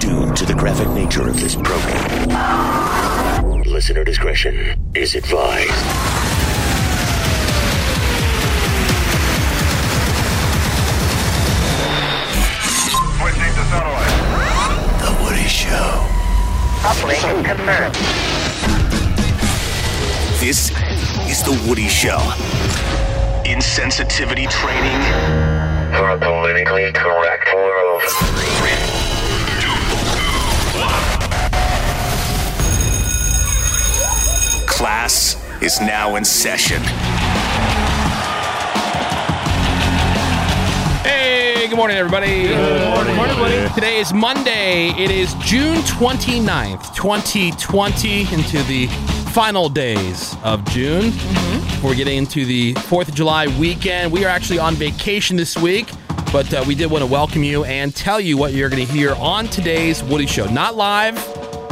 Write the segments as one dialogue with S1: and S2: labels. S1: Due to the graphic nature of this program, listener discretion is advised.
S2: Switching to satellite.
S1: The Woody Show.
S3: Uplink confirmed.
S1: This is The Woody Show. Insensitivity training
S2: For a politically correct world.
S1: class is now in session.
S4: Hey, good morning, everybody. Good morning. Today is Monday. It is June 29th, 2020, into the final days of June. We're getting into the 4th of July weekend. We are actually on vacation this week, but uh, we did want to welcome you and tell you what you're going to hear on today's Woody Show. Not live.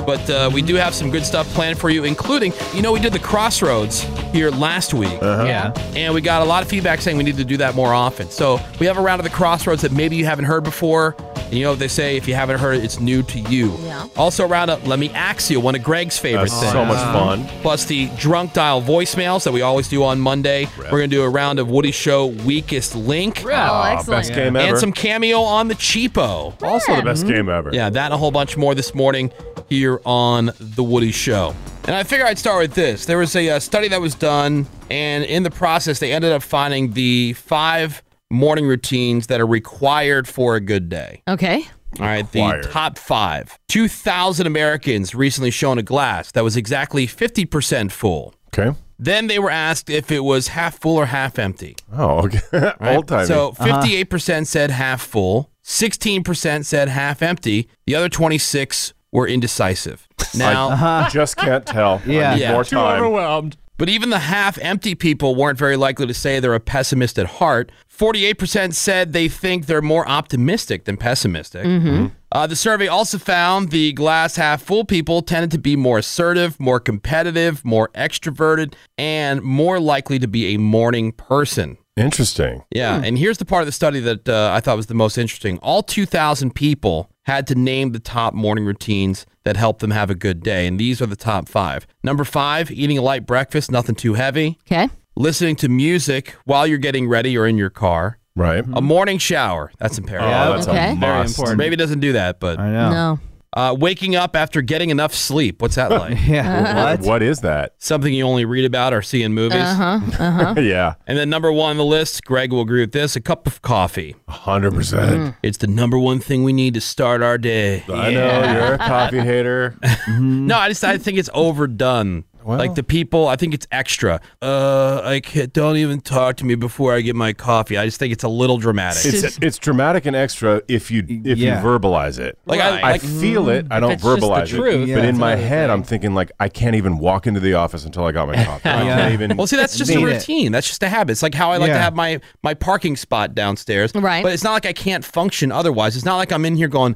S4: But uh, we do have some good stuff planned for you, including, you know, we did the crossroads here last week.
S5: Yeah.
S4: And we got a lot of feedback saying we need to do that more often. So we have a round of the crossroads that maybe you haven't heard before. And you know what they say, if you haven't heard it, it's new to you.
S6: Yeah.
S4: Also a round of Let Me Ax You, one of Greg's favorite things.
S5: So much fun.
S4: Plus the drunk dial voicemails that we always do on Monday. We're gonna do a round of Woody Show Weakest Link.
S6: Oh, excellent.
S5: Ah, Best game ever.
S4: And some cameo on the cheapo.
S5: also the best game ever.
S4: Yeah, that and a whole bunch more this morning here on The Woody Show. And I figure I'd start with this. There was a uh, study that was done, and in the process, they ended up finding the five morning routines that are required for a good day.
S6: Okay.
S4: All right,
S5: Required.
S4: the top five. 2,000 Americans recently shown a glass that was exactly 50% full.
S5: Okay.
S4: Then they were asked if it was half full or half empty.
S5: Oh, okay. Old timey.
S4: So
S7: Uh-huh.
S4: 58% percent said half full, 16% said half empty, the other 26 were indecisive. Now,
S7: Uh-huh.
S5: just can't tell.
S7: Yeah.
S5: I need
S4: Yeah.
S5: More time.
S7: overwhelmed.
S4: but even the half empty people weren't very likely to say they're a pessimist at heart. 48% said they think they're more optimistic than pessimistic.
S8: Mm-hmm.
S4: Uh, the survey also found the glass half full people tended to be more assertive, more competitive, more extroverted, and more likely to be a morning person.
S5: Interesting.
S6: Hmm.
S4: Yeah, and here's the part of the study that uh, I thought was the most interesting. All 2,000 people had to name the top morning routines that help them have a good day, and these are the top five. Number five, eating a light breakfast, nothing too heavy.
S6: Okay.
S4: Listening to music while you're getting ready or in your car.
S5: Right.
S4: A morning shower, that's imperative.
S5: Oh, that's
S6: Okay.
S5: a must.
S7: Very important.
S4: Maybe doesn't do that, but
S7: I know.
S6: No.
S4: uh, waking up after getting enough sleep, what's that like?
S6: Uh-huh.
S7: Yeah.
S5: What is that?
S4: Something you only read about or see in movies. Uh-huh,
S9: Uh-huh.
S5: yeah.
S4: And then number one on the list, Greg will agree with this, a cup of coffee. Mm.
S5: 100%.
S4: It's the number one thing we need to start our day.
S5: I know. You're a coffee hater.
S4: No, I just I think it's overdone.
S5: Well-
S4: like the people, I think it's extra. Uh, I can't, don't even talk to me before I get my coffee. I just think it's a little dramatic.
S5: It's, it's dramatic and extra if you if
S7: Yeah.
S5: you verbalize it.
S4: Like, I- Right.
S5: I
S4: like- mm,
S5: feel it. I don't
S7: it's just the
S5: verbalize it.
S7: truth,
S5: but
S7: Yeah.
S5: in my
S7: it's another
S5: head,
S7: thing.
S5: I'm thinking like I can't even walk into the office until I got my coffee. I
S7: Yeah.
S5: can't even.
S4: well, see, that's just a
S7: Need it.
S4: routine. That's just a habit. It's like how I like to
S7: Yeah.
S4: have my my parking spot downstairs.
S6: Right.
S4: But it's not like I can't function otherwise. It's not like I'm in here going.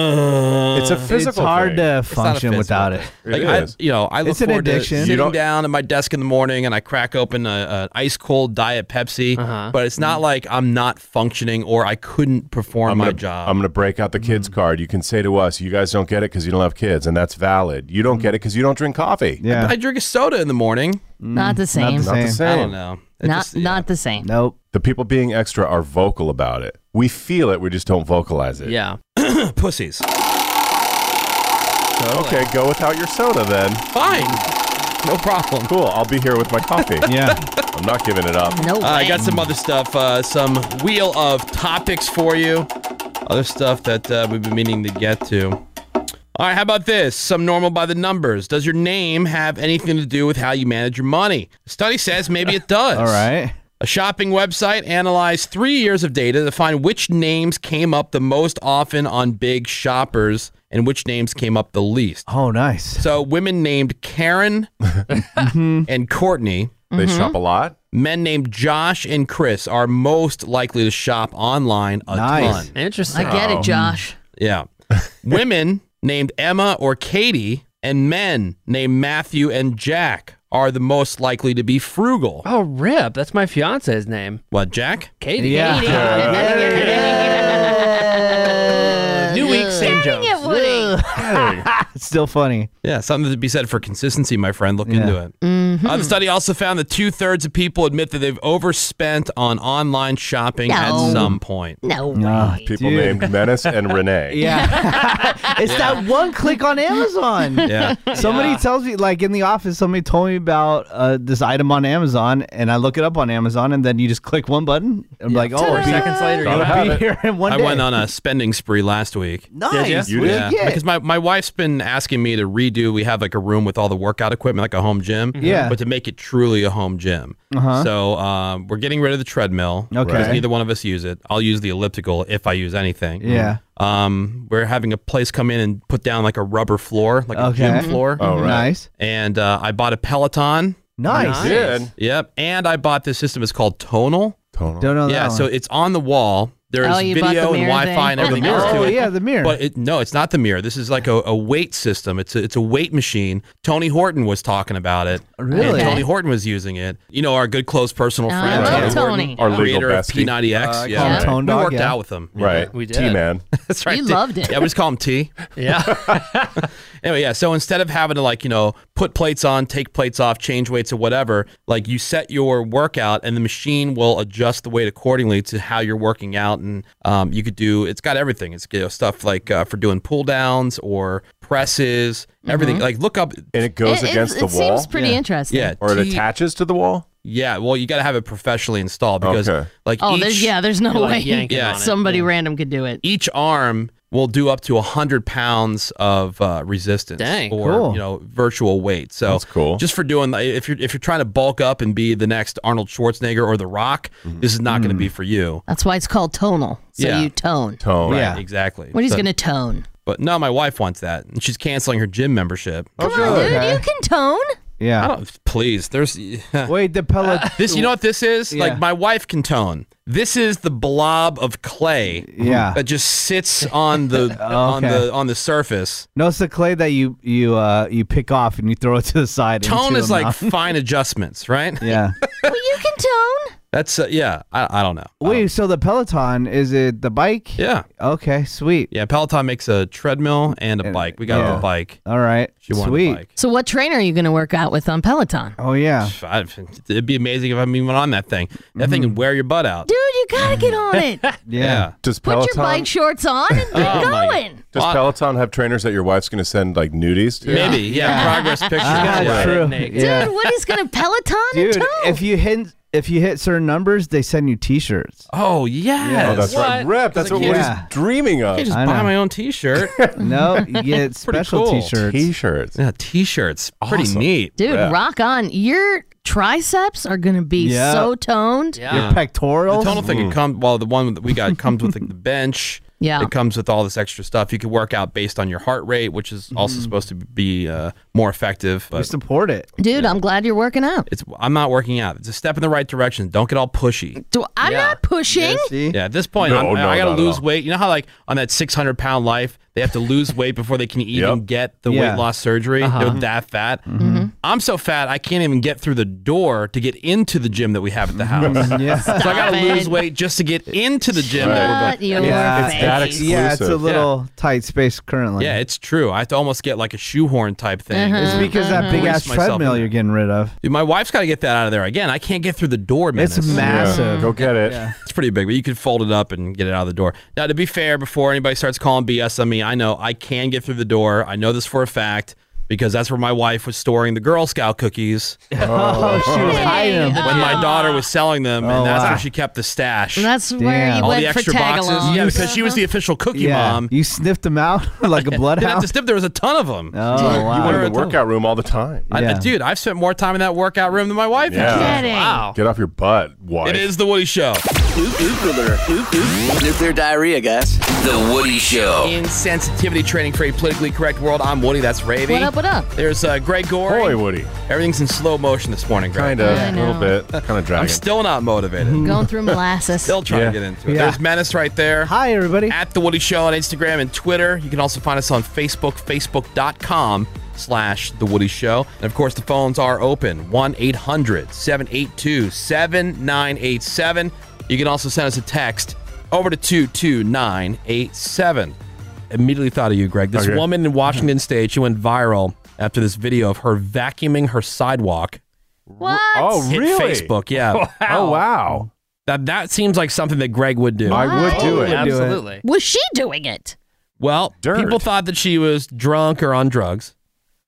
S4: Uh,
S5: it's a physical.
S7: It's hard
S5: thing.
S7: to
S4: It's not a
S7: function
S4: physical
S7: without
S4: thing.
S7: it.
S4: Like
S5: It
S4: I,
S5: is.
S4: you know, I look
S7: It's an
S4: forward
S7: addiction.
S4: to
S7: You
S4: sitting
S5: don't-
S4: down at my desk in the morning and I crack open a, a ice cold diet Pepsi. But it's not like I'm not functioning or I couldn't perform
S5: I'm
S4: my
S5: gonna,
S4: job.
S5: I'm going to break out the
S7: Mm.
S5: kids card. You can say to us, you guys don't get it because you don't have kids, and that's valid. You don't get it because you don't drink coffee.
S7: Mm. Yeah.
S4: I drink a soda in the morning.
S6: Not the same.
S7: the
S5: Not the
S7: Same.
S5: same.
S4: I don't know. It
S6: Not
S4: just- yeah.
S6: not the same.
S7: Nope.
S5: The people being extra are vocal about it. We feel it, we just don't vocalize it.
S4: Yeah. Pussies.
S5: Okay, go without your soda then.
S4: Fine. No problem.
S5: Cool. I'll be here with my coffee.
S7: Yeah.
S5: I'm not giving it up.
S6: No.
S4: Uh, I
S6: way.
S4: got some other stuff, uh, some wheel of topics for you, other stuff that uh, we've been meaning to get to. All right, how about this? Some normal by the numbers. Does your name have anything to do with how you manage your money? The study says maybe it does.
S7: All right.
S4: A shopping website analyzed three years of data to find which names came up the most often on big shoppers and which names came up the least.
S7: Oh, nice. Mm-hmm.
S4: So, women named Karen and Courtney,
S5: They shop a lot.
S4: men named Josh and Chris are most likely to shop online a
S7: Nice.
S4: ton. Um,
S10: I
S7: Interesting.
S8: Um,
S10: get it, Josh.
S4: Yeah. Women named Emma or Katie and men named Matthew and Jack are the most likely to be frugal.
S11: Oh, Rip. That's my fiance's name.
S4: What, Jack?
S11: Katie.
S7: Yeah.
S11: New week, same joke.
S7: It's still funny.
S4: Yeah, something to be said for consistency, my friend. Look
S7: Yeah.
S4: into it.
S11: Mm-hmm.
S4: Uh, the study also found that two thirds of people admit that they've overspent on online shopping at
S10: No.
S4: some point.
S10: No way.
S7: Ah,
S5: People
S7: dude.
S5: named Menace and Renee.
S7: Yeah. it's that one click on Amazon.
S4: Yeah.
S7: Somebody tells me, like in the office, somebody told me about uh, this item on Amazon, and I look it up on Amazon, and then you just click one button. and I'm like, oh, it'll be-
S11: Seconds later,
S5: Gotta
S11: you-
S5: have
S7: be
S5: it.
S7: here in one
S4: I
S7: day.
S4: went on a spending spree last week.
S7: nice.
S5: You did?
S7: Yeah.
S4: Because my, my wife's been asking me to redo. We have like a room with all the workout equipment, like a home gym.
S7: Mm-hmm. Yeah.
S4: But to make it truly a home gym.
S7: Uh-huh.
S4: So um, we're getting rid of the treadmill.
S7: Okay.
S4: Because neither one of us use it. I'll use the elliptical if I use anything.
S7: Yeah.
S4: Um, we're having a place come in and put down like a rubber floor, like a
S7: Okay.
S4: gym floor.
S5: Oh, right.
S7: Nice.
S4: And uh, I bought a Peloton.
S7: Nice.
S11: Nice.
S5: Did.
S4: Yep. And I bought this system. It's called Tonal.
S5: Tonal.
S7: Don't know that
S4: yeah.
S7: one.
S4: So it's on the wall. There's
S10: Oh, you bought the
S4: video and
S10: mirror
S4: Wi Fi
S10: thing?
S4: and
S10: Oh, the
S4: everything else to
S7: oh
S4: it.
S7: yeah, the mirror.
S4: But it, no, it's not the mirror. This is like a, a weight system. It's a, it's a weight machine. Tony Horton was talking about it.
S7: Really?
S4: And Tony
S10: Okay.
S4: Horton was using it. You know, our good close personal
S10: I
S4: friend,
S10: love Oh, Tony.
S4: Horton,
S5: Our legal
S4: creator of
S5: bestie.
S4: P90X.
S7: him
S4: yeah,
S7: Tone
S4: we
S7: Dog,
S4: worked
S7: yeah.
S4: out with him.
S5: Right.
S11: We did.
S5: T Man.
S4: That's right.
S10: You
S4: T-
S10: loved it.
S4: Yeah, we just call him T.
S11: yeah.
S4: Anyway, yeah. So instead of having to like you know put plates on, take plates off, change weights or whatever, like you set your workout and the machine will adjust the weight accordingly to how you're working out. And um, you could do it's got everything. It's you know, stuff like uh, for doing pull downs or presses, everything. Like look up,
S5: And it goes
S10: Mm-hmm. It-
S5: against
S10: it,
S5: the
S10: it
S5: wall.
S10: seems pretty interesting.
S4: yeah,
S5: or it
S4: T-
S5: attaches to the wall.
S4: yeah. Well, you got to have it professionally installed because
S5: Okay.
S4: like
S10: Oh,
S4: each,
S10: there's, yeah. There's no
S11: You're, like,
S10: way
S11: yanking
S4: Yeah. on it.
S10: somebody random could do it.
S4: each arm will do up to 100 pounds of uh, resistance
S11: Dang,
S4: or
S7: cool.
S4: you know virtual weight so
S5: That's cool.
S4: just for doing if you're if you're trying to bulk up and be the next arnold schwarzenegger or the rock
S5: Mm-hmm.
S4: this is not going
S5: Mm.
S4: to be for you
S10: That's why it's called tonal. So
S4: Yeah.
S10: you tone.
S5: Tone.
S7: Yeah.
S4: exactly
S10: What he's
S4: So-
S10: going to tone?
S4: but no my wife wants that and she's canceling her gym membership
S5: Oh,
S10: Come on,
S5: good.
S10: dude. You can tone.
S4: I
S7: yeah.
S4: don't, please there's Uh,
S7: Wait, the pellet.
S4: this you know what this is
S7: Yeah.
S4: like my wife can tone this is the blob of clay
S7: Yeah. Oh,
S4: that just sits on the on
S7: Okay.
S4: the on the surface
S7: No, it's the clay that you you uh you pick off and you throw it to the side.
S4: tone
S7: into
S4: is
S7: a
S4: like
S7: mountain.
S4: fine adjustments, right?
S7: yeah.
S10: Well, you can tone.
S4: That's uh, yeah. Um, I, I don't know.
S7: Wait, so the Peloton is it the bike?
S4: Yeah,
S7: Okay, sweet.
S4: yeah. Peloton makes a treadmill and a
S7: And-
S4: bike. We got
S7: yeah.
S4: the bike.
S7: All right,
S4: She wanted
S7: sweet.
S4: a bike.
S10: So what trainer are you going to work out with on Peloton?
S7: Oh yeah,
S4: I, it'd be amazing if I'm even on that thing. That thing can wear your butt out.
S10: Dude, you got to get on it. Put
S7: Mm-hmm. yeah.
S5: Does
S10: your
S5: Peloton
S10: bike shorts on and get
S4: Oh, my-
S10: going.
S5: does
S4: Well, I-
S5: Peloton have trainers that your wife's going to send like nudies to?
S4: Maybe yeah. Progress pictures.
S7: Ah,
S4: yeah.
S7: true.
S11: Nick.
S7: Yeah,
S10: Dude, what is going to Peloton and
S7: dude.
S10: tone?
S7: If you hit if you hit certain numbers, they send you T-shirts.
S4: Oh yes.
S5: Oh, that's right.
S11: What?
S5: Rip. That's what
S7: Yeah.
S5: Woody's dreaming
S4: I can
S5: of.
S4: just
S7: I
S4: buy
S7: know.
S4: my own T-shirt.
S7: No, you get special
S4: cool.
S7: T-shirts.
S5: T-shirts.
S4: yeah, T-shirts. Pretty
S5: Awesome.
S4: neat.
S10: Dude,
S5: Yeah.
S10: rock on. Your triceps are going to be
S7: Yeah.
S10: so toned.
S11: Yeah.
S7: Your
S4: The
S7: pectorals.
S4: tonal thing
S5: Mm.
S4: could come. Well, the one that we got comes with like, the bench.
S10: Yeah.
S4: It comes with all this extra stuff. You can work out based on your heart rate, which is
S10: Mm.
S4: also supposed to be uh, more effective.
S7: we
S4: But
S7: support it.
S10: Dude, I'm glad you're working out.
S4: it's I'm not working out. It's a step in the right direction. Don't get all pushy.
S10: Do, I'm not pushing.
S7: See?
S4: Yeah, at this point,
S5: No,
S4: I'm-
S5: no,
S4: I got
S5: not
S4: to
S5: at
S4: lose
S5: all.
S4: weight. You know how like on that 600 pound life, they have to lose weight before they can even
S5: Yep.
S4: get the
S7: Yeah.
S4: weight loss surgery.
S10: Uh-huh.
S4: They're that fat.
S10: Mm-hmm.
S4: Mm-hmm. I'm so fat I can't even get through the door to get into the gym that we have at the house.
S7: Yeah.
S4: So I got to
S10: Stop it.
S4: lose weight just to get into the gym that we're
S10: Shut your
S7: Yeah,
S10: face.
S5: that
S7: It's- yeah, it's a
S5: exclusive.
S7: little tight space currently.
S4: Yeah, it's true. I have to almost get like a shoehorn type
S10: Uh-huh.
S4: thing.
S7: it's because that big ass
S4: Waste myself in
S7: treadmill
S4: there.
S7: you're getting rid of.
S4: Dude, my wife's got to get that out of there again. I can't get through the door, man.
S7: It's massive.
S5: Go get it.
S4: It's pretty big, but you could fold it up and get it out of the door. Now, to be fair, before anybody starts calling BS on me, I know I can get through the door. I know this for a fact. because that's where my wife was storing the Girl Scout cookies.
S7: Oh, she was hiding them.
S4: When my daughter was selling them,
S7: Oh,
S4: and that's
S7: wow.
S4: where she kept the stash.
S10: That's where you
S4: All
S10: went
S4: the
S10: for
S4: extra
S10: tag
S4: boxes.
S10: along.
S4: Yeah, because she was the official cookie
S7: yeah.
S4: mom.
S7: You sniffed them out like a
S4: Didn't have
S7: bloodhound.
S4: to snip. There was a ton of them.
S7: Oh, wow.
S5: You were in the workout room all the time.
S4: I- dude, I've spent more time in that workout room than my wife has. Wow.
S5: Get off your butt, wife.
S4: It is The Woody Show.
S12: Nuclear diarrhea, guys. The Woody Show.
S4: Insensitivity training for a politically correct world. I'm Woody. That's Ravy.
S10: What up, what up?
S4: There's uh, Greg Gore. Boy, Woody. Everything's in slow motion this morning, Greg.
S5: Kind of, Yeah, I a little know. bit. Kind of dragging.
S4: I'm still not motivated.
S10: Going through molasses.
S4: They'll try
S5: Yeah.
S4: to get into it.
S5: Yeah.
S4: There's Menace right there.
S7: Hi, everybody.
S4: At The Woody Show on Instagram and Twitter. You can also find us on Facebook, facebook.com slash The Woody Show. And of course, the phones are open 1 800 782 7987. You can also send us a text over to 22987. Immediately thought of you, Greg. This
S5: Okay.
S4: woman in Washington state, she went viral after this video of her vacuuming her sidewalk
S10: What?
S5: Oh,
S4: hit
S5: really?
S4: Facebook. Yeah.
S5: Oh, wow.
S4: That that seems like something that Greg would do.
S5: I would
S4: Oh,
S5: do it.
S10: Was she doing it?
S4: Well, people thought that she was drunk or on drugs,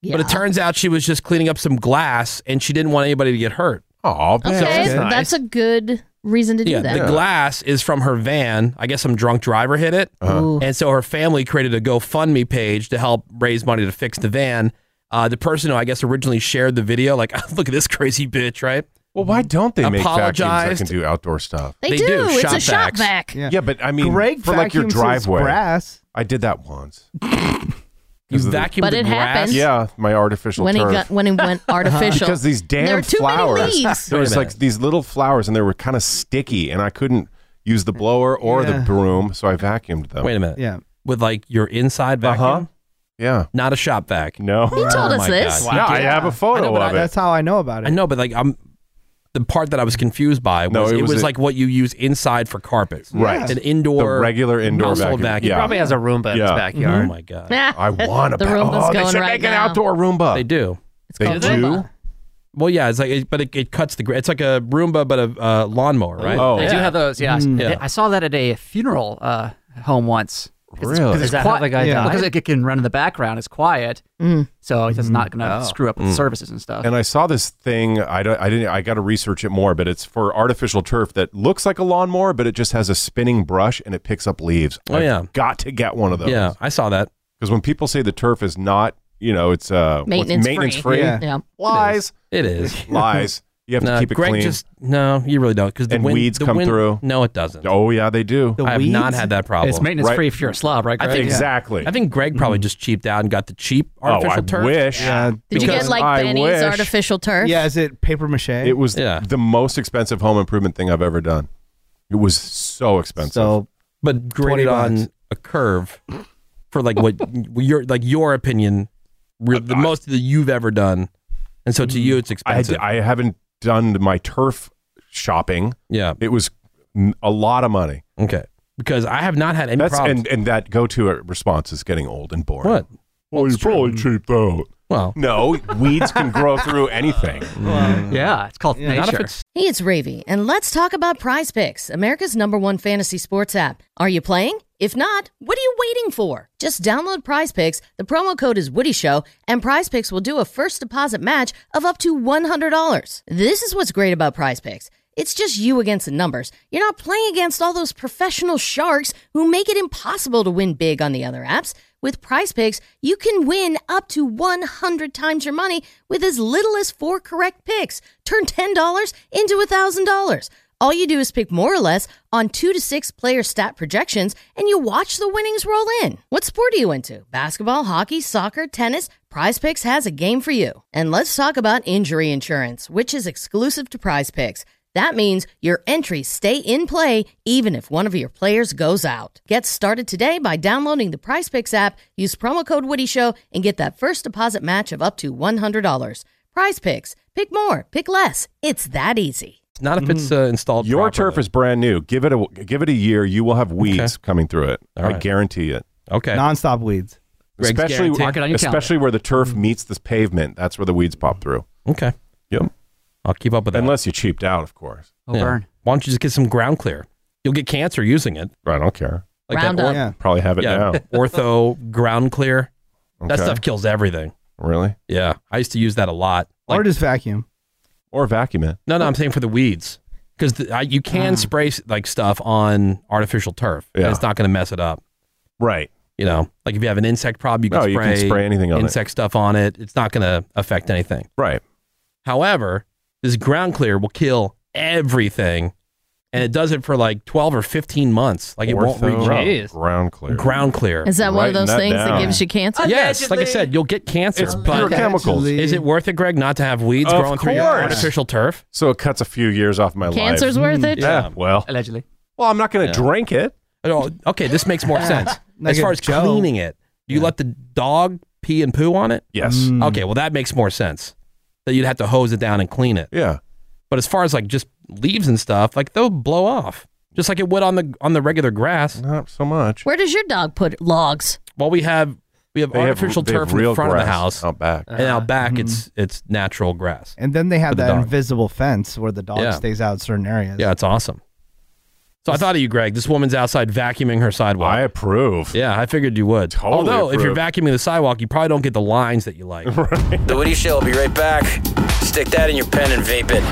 S4: but it turns out she was just cleaning up some glass, and she didn't want anybody to get hurt.
S5: Oh,
S10: Okay, that's a good reason to do
S4: yeah,
S10: that.
S4: the glass is from her van. I guess some drunk driver hit it.
S5: Uh-huh.
S10: Ooh.
S4: And so her family created a GoFundMe page to help raise money to fix the van. Uh, the person who I guess originally shared the video, like, look at this crazy bitch, right?
S5: Well, why don't they make vacuums that
S4: Apologized.
S5: can do outdoor stuff?
S10: They They do. do. It's a shop
S5: vacs.
S10: vac.
S5: Yeah.
S10: Yeah.
S5: but I mean,
S7: Greg
S5: for like your
S7: vacuums his
S5: driveway.
S7: grass.
S5: I did that once.
S4: You
S10: vacuumed But the it grass? happened.
S5: Yeah, my artificial
S10: when
S5: turf. Uh-huh.
S10: it got when it went
S4: Uh-huh.
S10: artificial.
S5: Because these damn
S10: there were too
S5: flowers.
S10: Many leaves.
S5: There was like these little flowers, and they were kind of sticky, and I couldn't use the blower or
S4: Yeah.
S5: the broom, so I vacuumed them.
S4: Wait a minute. With like your inside vacuum?
S5: Uh-huh. Yeah.
S4: Not a shop vac. Oh
S5: No.
S7: He told us this.
S5: Yeah, I have a photo of it.
S7: That's how I know about it.
S4: I know, but like I'm the part that I was confused by was
S5: No,
S4: it,
S5: it
S4: was,
S5: was a-
S4: like what you use inside for carpets.
S5: Right.
S4: An indoor
S5: The regular indoor
S4: household
S5: vacuum. Yeah. He probably has a Roomba in his backyard.
S4: Oh my god.
S5: I want a
S4: The
S5: ba-
S4: Roomba's
S5: oh,
S4: going
S5: they should
S4: right
S5: make an
S4: now.
S5: outdoor Roomba.
S4: They do.
S5: It's They called do? Roomba.
S4: Well, yeah, it's like, it, but it, it cuts the. gra- It's like a Roomba, but a uh, lawnmower, right?
S13: They do have those. Yeah,
S4: Mm.
S7: Mm.
S4: Yeah.
S13: I saw that at a funeral uh, home once.
S4: Really?
S13: Because
S4: Is that Mm. how the guy died?
S13: Because it, it can run in the background. It's quiet, so it's not going to
S5: Oh.
S13: screw up with
S5: Mm.
S13: services and stuff.
S5: And I saw this thing. I don't. I didn't. I got to research it more, but it's for artificial turf that looks like a lawnmower, but it just has a spinning brush and it picks up leaves.
S4: Oh, yeah.
S5: got to get one of those.
S4: Yeah, I saw that.
S5: Because when people say the turf is not, you know, it's uh what's-
S10: Maintenance,
S5: maintenance
S10: free.
S5: free.
S10: Yeah. Yeah.
S5: Lies.
S4: It is
S5: Lies. You have to
S4: No,
S5: keep it
S4: Greg
S5: clean.
S4: Just no, you really don't. Because
S5: and weeds
S4: the
S5: come
S4: wind-
S5: through.
S4: No, it doesn't.
S5: Oh yeah, they do.
S4: I have not had that problem.
S5: I think- Exactly.
S4: I think Greg probably just cheaped out and got the cheap
S5: Oh, I
S4: artificial turf.
S5: wish. Yeah.
S10: Did you get
S5: Because
S10: like
S5: I
S10: Benny's
S5: wish-
S10: artificial turf?
S7: Yeah, is it paper mache?
S5: It was the most expensive home improvement thing I've ever done. It was so expensive. So,
S4: but graded on a curve for like what your like your opinion, re- the most that you've ever done, and so to you it's
S5: I,
S4: expensive.
S5: I haven't done my turf shopping.
S4: Yeah,
S5: it was m- a lot of money.
S4: Okay, because I have not had any
S5: That's,
S4: problems.
S5: And and that go to response is getting old and boring.
S4: What?
S5: Well, you probably cheaped out.
S4: Well,
S5: no, weeds can grow through anything.
S13: yeah, it's called
S5: Yeah, not if nature. it's-
S10: Hey, it's Ravy, and let's talk about Prize Picks, America's number one fantasy sports app. Are you playing? If not, what are you waiting for? Just download Prize Picks. The promo code is Woody Show, and Prize Picks will do a first deposit match of up to $100. This is what's great about Prize Picks. It's just you against the numbers. You're not playing against all those professional sharks who make it impossible to win big on the other apps. With Prize Picks, you can win up to 100 times your money with as little as four correct picks. Turn $10 into $1,000. All you do is pick more or less on two to six player stat projections and you watch the winnings roll in. What sport are you into? Basketball, hockey, soccer, tennis? Prize Picks has a game for you. And let's talk about injury insurance, which is exclusive to Prize Picks. That means your entries stay in play even if one of your players goes out. Get started today by downloading the Price Picks app, use promo code WoodyShow, and get that first deposit match of up to $100. Prize Picks. Pick more, pick less. It's that easy.
S4: Not if it's uh, installed.
S5: Mm. Your turf is brand new. Give it a give it a year. You will have weeds coming through it. I
S7: right.
S5: guarantee it.
S4: Okay.
S7: Nonstop weeds. Greg's
S5: especially
S7: guarantee. Mark it on your
S5: especially where the turf
S4: Mm-hmm.
S5: meets this pavement. That's where the weeds pop through.
S4: Okay.
S5: Yep.
S4: I'll keep up with
S5: that. Unless you cheaped out, of course.
S4: Yeah. Why don't you just get some ground clear? You'll get cancer using it.
S5: I don't care.
S4: Roundup.
S5: Probably have it
S4: Yeah.
S5: now.
S4: Ortho ground clear. That
S5: Okay.
S4: stuff kills everything.
S5: Really?
S4: Yeah. I used to use that a lot.
S7: or just vacuum.
S5: Or vacuum it.
S4: No, no, I'm saying for the weeds because you can spray s- like stuff on artificial turf. and
S5: Mm. Yeah.
S4: it's not going to mess it up.
S5: Right.
S4: You know, like if you have an insect problem, you can,
S5: No,
S4: spray,
S5: you can spray anything on it.
S4: insect stuff on it. It's not going to affect anything.
S5: Right.
S4: However, this ground clear will kill everything, and it does it for like 12 or 15 months. Like it won't
S5: Ortho-
S4: regrow.
S5: Ground clear.
S4: Ground clear.
S10: Is that one of
S4: Writing
S10: those things that
S4: down.
S10: gives you cancer?
S4: Yes, like I said, you'll get cancer.
S5: It's
S4: but
S5: pure chemicals.
S4: Is it worth it, Greg, not to have weeds
S5: Of
S4: growing through your
S5: course.
S4: artificial turf?
S5: So it cuts a few years off my
S10: Cancer's
S5: life. Hmm.
S10: worth it?
S5: Yeah. Well,
S14: allegedly.
S5: Well, I'm not going to drink it.
S4: Oh, okay, this makes more sense.
S5: Like
S4: as
S5: a
S4: far as
S5: Joe.
S4: cleaning it, do you let the dog pee and poo on it?
S5: Yes. Mm.
S4: Okay, well, that makes more sense that you'd have to hose it down and clean it.
S5: Yeah.
S4: But as far as like just leaves and stuff, like they'll blow off just like it would on the on the regular grass.
S5: Not so much.
S10: Where does your dog put logs?
S4: Well, we have we have
S5: They have-
S4: artificial
S5: they
S4: turf
S5: have
S4: in the
S5: real
S4: front of the
S5: grass
S4: house
S5: out back.
S4: and out back
S5: Uh-huh.
S4: it's it's natural grass.
S7: And then they
S4: For
S7: have
S4: the
S7: that
S4: dog.
S7: invisible fence where the dog
S4: Yeah.
S7: stays out certain areas.
S4: Yeah, it's awesome. So I thought of you, Greg. This woman's outside vacuuming her sidewalk. I
S5: approve.
S4: Yeah, I figured you would. Although, if you're vacuuming the sidewalk, you probably don't get the lines that you like.
S15: The Woody Show will be right back. Stick that in your pen and vape it.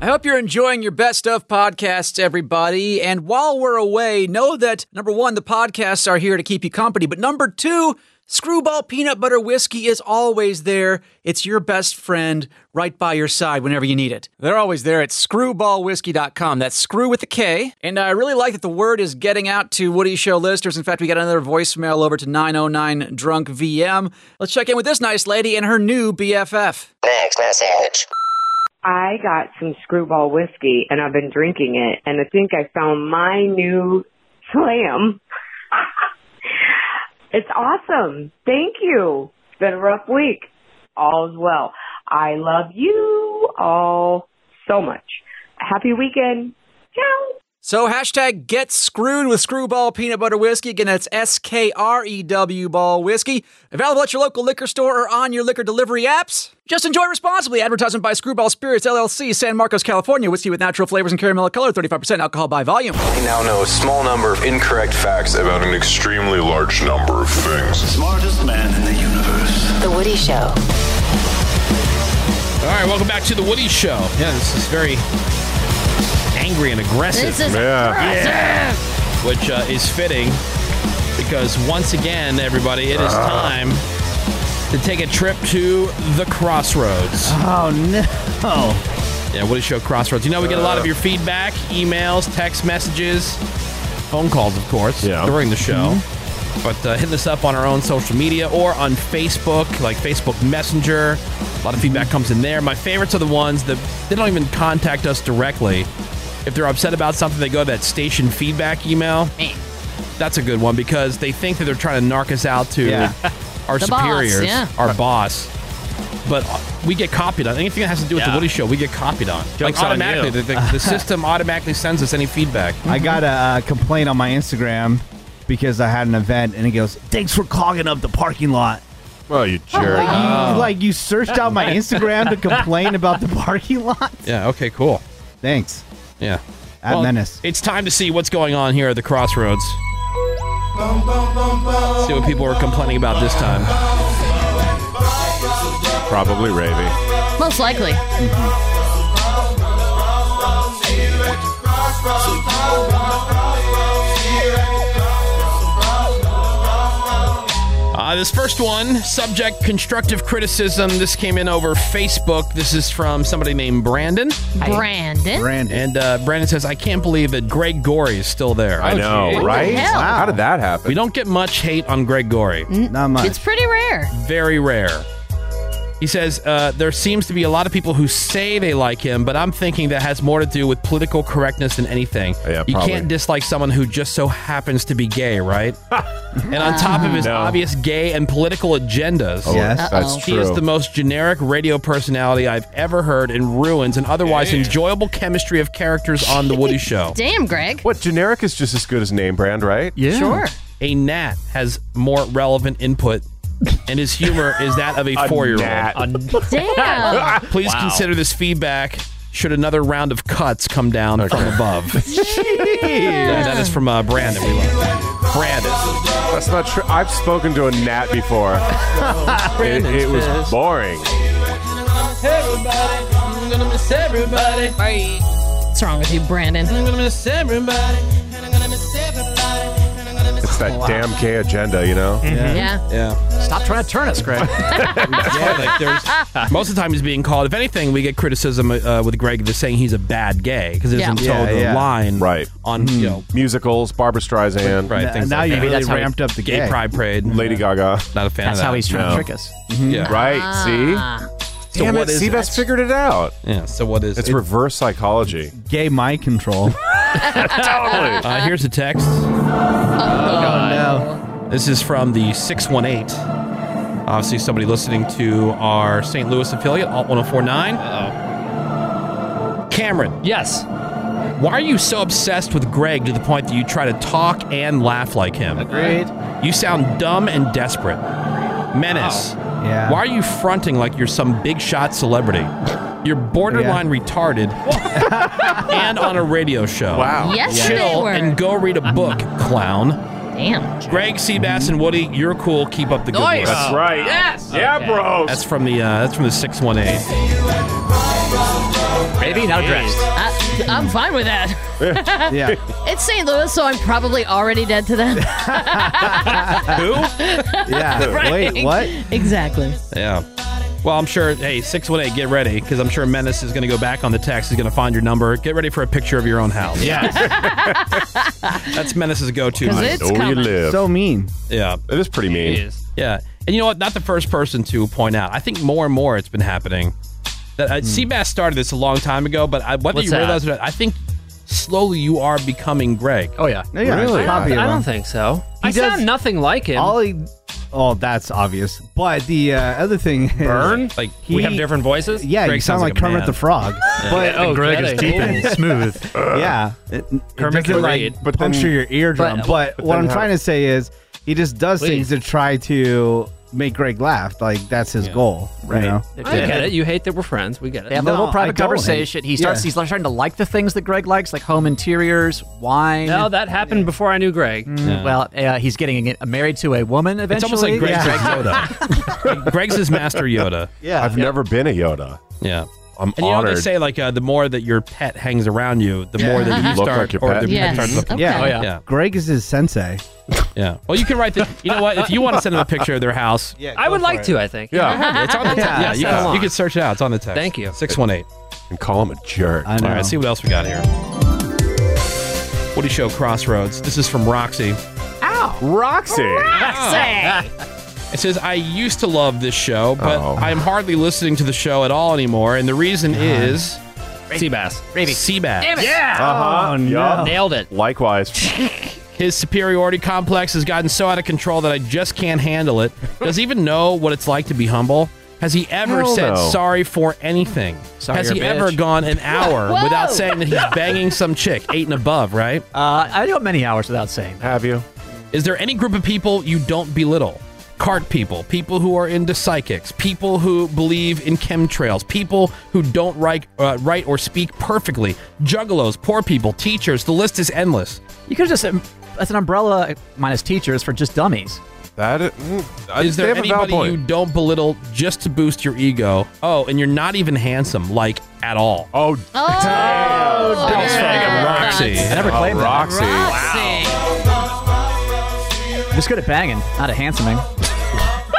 S13: I hope you're enjoying your best of podcasts, everybody. And while we're away, know that number one, the podcasts are here to keep you company. But number two, Screwball Peanut Butter Whiskey is always there. It's your best friend right by your side whenever you need it. They're always there at screwballwhiskey.com. That's screw with a K. And I really like that the word is getting out to Woody Show listeners. In fact, we got another voicemail over to 909 Drunk VM. Let's check in with this nice lady and her new BFF.
S16: Thanks, message.
S17: I got some screwball whiskey and I've been drinking it and I think I found my new slam. it's awesome. Thank you. It's been a rough week. All's well. I love you all so much. Happy weekend. Ciao.
S13: So hashtag get screwed with screwball peanut butter whiskey. Again, that's S K R E W ball whiskey. Available at your local liquor store or on your liquor delivery apps. Just enjoy responsibly. Advertisement by Screwball Spirits LLC, San Marcos, California. Whiskey with natural flavors and caramel color, 35% alcohol by volume.
S18: I now know a small number of incorrect facts about an extremely large number of things. Smartest man in the universe.
S19: The Woody Show.
S4: All right, welcome back to the Woody Show. Yeah, this is very angry and aggressive.
S10: This is
S4: Yeah. Which uh, is fitting because once again, everybody, it is time to take a trip to the crossroads.
S7: Oh no.
S4: Yeah, Woody Show Crossroads. You know, we get a lot of your feedback, emails, text messages, phone calls, of course, during the show.
S7: Mm-hmm.
S4: But uh, hitting us up on our own social media or on Facebook, like Facebook Messenger. A
S7: Mm-hmm.
S4: lot of feedback comes in there. My favorites are the ones that they don't even contact us directly. If they're upset about something, they go to that station feedback email. That's a good one because they think that they're trying to narc us out to
S10: Yeah.
S4: our
S10: The boss,
S4: superiors,
S10: yeah.
S4: our boss. But uh, we get copied on anything that has to do with the
S7: Yeah.
S4: Woody Show. We get copied on.
S7: Joke's on
S4: automatically,
S7: you.
S4: The, the, the system automatically sends us any feedback.
S7: I got a uh, complaint on my Instagram because I had an event and it goes, "Thanks for clogging up the parking lot."
S5: Well, you
S10: Oh,
S5: jerk.
S7: Like, you, like you searched out my Instagram to complain about the parking lot.
S4: Yeah. Okay. Cool.
S7: Thanks.
S4: Yeah.
S7: At Menace.
S4: It's time to see what's going on here at the crossroads. See what people are complaining about this time.
S5: Probably raving.
S10: Most likely.
S4: Uh, this first one, subject constructive criticism. This came in over Facebook. This is from somebody named Brandon.
S10: Brandon.
S4: And uh, Brandon says, I can't believe that Greg Gorey is still there.
S5: I know,
S4: geez.
S5: right? Oh, What the hell? How did that happen?
S4: We don't get much hate on Greg Gorey.
S7: Not much.
S10: It's pretty rare.
S4: Very rare. He says, uh, there seems to be a lot of people who say they like him, but I'm thinking that has more to do with political correctness than anything. you
S5: probably.
S4: can't dislike someone who just so happens to be gay, right? and on top of his
S5: No.
S4: obvious gay and political agendas,
S5: Oh, Yes. that's
S4: he is
S5: true.
S4: the most generic radio personality I've ever heard and ruins an otherwise enjoyable chemistry of characters on The Woody Show.
S10: Damn, Greg.
S5: What generic is just as good as name brand, right?
S4: Yeah. Sure. A gnat has more relevant input, and his humor is that of a,
S5: A
S4: four year
S5: gnat.
S4: old.
S10: Damn.
S4: Please
S10: Wow.
S4: consider this feedback should another round of cuts come down from above. Yeah, that is from uh, Brandon. We love Brandon.
S5: That's not true. I've spoken to a gnat before. it, it was boring.
S11: Everybody, I'm gonna miss everybody.
S10: What's wrong with you, Brandon?
S11: I'm gonna miss everybody. And I'm gonna miss everybody.
S5: It's that
S11: Wow.
S5: damn K agenda, you know?
S11: Mhm. Yeah.
S4: Yeah.
S20: Stop trying to turn us, Greg.
S4: yeah, like there's, most of the time he's being called. If anything, we get criticism uh, with Greg just saying he's a bad gay because it
S11: Yeah.
S4: doesn't
S5: Yeah,
S4: toe the
S5: yeah. Hmm.
S4: line
S5: right
S4: on you know
S5: musicals, Barbara Streisand,
S4: right? things like that. gay, pride parade.
S5: Lady Gaga.
S4: Not a fan.
S5: That's
S4: of that.
S5: how he's trying to
S4: No.
S5: trick us.
S4: Yeah.
S5: Right,
S10: Ah.
S5: see?
S4: So
S5: Damn
S4: what
S5: it,
S4: is
S5: Seabass
S4: that?
S5: figured it out.
S4: Yeah, so what is
S5: It's reverse psychology.
S7: Gay mind control.
S5: totally.
S4: Uh, here's a text. no. This is from the 618. Obviously, somebody listening to our St. Louis affiliate, Alt 1049. Uh-oh. Cameron.
S11: Yes.
S4: Why are you so obsessed with Greg to the point that you try to talk and laugh like him?
S11: Agreed.
S4: You sound dumb and desperate. Menace.
S7: Yeah.
S4: Why are you fronting like you're some big shot celebrity? You're borderline retarded and on a radio show. Wow.
S10: Yes,
S4: Chill
S10: they were.
S4: and go read a book, clown.
S10: Damn.
S4: Greg Seabass and Woody, you're cool. Keep up the good
S11: Nice.
S4: work.
S11: That's right. Yes. Yeah,
S4: bros.
S11: bros.
S4: That's from the uh, that's from the 618.
S20: Maybe now dressed.
S10: I, Uh, I'm fine with that.
S4: Yeah.
S10: It's St. Louis, so I'm probably already dead to them.
S4: Who?
S7: Yeah. Wait, what?
S10: Exactly.
S4: Yeah. Well, I'm sure. Hey, six one eight, get ready because I'm sure Menace is going to go back on the text. He's going to find your number. Get ready for a picture of your own house. Yeah, that's Menace's go-to.
S10: 'Cause
S4: line.
S10: it's Know where you coming. live.
S7: So mean.
S4: Yeah,
S5: it is pretty mean.
S4: Yeah, and you know what? Not the first person to point out. I think more and more it's been happening. That uh, Seabass started this a long time ago, but I, whether
S11: What's
S4: you
S11: that?
S4: realize it, or not, I think slowly you are becoming Greg.
S11: Oh yeah,
S7: Yeah,
S11: Really?
S7: copy of
S11: I don't
S7: him.
S11: think so. I
S7: does-
S11: sound nothing like him.
S7: All he, oh, that's obvious. But the uh, other thing is,
S11: Burn? Like, we have different voices?
S7: Yeah,
S11: Greg
S7: you sound
S11: sounds
S7: like
S11: like a
S7: Kermit
S11: man.
S7: the Frog.
S11: Yeah.
S7: But
S11: Oh, Greg is deep and smooth.
S7: yeah, it,
S11: Kermit
S7: Kermit
S11: can
S7: can
S11: read.
S7: like
S11: But
S7: but
S11: then-
S7: puncture your eardrum.
S11: but-
S7: But,
S11: but
S7: what
S11: then
S7: I'm
S11: how-
S7: trying to say is, he just does
S11: Please.
S7: things to try to make Greg laugh. Like that's his goal, right? You know?
S11: I get it. You hate that we're friends. We get it.
S20: They have a little private conversation. He starts.
S11: these.
S20: He's starting to like the things that Greg likes, like home interiors, wine.
S11: No, that happened before I knew Greg.
S20: Mm, Well, uh, he's getting uh, married to a woman eventually.
S4: It's almost like Greg's Yoda. Greg's his master Yoda.
S20: Yeah.
S5: I've never been a Yoda.
S4: Yeah.
S5: I'm
S4: And you know what
S5: honored.
S4: they say like uh, the more that your pet hangs around you, the more that
S5: Yeah.
S4: you
S5: Look
S4: start
S5: like your
S4: or
S5: pet.
S4: the
S5: Yes.
S4: pet starts looking.
S7: Yeah.
S4: Oh, yeah.
S7: Greg is his sensei.
S4: Yeah. Well, you can write the. You know what? If you want to send them a picture of their house,
S7: yeah,
S11: I would like to. I think.
S4: Yeah, it's on the text. Yeah, you,
S11: Send
S4: can,
S11: along.
S4: you can search it out. It's on the text.
S11: Thank you.
S4: Six one eight.
S5: And call him a jerk.
S4: All right. See what else we got here. Woody Show Crossroads. This is from Roxy. Oh.
S5: Ow. Roxy.
S4: Roxy. It says, I used to love this show, but
S5: Oh.
S4: I'm hardly listening to the show at all anymore. And the reason is
S11: Seabass.
S4: Seabass.
S11: Damn it. Yeah.
S5: Uh-huh.
S11: Oh, no. Nailed it.
S5: Likewise.
S4: His superiority complex has gotten so out of control that I just can't handle it. Does he even know what it's like to be humble? Has he ever
S5: Hell
S4: said
S5: no.
S4: sorry for anything?
S20: Sorry,
S4: Has
S20: you're
S4: he
S20: a bitch.
S4: ever gone an hour
S20: Whoa.
S4: without saying that he's banging some chick, eight and above, right?
S20: Uh, I don't many hours without saying.
S5: Have you?
S4: Is there any group of people you don't belittle? Cart people, people who are into psychics, people who believe in chemtrails, people who don't write, uh, write or speak perfectly, juggalos, poor people, teachers. The list is endless.
S20: You could have just said that's an umbrella minus teachers for just dummies.
S5: That is,
S4: Is there anybody you don't belittle just to boost your ego? Oh, and you're not even handsome, like at all.
S5: Oh,
S10: Oh.
S4: damn. That was fucking Roxy. I never claimed that.
S5: Roxy.
S20: Just good at banging, not at handsoming.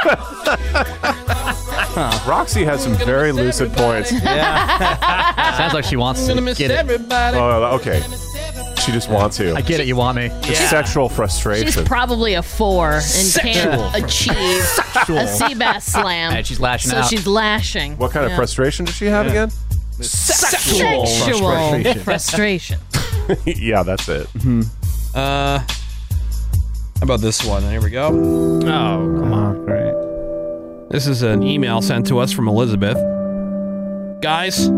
S5: Roxy has some very lucid points.
S20: Yeah. Sounds like she wants to get it.
S5: Oh, okay. She just wants to.
S20: I get it. You want me?
S5: The sexual frustration.
S10: She's probably a four and
S5: Sexual.
S10: can't achieve
S5: Sexual.
S10: a sea bass slam.
S5: And she's lashing
S10: so
S5: out.
S10: she's lashing.
S5: what kind
S10: Yeah.
S5: of frustration does she have
S10: Yeah.
S5: again?
S10: Sexual, frustration.
S5: yeah, that's it.
S4: Uh, how about this one? Here we go. Oh, come
S7: on. Great.
S4: This is an email sent to us from Elizabeth. Guys,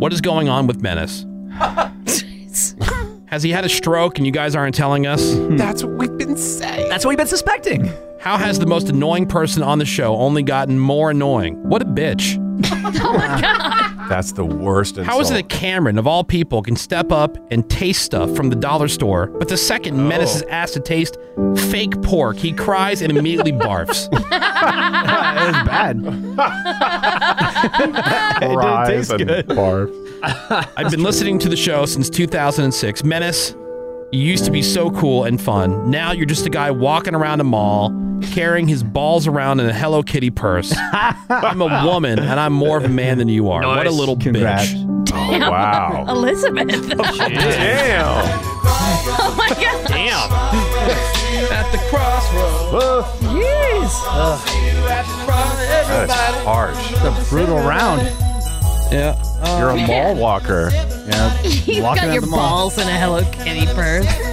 S4: what is going on with Menace? Has he had a stroke and you guys aren't telling us?
S5: That's what we've been saying.
S20: That's what we've been suspecting.
S4: How has the most annoying person on the show only gotten more annoying? What a bitch.
S10: Oh
S5: That's the worst insult.
S4: How is it that Cameron, of all people, can step up and taste stuff from the dollar store, but the second Menace is asked to taste fake pork, he cries and immediately barfs?
S7: It's bad.
S4: it didn't taste good. I've been listening to the show since 2006. Menace, you used to be so cool and fun. Now you're just a guy walking around a mall, carrying his balls around in a Hello Kitty purse. I'm a woman, and I'm more of a man than you are. What a
S5: Nice.
S4: little
S5: Congrats.
S4: bitch.
S5: Damn. Oh, wow. Oh,
S10: Elizabeth.
S5: Damn.
S10: oh my god.
S4: Damn. At the crossroads.
S10: Yes.
S5: That's harsh.
S7: It's a brutal round.
S4: Yeah.
S5: You're a mall walker.
S7: Yeah.
S10: You've got your balls in a Hello Kitty purse.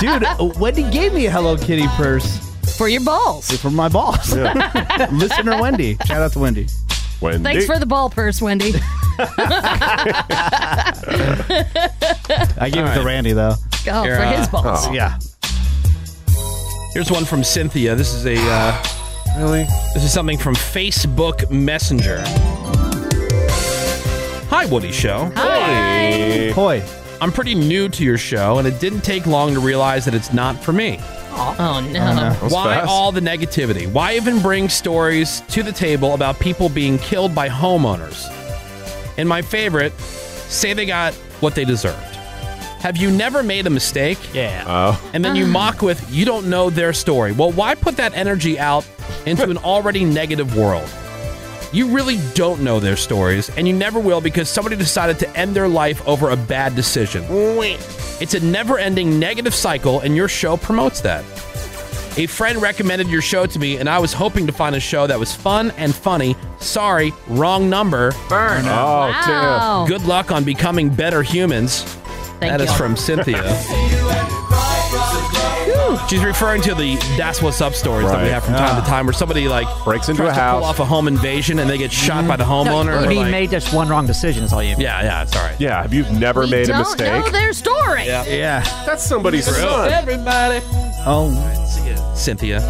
S7: Dude, uh, Wendy gave me a Hello Kitty purse.
S10: For your balls.
S7: For my balls. Listener Wendy. Shout out to Wendy.
S5: Wendy.
S10: Thanks for the ball purse, Wendy.
S7: I gave it to Randy, though.
S10: Oh, for his balls.
S7: Yeah.
S4: Here's one from Cynthia. This is a uh, really. This is something from Facebook Messenger. Hi, Woody Show.
S10: Hi.
S7: Hoy.
S4: I'm pretty new to your show, and it didn't take long to realize that it's not for me.
S10: Oh, no.
S5: That's
S4: Why
S5: fast.
S4: all the negativity? Why even bring stories to the table about people being killed by homeowners? And my favorite, say they got what they deserved. Have you never made a mistake? Yeah.
S5: Oh.
S4: And then you mock with, you don't know their story. Well, why put that energy out into an already negative world? You really don't know their stories, and you never will because somebody decided to end their life over a bad decision. It's a never ending negative cycle, and your show promotes that. A friend recommended your show to me, and I was hoping to find a show that was fun and funny. Sorry, wrong number. Burn.
S5: Oh, Wow.
S4: Good luck on becoming better humans.
S10: Thank
S4: That is
S10: you.
S4: from Cynthia. She's referring to the "That's What's Up" stories that
S5: Right.
S4: we
S5: Ah.
S4: have from time to time, where somebody like breaks
S5: into
S4: tries
S5: a
S4: to
S5: house.
S4: pull off a home invasion, and they get
S10: Mm-hmm.
S4: shot by the homeowner.
S13: No,
S4: or
S13: you mean
S4: like-
S13: made just one wrong decision is all you.
S4: yeah, yeah, it's all right.
S5: Yeah, have you never
S10: We
S5: made a
S10: don't
S5: mistake?
S10: know their story.
S4: Yeah.
S5: That's somebody's
S4: Real.
S5: son.
S4: Everybody.
S7: Oh,
S4: Cynthia.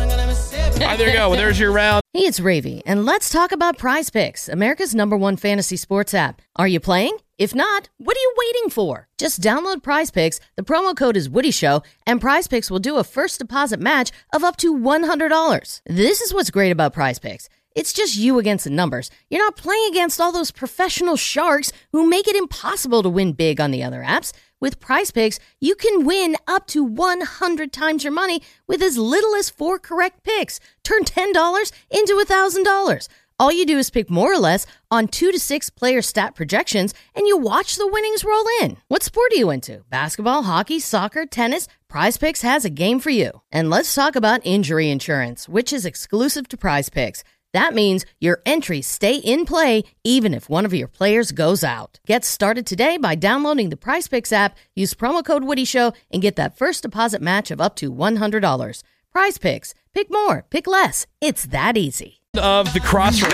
S4: Ah, there you go. There's your round.
S10: Hey, it's Ravy, and let's talk about Prize Picks, America's number one fantasy sports app. Are you playing? If not, what are you waiting for? Just download Prize Picks. The promo code is Woody Show, and Prize Picks will do a first deposit match of up to $100. This is what's great about Prize Picks. It's just you against the numbers. You're not playing against all those professional sharks who make it impossible to win big on the other apps. With prize picks, you can win up to 100 times your money with as little as four correct picks. Turn $10 into $1,000. All you do is pick more or less on two to six player stat projections and you watch the winnings roll in. What sport are you into? Basketball, hockey, soccer, tennis? Prize Picks has a game for you. And let's talk about injury insurance, which is exclusive to Prize Picks. That means your entries stay in play even if one of your players goes out. Get started today by downloading the Price Picks app, use promo code WoodyShow, and get that first deposit match of up to $100. Prize Picks. Pick more, pick less. It's that easy.
S4: Of the crossroads.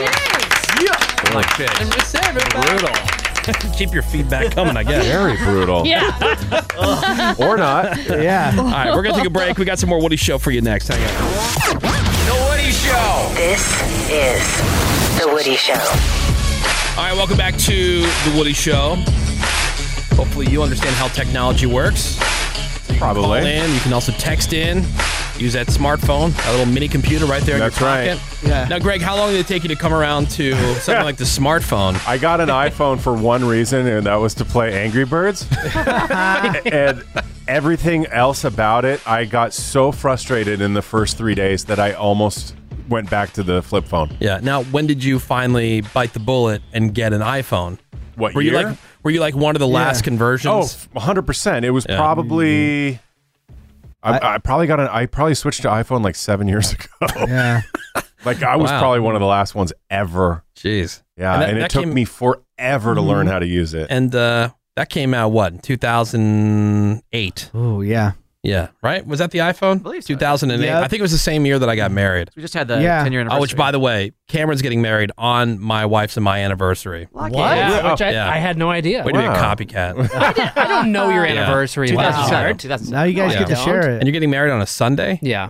S5: Like
S4: Keep your feedback coming, I guess.
S5: Very brutal.
S10: Yeah.
S5: Or not.
S4: All
S7: Yeah.
S4: right, we're going to take a break. We got some more Woody Show for you next. Hang on.
S12: The Woody Show.
S3: This is The Woody Show.
S4: All right, welcome back to The Woody Show. Hopefully, you understand how technology works. Call
S5: Probably.
S4: in. You can also text in. Use that smartphone, that little mini computer right there
S5: That's
S4: in your
S5: right.
S4: pocket. Now, Greg, how long did it take you to come around to something like the smartphone?
S5: I got an iPhone for one reason, and that was to play Angry Birds. and everything else about it, I got so frustrated in the first three days that I almost went back to the flip phone.
S4: Yeah. Now, when did you finally bite the bullet and get an iPhone?
S5: What
S4: were
S5: year?
S4: you like? Were you like one of the last conversions?
S5: Oh, f- 100%. It was probably. I, I probably got an. I probably switched to iPhone like seven years ago.
S7: Yeah.
S5: like I was
S4: Wow.
S5: probably one of the last ones ever.
S4: jeez.
S5: Yeah, and,
S4: And that-
S5: it
S4: that
S5: took
S4: came-
S5: me forever to
S21: Mm-hmm.
S5: learn how to use it.
S4: And uh, that came out what? Two thousand eight.
S7: Oh, yeah.
S4: Yeah. Right. Was that the iPhone? Two thousand and eight.
S7: Yep.
S4: I think it was the same year that I got married.
S13: We just had the
S7: Yeah.
S13: 10 year anniversary.
S4: Oh, which by the way, Cameron's getting married on my wife's and my anniversary.
S7: What?
S4: Yeah.
S21: Yeah, which I,
S4: Yeah.
S21: I had no idea.
S4: Way to be a
S5: Wow.
S4: copycat.
S21: I don't know your
S4: Yeah.
S21: anniversary.
S4: 2007.
S21: Wow.
S7: Now you guys
S4: Yeah.
S7: get to share
S4: and
S7: it.
S4: you're getting married on a Sunday?
S21: Yeah.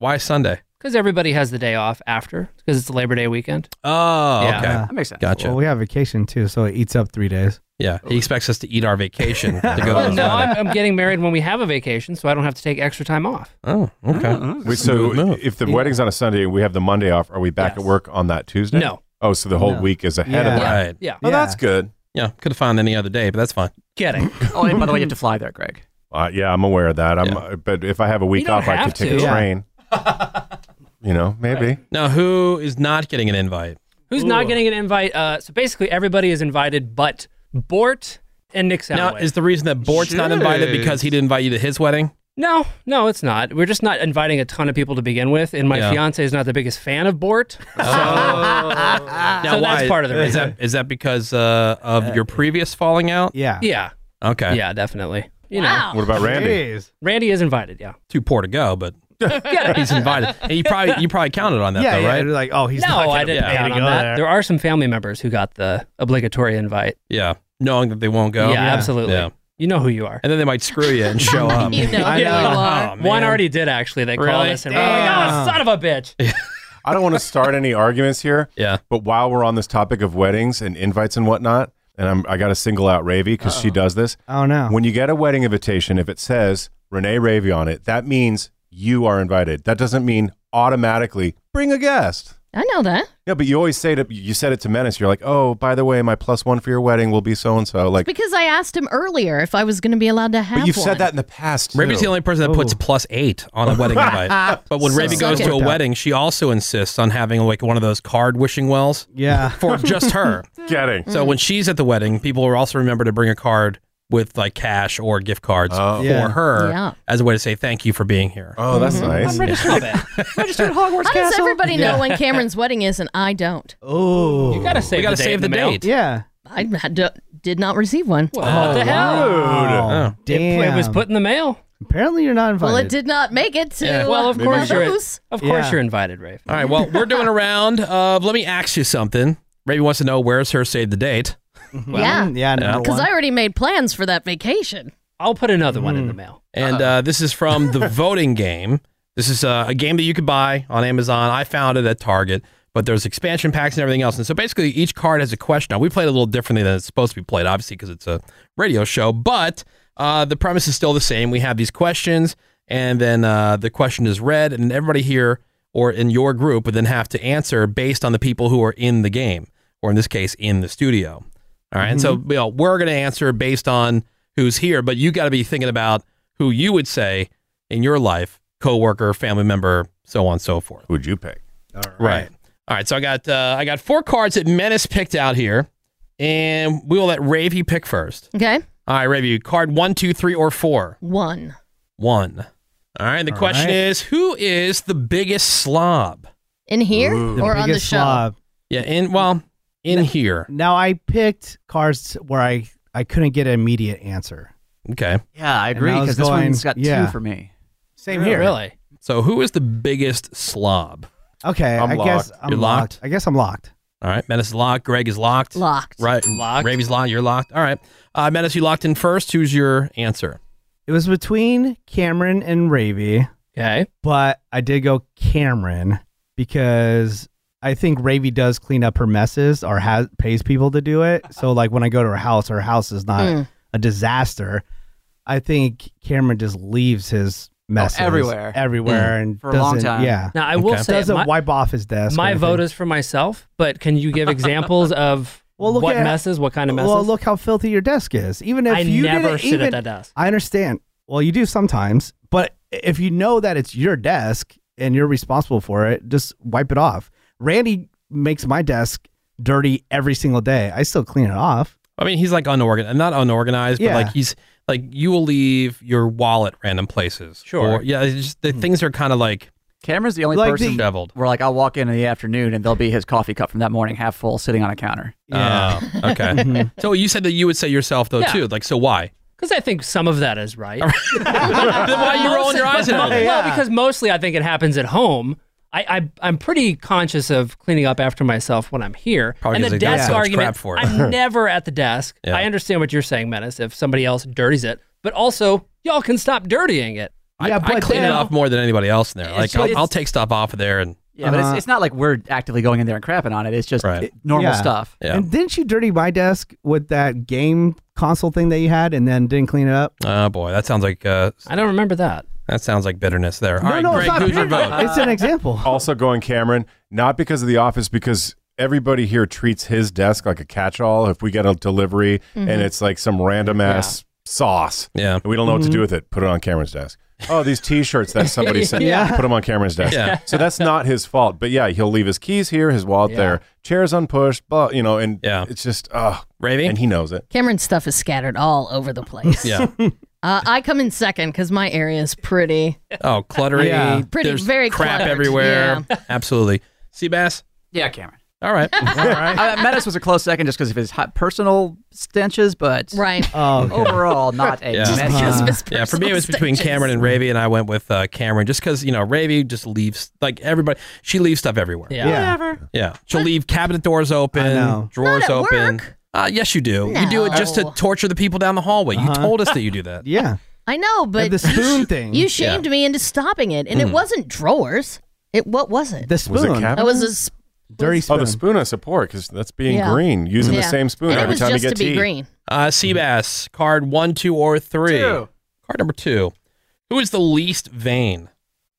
S4: Why Sunday?
S21: because everybody has the day off after because it's Labor Day weekend.
S4: Oh,
S21: Yeah,
S4: okay.
S21: that makes sense. Gotcha.
S7: Well, we have vacation too, so it eats up three days.
S4: Yeah, he expects us to eat our vacation to go to
S21: Well,
S4: the
S21: Oh, no,
S4: spa.
S21: I'm, I'm getting married when we have a vacation, so I don't have to take extra time off.
S4: Oh, okay.
S5: Wait, so if the
S21: Yeah.
S5: wedding's on a Sunday and we have the Monday off, are we back at work on that Tuesday?
S21: No.
S5: Oh, so the whole
S4: No.
S5: week is ahead of that.
S4: Right.
S21: Yeah.
S5: Oh, that's good.
S4: Yeah, could have found any other day, but that's fine.
S21: Kidding.
S13: oh, and by the way, you have to fly there, Greg.
S5: Uh, yeah, I'm aware of that. I'm, uh, but if I have a week
S13: don't
S5: off, I
S13: have
S5: could take a
S13: to. Yeah.
S5: train. you know, maybe.
S4: Now, who is not getting an invite?
S21: Who's not getting an invite? Uh, so basically, everybody is invited, but Bort and Nick Salloway.
S4: Now, is the reason that Bort's not invited because he didn't invite you to his wedding?
S21: No, no, it's not. We're just not inviting a ton of people to begin with, and my
S4: Yeah. Oh.
S21: fiance is not the biggest fan of Bort.
S4: Now,
S21: so that's part of the
S4: Is
S21: reason.
S4: that, is that because uh, of your previous falling out?
S7: Yeah.
S21: yeah,
S4: Okay.
S21: Yeah, definitely. You know,
S4: What about Randy?
S21: Randy is invited. Yeah,
S4: Too poor to go, but he's invited. And you probably you probably counted on that
S21: Yeah,
S4: though,
S21: yeah,
S4: right?
S21: they're
S7: like, oh,
S21: no, I didn't count on that. There are some family members who got the obligatory invite.
S4: Yeah, knowing that they won't go.
S21: Yeah, absolutely.
S4: Yeah.
S21: You know who you are.
S4: And then they might screw you and show up.
S21: Yeah.
S7: Oh,
S21: One already did actually. They called
S4: Really?
S21: us and we're like, oh,
S5: Damn.
S21: son of a bitch.
S5: I don't want to start any arguments here.
S4: Yeah.
S5: But while we're on this topic of weddings and invites and whatnot, and I'm, I got to single out Ravy because she does this.
S7: Oh, no.
S5: When you get a wedding invitation, if it says Renee Ravy on it, that means you are invited. That doesn't mean automatically bring a guest.
S10: I know that.
S5: Yeah, but you always say to you said it to Menace. You're like, oh, by the way, my plus one for your wedding will be so and so. Like,
S10: because I asked him earlier if I was going to be allowed to have
S5: but you've
S10: one.
S5: said that in the past. Too.
S4: Raby's the only person that puts
S7: Oh.
S4: plus eight on a wedding invite. But when
S10: So
S4: Raby goes
S10: suck
S4: to
S10: it.
S4: a wedding, she also insists on having like one of those card wishing wells.
S7: Yeah.
S4: For just her.
S5: Getting.
S4: So when she's at the wedding, people will also remember to bring a card with like cash or gift cards for
S7: Yeah.
S4: her
S10: Yeah.
S4: as a way to say thank you for being here.
S5: Oh, that's
S21: Mm-hmm.
S5: nice.
S4: I'm registered.
S10: Registered Hogwarts How does
S21: Castle?
S10: everybody know
S4: Yeah.
S10: when Cameron's wedding is and I don't?
S7: Oh.
S21: You gotta save
S4: We gotta
S21: the date
S4: save
S21: in
S4: the
S21: mail.
S4: date.
S7: Yeah.
S10: I d- did not receive one.
S21: What the hell?
S4: Oh.
S7: Wow.
S21: It, it was
S7: Damn.
S21: put in the mail.
S7: Oh, Apparently, you're not invited.
S10: Well, it did not make it to.
S21: Yeah. Well, of
S10: uh,
S21: course you're-
S10: those.
S21: Of course you're invited, Rafe.
S4: All right, well, we're doing a round of let me ask you something. Raby wants to know where's her save the date.
S10: yeah.
S7: Yeah,
S10: Because I already made plans for that vacation.
S21: I'll put another one
S7: Mm.
S21: in the mail.
S4: And uh, this is from the voting game. This is uh, a game that you could buy on Amazon. I found it at Target, but there's expansion packs and everything else. And so basically, each card has a question. Now, we played a little differently than it's supposed to be played, obviously, because it's a radio show, but uh, the premise is still the same. We have these questions, and then uh, the question is read, and everybody here or in your group would then have to answer based on the people who are in the game, or in this case, in the studio. All right, And so you know, we're going to answer based on who's here, but you got to be thinking about who you would say in your life, coworker, family member, so on and so forth.
S5: Who'd you pick?
S4: right. All right. So I got uh, I got four cards that Menace picked out here, and we will let Ravy pick first.
S10: Okay.
S4: All right, Ravy, card one, two, three, or four.
S10: One.
S4: One. All right. The
S10: All
S4: question
S10: right.
S4: is, who is the biggest slob?
S10: In here or on the
S7: biggest
S10: show?
S7: slob.
S4: Yeah. In well, in here.
S7: Now I picked cards where I I couldn't get an immediate answer.
S4: Okay.
S13: Yeah, I agree
S7: And I was
S13: because this
S7: going-
S13: one's got
S7: yeah.
S13: two for me.
S7: Same here.
S21: Really?
S4: So who is the biggest slob?
S7: Okay,
S4: I'm
S7: I guess
S4: locked.
S7: I'm
S4: You're
S7: locked.
S4: locked?
S7: I guess I'm locked.
S4: All right, Menace is locked. Greg is locked.
S10: Locked.
S4: Right. Locked. Ravy's locked. You're locked. All right. Uh, Menace, you locked in first. Who's your answer?
S7: It was between Cameron and Ravy.
S21: Okay.
S7: But I did go Cameron because I think Ravy does clean up her messes or has pays people to do it. So like when I go to her house, her house is not
S13: Mm.
S7: a disaster. I think Cameron just leaves his messes
S13: Oh, everywhere.
S7: everywhere,
S13: Mm.
S7: and
S13: For a long
S7: doesn't-
S13: time.
S7: Yeah.
S21: Hmm. Now, I will Okay. say
S7: doesn't
S21: my-
S7: wipe off his desk. or
S21: My vote
S7: anything.
S21: is for myself, but can you give examples of
S7: look
S21: what
S7: at-
S21: messes, what kind of messes?
S7: Well, look how filthy your desk is. Even if
S21: I
S7: you
S21: never
S7: didn't
S21: sit at
S7: even-
S21: that desk.
S7: I understand. Well, you do sometimes, but if you know that it's your desk and you're responsible for it, just wipe it off. Randy makes my desk dirty every single day. I still clean it off.
S4: I mean, he's like unorganized, not unorganized,
S7: Yeah.
S4: but like he's like you will leave your wallet random places.
S13: Sure.
S4: Or- yeah. It's just,
S7: Hmm.
S4: the things are kind of like
S13: Cameron's the only
S4: Like
S13: person
S4: the- Disheveled.
S13: where like I'll walk in in the afternoon and there'll be his coffee cup from that morning half full sitting on a counter.
S4: Oh, okay.
S7: Mm-hmm.
S4: so you said that you would say yourself though
S21: Yeah.
S4: too. Like, so why?
S21: Because I think some of that is right. then
S4: why are you rolling your eyes at all?
S21: Well,
S4: Yeah.
S21: because mostly I think it happens at home. I, I I'm pretty conscious of cleaning up after myself when I'm here.
S4: Probably
S21: and the
S4: 'cause they got
S21: desk
S4: so much
S21: argument.
S4: crap for it.
S21: I'm never at the desk.
S4: Yeah.
S21: I understand what you're saying, Menace. If somebody else dirties it, but also y'all can stop dirtying it.
S7: Yeah,
S4: I, I
S7: but
S4: clean
S7: then-
S4: it off more than anybody else in there.
S13: It's
S4: Like
S13: just-
S4: I'll, I'll take stuff off of there and
S13: Yeah, but
S7: Uh-huh.
S13: it's, it's not like we're actively going in there and crapping on it. It's just it- normal
S7: Yeah.
S13: stuff.
S7: And didn't you dirty my desk with that game console thing that you had and then didn't clean it up?
S4: oh boy, that sounds like uh,
S21: I don't remember that.
S4: that sounds like bitterness there. All
S7: No,
S4: right,
S7: no, it's
S4: Greg,
S7: not
S4: who's your
S7: bitter.
S4: vote?
S7: It's an example.
S5: Also going Cameron, not because of the office, because everybody here treats his desk like a catch-all. If we get a delivery
S7: Mhm.
S5: and it's like some random ass sauce,
S4: yeah,
S5: we don't know what to
S7: Mhm.
S5: do with it, put it on Cameron's desk. Oh, these T-shirts that somebody sent,
S7: Yeah.
S5: put them on Cameron's desk.
S7: Yeah.
S5: So that's not his fault. But yeah, he'll leave his keys here, his wallet
S10: Yeah.
S5: there, chairs unpushed, but you know, and yeah. it's just uh raving, and he knows it.
S10: Cameron's stuff is scattered all over the place.
S5: Yeah.
S10: Uh, I come in second because my area is pretty.
S4: Oh, cluttery.
S10: Yeah. Pretty-
S4: There's
S10: very
S4: crap
S10: cluttered,
S4: everywhere. Absolutely. Seabass.
S13: Yeah, Cameron.
S4: All right.
S13: I, Menace was a close second just because of his hot personal stenches, but
S10: right.
S13: overall, not a
S4: Yeah.
S13: mess.
S4: yeah, for me it was between Cameron and Ravy, and I went with uh, Cameron just because you know Ravy just leaves like everybody. She leaves stuff everywhere.
S10: Yeah. Yeah. Whatever.
S4: Yeah, she'll leave cabinet doors open, drawers
S10: Not at
S4: open. Uh, yes, you do. You do it just to
S10: No.
S4: torture the people down the hallway. You told us that you do that.
S7: yeah.
S10: I know, but
S7: the spoon
S10: you, sh-
S7: thing.
S10: You shamed
S4: Yeah.
S10: me into stopping it, and it
S4: Mm.
S10: wasn't drawers. It what was it?
S7: The
S5: Was it spoon. cabinet?
S10: That was a s-
S7: Dirty
S5: Oh, the spoon I support because that's being
S10: Yeah.
S5: green, using
S10: Yeah.
S5: the same spoon
S10: And it
S5: every
S10: was
S5: time
S10: just
S5: you get
S10: to be
S5: tea.
S10: green.
S4: Uh, Seabass, card one, two, or three.
S10: Two.
S4: Card number two. Who is the least vain?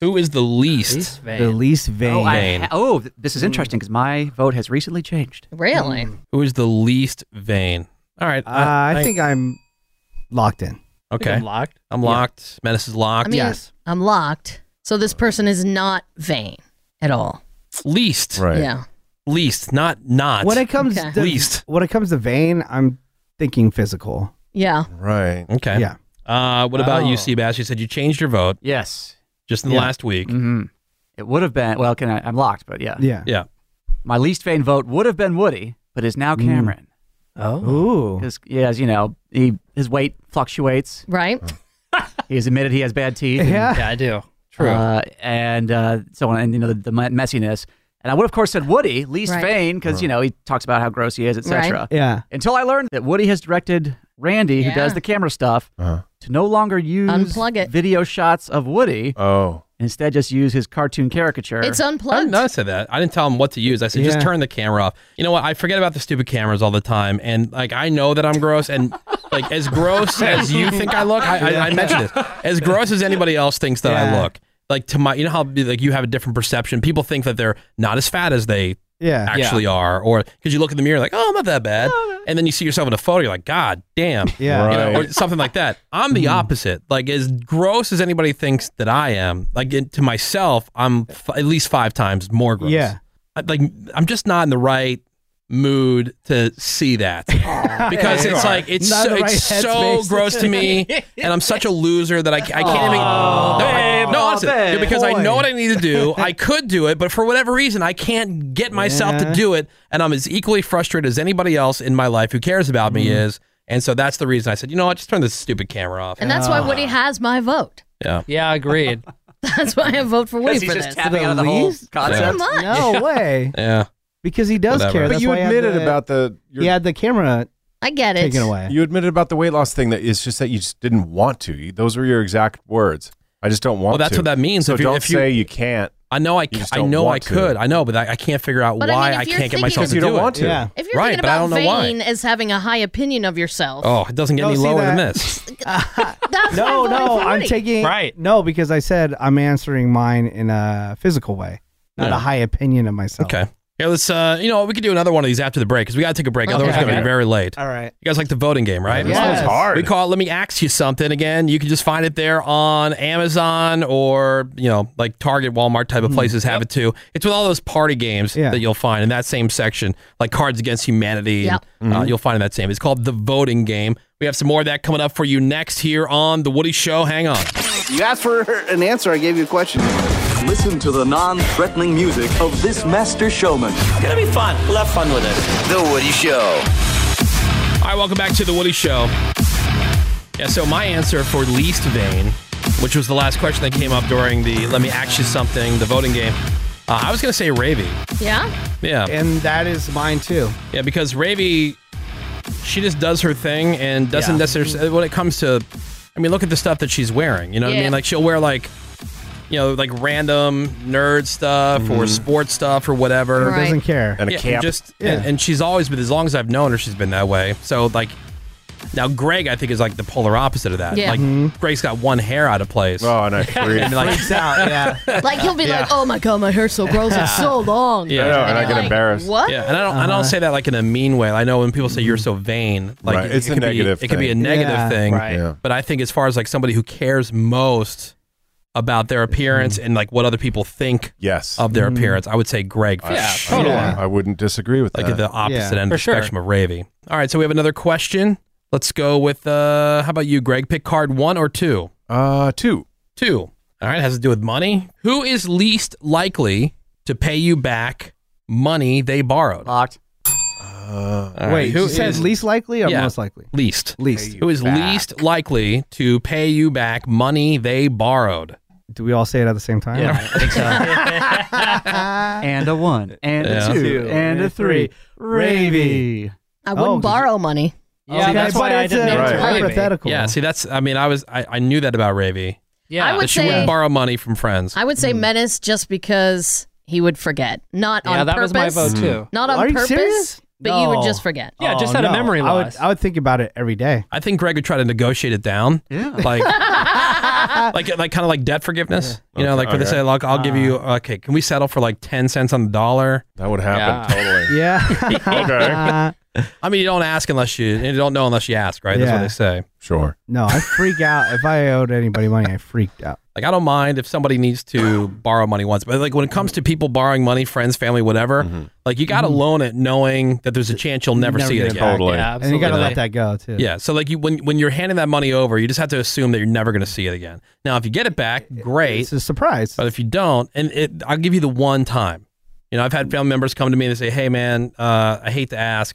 S4: Who is the least?
S13: vain. The least
S4: vain.
S13: Oh, I ha- oh, th- this is
S4: Mm.
S13: interesting because my vote has recently changed.
S10: really.
S4: Who is the least vain? All right.
S7: Uh, I think I'm locked in.
S4: Okay. I'm
S21: locked.
S4: I'm locked. Menace is locked.
S10: I mean, I'm locked, so this person is not vain at all.
S4: Least.
S10: Right. Yeah.
S4: Least, not not.
S7: When it comes to
S4: least.
S7: when it comes to vein, I'm thinking physical.
S10: Yeah.
S5: Right.
S4: Okay.
S7: Yeah.
S4: Uh, what about
S13: Oh.
S4: you, Seabass? You said you changed your vote.
S13: Yes.
S4: Just in the
S13: Yeah.
S4: last week.
S13: hmm It would have been, well, can I, I'm locked, but yeah.
S7: Yeah.
S4: Yeah.
S13: My least vain vote would have been Woody, but is now Cameron.
S7: Mm. Oh.
S13: Because, yeah, as you know, he, his weight fluctuates.
S10: Right.
S13: he has admitted he has bad teeth. and-
S7: Yeah.
S21: I do.
S13: True. Uh, and uh, so on, and you know the, the me- messiness. And I would of course said Woody, least
S7: Right.
S13: vain, because you know he talks about how gross he is, etc.
S7: Right. Yeah.
S13: Until I learned that Woody has directed Randy,
S10: Yeah.
S13: who does the camera stuff,
S7: Uh-huh.
S13: to no longer use
S10: Unplug it.
S13: video shots of Woody.
S5: Oh.
S13: Instead, just use his cartoon caricature.
S10: It's unplugged.
S4: I didn't notice that. I didn't tell him what to use. I said, just
S13: Yeah.
S4: turn the camera off. You know what? I forget about the stupid cameras all the time, and like I know that I'm gross, and like as gross as you think I look, I, I, I mentioned this. As gross as anybody else thinks that I
S7: Yeah.
S4: look, like to my, you know how like you have a different perception. People think that they're not as fat as they
S7: Yeah.
S4: actually are, or because you look in the mirror like, oh, I'm not that bad, and then you see yourself in a photo, you're like, God damn,
S7: Yeah.
S4: you know, or
S7: Right. Mm-hmm.
S4: something like that. I'm the opposite. Like as gross as anybody thinks that I am, like in, to myself, I'm f- at least five times more gross.
S7: Yeah.
S4: I- like I'm just not in the right mood to see that because
S7: Yeah, you
S4: it's
S7: are.
S4: like it's
S7: Not
S4: so,
S7: in the
S4: it's
S7: right
S4: so
S7: headspace.
S4: gross to me and I'm such a loser that I, ca- I can't even
S7: Aw.
S4: no, I- no,
S7: Aw,
S4: honestly
S7: babe.
S4: because I
S7: Boy.
S4: know what I need to do I could do it but for whatever reason I can't get myself to
S7: Yeah.
S4: do it and I'm as equally frustrated as anybody else in my life who cares about me
S7: Mm-hmm.
S4: is and so that's the reason I said you know what just turn this stupid camera off
S10: And that's
S7: Ah.
S10: why
S4: Ah.
S10: Woody has my vote.
S4: yeah
S21: yeah agreed
S10: That's why I vote for Woody for this. Pretty much.
S7: No way.
S4: yeah
S7: Because he does
S5: Whatever.
S7: care.
S5: But
S7: That's
S5: you
S7: why he had
S5: admitted
S7: the,
S5: about the
S7: he had the camera.
S10: I get it.
S7: Taken away.
S5: You admitted about the weight loss thing that it's just that you just didn't want to. You, those were your exact words. I just don't want
S4: well that's
S5: to.
S4: what that means
S5: So
S4: if you,
S5: don't
S4: if you,
S5: say you can't.
S4: I know I,
S5: You just
S4: I
S5: don't
S4: know I
S5: want to.
S4: could. I know, but I, I can't figure out
S10: But I
S4: why
S10: mean,
S4: I,
S10: if you're
S4: can't get
S10: thinking
S4: myself
S10: of-
S4: to
S10: You
S4: do
S10: don't
S4: it.
S10: want
S5: to. Yeah.
S10: If you're
S4: right,
S10: thinking
S4: but I
S10: about
S4: don't know
S10: vain
S4: why.
S10: as having a high opinion of yourself,
S4: Oh, it doesn't get
S10: No,
S4: any
S10: see
S4: lower than
S10: that?
S4: this. Oh.
S10: that's why I
S7: No,
S10: voted
S7: no,
S10: for
S7: I'm
S10: Woody.
S7: taking No, because I said I'm answering mine in a physical way, not
S4: Yeah.
S7: a high opinion of myself.
S4: Okay. Yeah, let's. Uh, you know, we could do another one of these after the break because we got to take a break.
S7: Okay.
S4: Otherwise, it's gonna be
S7: Okay.
S4: very late.
S7: All right.
S4: You guys like the voting game, right?
S7: This one's Yes. hard.
S4: We call it "Let Me Ask You Something." Again, you can just find it there on Amazon or you know, like Target, Walmart type of
S7: Mm-hmm.
S4: places have it too. It's with all those party games that you'll find in that same section, like Cards Against Humanity. and,
S7: Yep.
S4: uh,
S7: Mhm.
S4: you'll find that same. It's called the voting game. We have some more of that coming up for you next here on the Woody Show. Hang on.
S22: You asked for an answer, I gave you a question. Listen to the non threatening music of this master showman.
S12: It's gonna be fun. We'll have fun with it. The Woody Show.
S4: All right, welcome back to the Woody Show. Yeah, so my answer for least vain, which was the last question that came up during the "Let me ask you something" the voting game, uh, I was going to say Ravy.
S10: Yeah.
S4: Yeah,
S7: And that is mine too.
S4: yeah, because Ravy, she just does her thing and doesn't
S7: Yeah.
S4: necessarily when it comes to I mean, look at the stuff that she's wearing. You know what I
S23: Yeah.
S4: mean? Like she'll wear like, you know, like random nerd stuff or
S7: Mhm.
S4: sports stuff or whatever.
S7: Right. Doesn't care. And a
S4: Yeah,
S7: cap.
S4: Just
S7: Yeah.
S4: and, and she's always been as long as I've known her, she's been that way. So like. Now, Greg, I think is like the polar opposite of that.
S10: Yeah.
S4: Like, Greg's got one hair out of place. Oh, and I
S5: freak. Freaks
S7: out. Yeah.
S10: Like he'll be
S4: Yeah.
S10: like, "Oh my god, my hair's so gross. It's so long."
S4: Yeah,
S10: And you're like, What?
S4: Yeah, and I don't, I
S10: Uh-huh.
S4: don't say that like in a mean way. I know when people say you're so vain, like
S5: Right,
S4: it-
S5: it's
S4: it
S5: a
S4: could be-
S5: negative
S4: It could be a
S5: thing.
S4: negative
S5: Yeah,
S4: thing,
S5: right. Yeah.
S4: but I think as far as like somebody who cares most about their appearance and like what other people think,
S5: Mm-hmm. yes,
S4: of their
S7: Mm-hmm.
S5: Mm.
S4: appearance, I would say Greg. for
S5: Yeah,
S4: sure.
S5: totally. Yeah. I wouldn't disagree with
S4: like
S5: that.
S4: at the opposite
S5: Yeah.
S4: end
S5: For
S4: of the spectrum of Ravy. All right, so we have another question. Let's go with uh, how about you, Greg? Pick card one or two.
S5: Uh, two,
S4: two. All right, has to do with money. Who is least likely to pay you back money they borrowed?
S13: Locked.
S5: Uh,
S7: Wait, who said least likely or
S4: Yeah.
S7: most likely?
S4: Least.
S7: Least.
S4: Who is least likely to pay you back money they borrowed?
S7: Do we all say it at the same time?
S4: Yeah, I think so.
S13: and a one, and
S7: Yeah.
S13: a two,
S7: Two,
S13: and a three. Ravy.
S10: I
S4: Oh,
S10: wouldn't borrow money.
S13: Yeah, that's why I didn't answer Ravy.
S7: hypothetical.
S4: Yeah, see, that's, I mean, I was, I, I knew that about Ravy.
S10: Yeah. I would
S4: That she wouldn't
S10: say-
S4: borrow money from friends.
S10: I would say menace just because he would forget. Not
S4: Hmm. Yeah,
S10: on
S4: that was
S10: purpose. Hmm.
S4: my vote, too.
S10: Not on
S4: Are you
S10: purpose.
S4: serious?
S10: But you would
S4: No.
S10: just forget.
S4: Yeah, just out of memory
S7: Oh, I would,
S4: loss.
S7: I would think about it every day.
S4: I think Greg would try to negotiate it down. Yeah. Like, like, like kind of like debt forgiveness. You know,
S5: Okay,
S4: like for the
S5: okay.
S4: say, look, I'll give you, okay, can we settle for like 10 cents on the dollar?
S5: That would happen totally.
S7: Yeah.
S4: okay. I mean, you don't ask unless you, you don't know unless you ask, right? That's what
S7: Yeah.
S4: they say.
S5: Sure.
S7: No, I freak out. If I owed anybody money, I freaked out.
S4: Like I don't mind if somebody needs to borrow money once, but like when it comes to people borrowing money, friends, family, whatever, like you got to loan it knowing that there's a chance you'll never,
S7: Mm-hmm. Never
S4: see
S7: get
S4: it
S7: it
S4: again.
S7: back. Totally. Yeah, And you gotta
S4: absolutely.
S7: let that go, too.
S4: Yeah. So like you when when you're handing that money over, you just have to assume that you're never going to see it again. Now, if you get it back, great. It's
S7: a surprise.
S4: But if you don't, and it, I'll give you the one time. You know, I've had family members come to me and they say, "Hey, man, uh, I hate to ask,"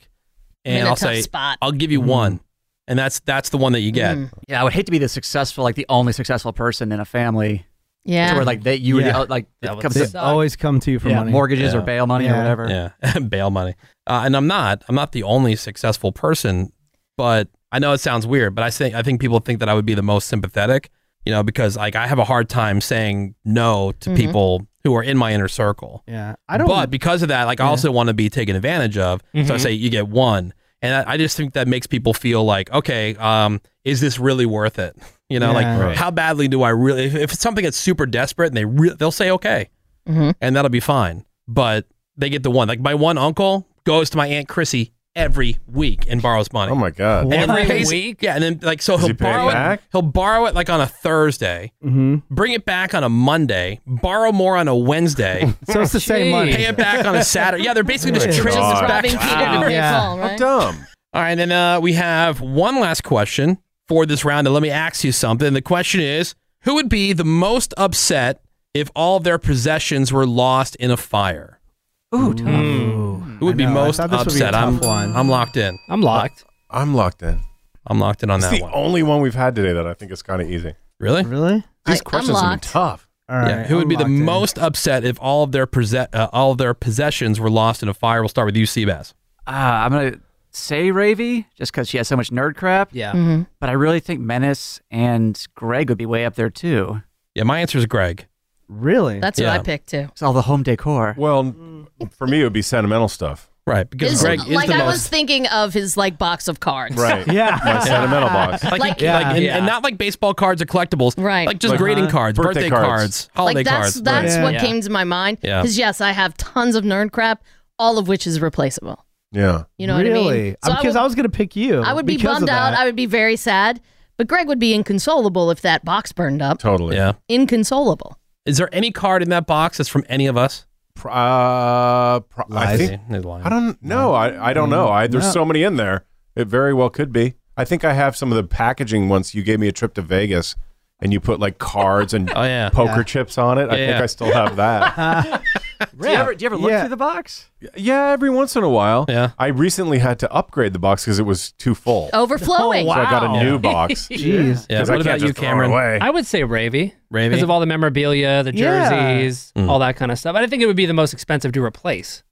S13: I'm in
S4: and
S13: a
S4: I'll
S13: tough
S4: say,
S13: spot.
S4: "I'll give you one," and that's that's the one that you get.
S10: Mm.
S13: Yeah, I would hate to be the successful, like the only successful person in a family.
S10: Yeah.
S13: To where like that you were the
S4: Yeah.
S13: o- like
S4: That would
S13: comes
S7: They
S13: to-
S7: always come to you for
S13: Yeah,
S7: money.
S13: mortgages or bail money or whatever.
S4: Yeah, bail money. Uh, and I'm not. I'm not the only successful person, but I know it sounds weird, but I think I think people think that I would be the most sympathetic, you know, because like I have a hard time saying no to
S7: Mhm.
S4: people who are in my inner circle.
S7: Yeah. I don't.
S4: But because of that, like I also want to be taken advantage of. So I
S7: Mhm.
S4: say you get one, and I, I just think that makes people feel like, okay, um, is this really worth it? You know,
S7: Yeah.
S4: like
S7: Right.
S4: how badly do I really? If, if it's something that's super desperate, and they re- they'll say okay,
S7: Mm-hmm.
S4: and that'll be fine. But they get the one. Like my one uncle goes to my aunt Chrissy every week and borrows money. Oh my god,
S7: Every
S4: week? Yeah, and then like so
S5: Does
S4: he'll
S5: he pay it
S4: borrow it.
S5: back? Mm-hmm.
S4: He'll borrow it like on a Thursday, bring it back on a Monday, borrow more on a Wednesday.
S7: So it's the same Jeez. money.
S4: Pay it back on a Saturday. Yeah, they're basically just
S7: Good
S4: tricking us
S7: God.
S4: back.
S7: Robbing Peter to pay Yeah. Paul, right? How dumb.
S4: All right, and then uh, we have one last question for this round. And let me ask you something. The question is, who would be the most upset if all of their possessions were lost in a fire?
S13: Ooh,
S10: Mm-hmm.
S4: Who would be
S5: know. I
S4: most
S5: thought this would be a
S4: upset?
S5: tough
S4: I'm
S5: one.
S4: I'm locked in.
S21: I'm locked.
S5: I'm locked in.
S4: I'm locked in on
S5: It's
S4: that
S5: the
S4: one.
S5: only one we've had today that I think is kind of easy.
S4: Really?
S7: Really?
S5: These questions have been tough.
S7: All right,
S4: yeah. Who would
S7: I'm
S4: be the
S7: locked in.
S4: most upset if all of their pose- uh, all of their possessions were lost in a fire? We'll start with you, Seabass.
S13: Uh, I'm gonna say Ravy just because she has so much nerd crap.
S21: Yeah.
S10: Mhm.
S13: But I really think Menace and Greg would be way up there too.
S4: Yeah, my answer is Greg.
S7: Really?
S10: That's what I picked too.
S13: It's all the home decor.
S5: Well,
S7: Mm.
S5: for me, it would be sentimental stuff.
S4: Right,
S10: Is- like I was thinking of his like box of cards.
S5: Right. My sentimental box.
S4: Like,
S10: Like-
S4: like,
S10: Yeah.
S4: and,
S10: Yeah.
S4: and not like baseball cards or collectibles. Right. Like just
S5: Like,
S4: greeting
S5: uh-huh.
S4: cards,
S5: Birthday
S4: birthday,
S5: cards.
S4: cards, holiday
S10: like that's
S4: cards.
S10: that's what came to my mind.
S4: Yeah.
S10: Because yes, I have tons of nerd crap, all of which is replaceable.
S5: Yeah.
S10: You know
S7: really?
S10: what I mean? So I
S7: Because
S10: would-
S7: I, was going to pick you.
S10: I would be
S7: because of
S10: bummed out.
S7: that.
S10: I would be very sad. But Greg would be inconsolable if that box burned up.
S5: Totally.
S4: Yeah.
S10: Inconsolable.
S4: Is there any card in that box that's from any of us?
S5: Uh, I think
S4: I
S5: I don't know. I, I don't know. I, there's
S4: No.
S5: so many in there. It very well could be. I think I have some of the packaging once you gave me a trip to Vegas and you put like cards and poker
S13: Yeah.
S5: chips on it. I
S13: Yeah,
S5: think
S13: yeah.
S5: I still have that.
S13: Do you ever, do you ever look through the box?
S5: yeah, every once in a while.
S4: Yeah.
S5: I recently had to upgrade the box because it was too full.
S10: Overflowing.
S5: So I got a new box.
S21: Jeez.
S5: Yeah. 'Cause I
S4: What
S5: can't
S4: about you,
S5: just throw it
S4: Cameron?
S5: away.
S21: I would say Ravy.
S4: Ravy? Mm.
S21: Because of all the memorabilia, the
S7: Yeah.
S21: jerseys, all that kind of stuff. I think it would be the most expensive to replace.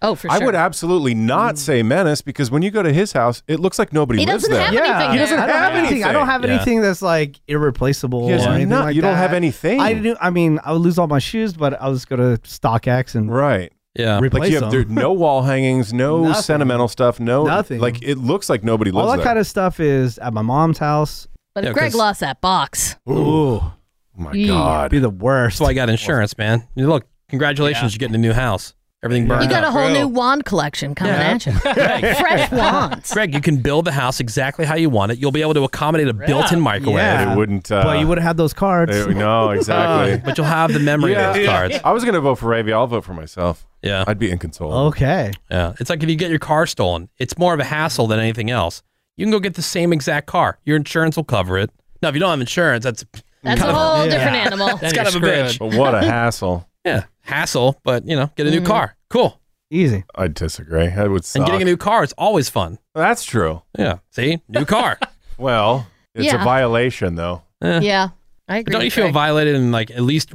S10: Oh, for
S5: I
S10: sure. Mm.
S5: would absolutely not say menace because when you go to his house, it looks like nobody
S10: He
S5: lives
S10: doesn't
S5: there.
S10: have anything
S5: He
S10: there.
S5: doesn't
S7: I don't
S5: have anything.
S7: I don't have anything that's like irreplaceable.
S5: Yes,
S7: or
S5: you're
S7: anything
S5: not-
S7: like
S5: you don't have
S7: that.
S5: anything.
S7: I do. I mean, I would lose all my shoes, but I was go to StockX and
S5: right.
S4: Yeah,
S7: replace
S5: like you have
S7: them.
S5: there, no wall hangings, no
S7: Nothing.
S5: sentimental stuff, no
S7: Nothing.
S5: Like it looks like nobody lives
S7: all that
S5: there.
S7: kind of stuff is at my mom's house.
S10: But if Greg lost that box,
S7: Ooh,
S5: oh my
S10: Yeah. God.
S7: be the worst.
S4: That's why I got insurance, man. You Look, congratulations, you're getting a new house. Everything burned
S10: you got a
S4: up.
S10: whole new wand collection coming
S4: Yeah.
S10: at you. Fresh wands.
S4: Greg, you can build the house exactly how you want it. You'll be able to accommodate a built-in microwave.
S5: It wouldn't. Uh,
S7: but you would have had those cards.
S5: They- no, Oh, exactly.
S4: Uh, but you'll have the memory of those cards.
S5: I was going to vote for Ravi. I'll vote for myself.
S4: Yeah.
S5: I'd be inconsolable.
S7: Okay.
S4: Yeah, it's like if you get your car stolen, it's more of a hassle than anything else. You can go get the same exact car. Your insurance will cover it. Now, if you don't have insurance, that's
S10: That's
S4: kind
S10: a
S4: of
S10: whole different animal.
S4: It's kind of a bitch.
S5: But what a hassle.
S4: Yeah, hassle, but you know, get
S10: Mm-hmm.
S4: a new car. Cool.
S7: Easy.
S5: I disagree. I would suck.
S4: And getting a new car is always fun.
S5: That's true.
S4: Yeah. See, new car. Eh.
S5: well, it's
S10: Yeah.
S5: a violation, though.
S10: Yeah, I agree.
S4: Don't you
S10: with
S4: feel
S10: Greg.
S4: violated in like at least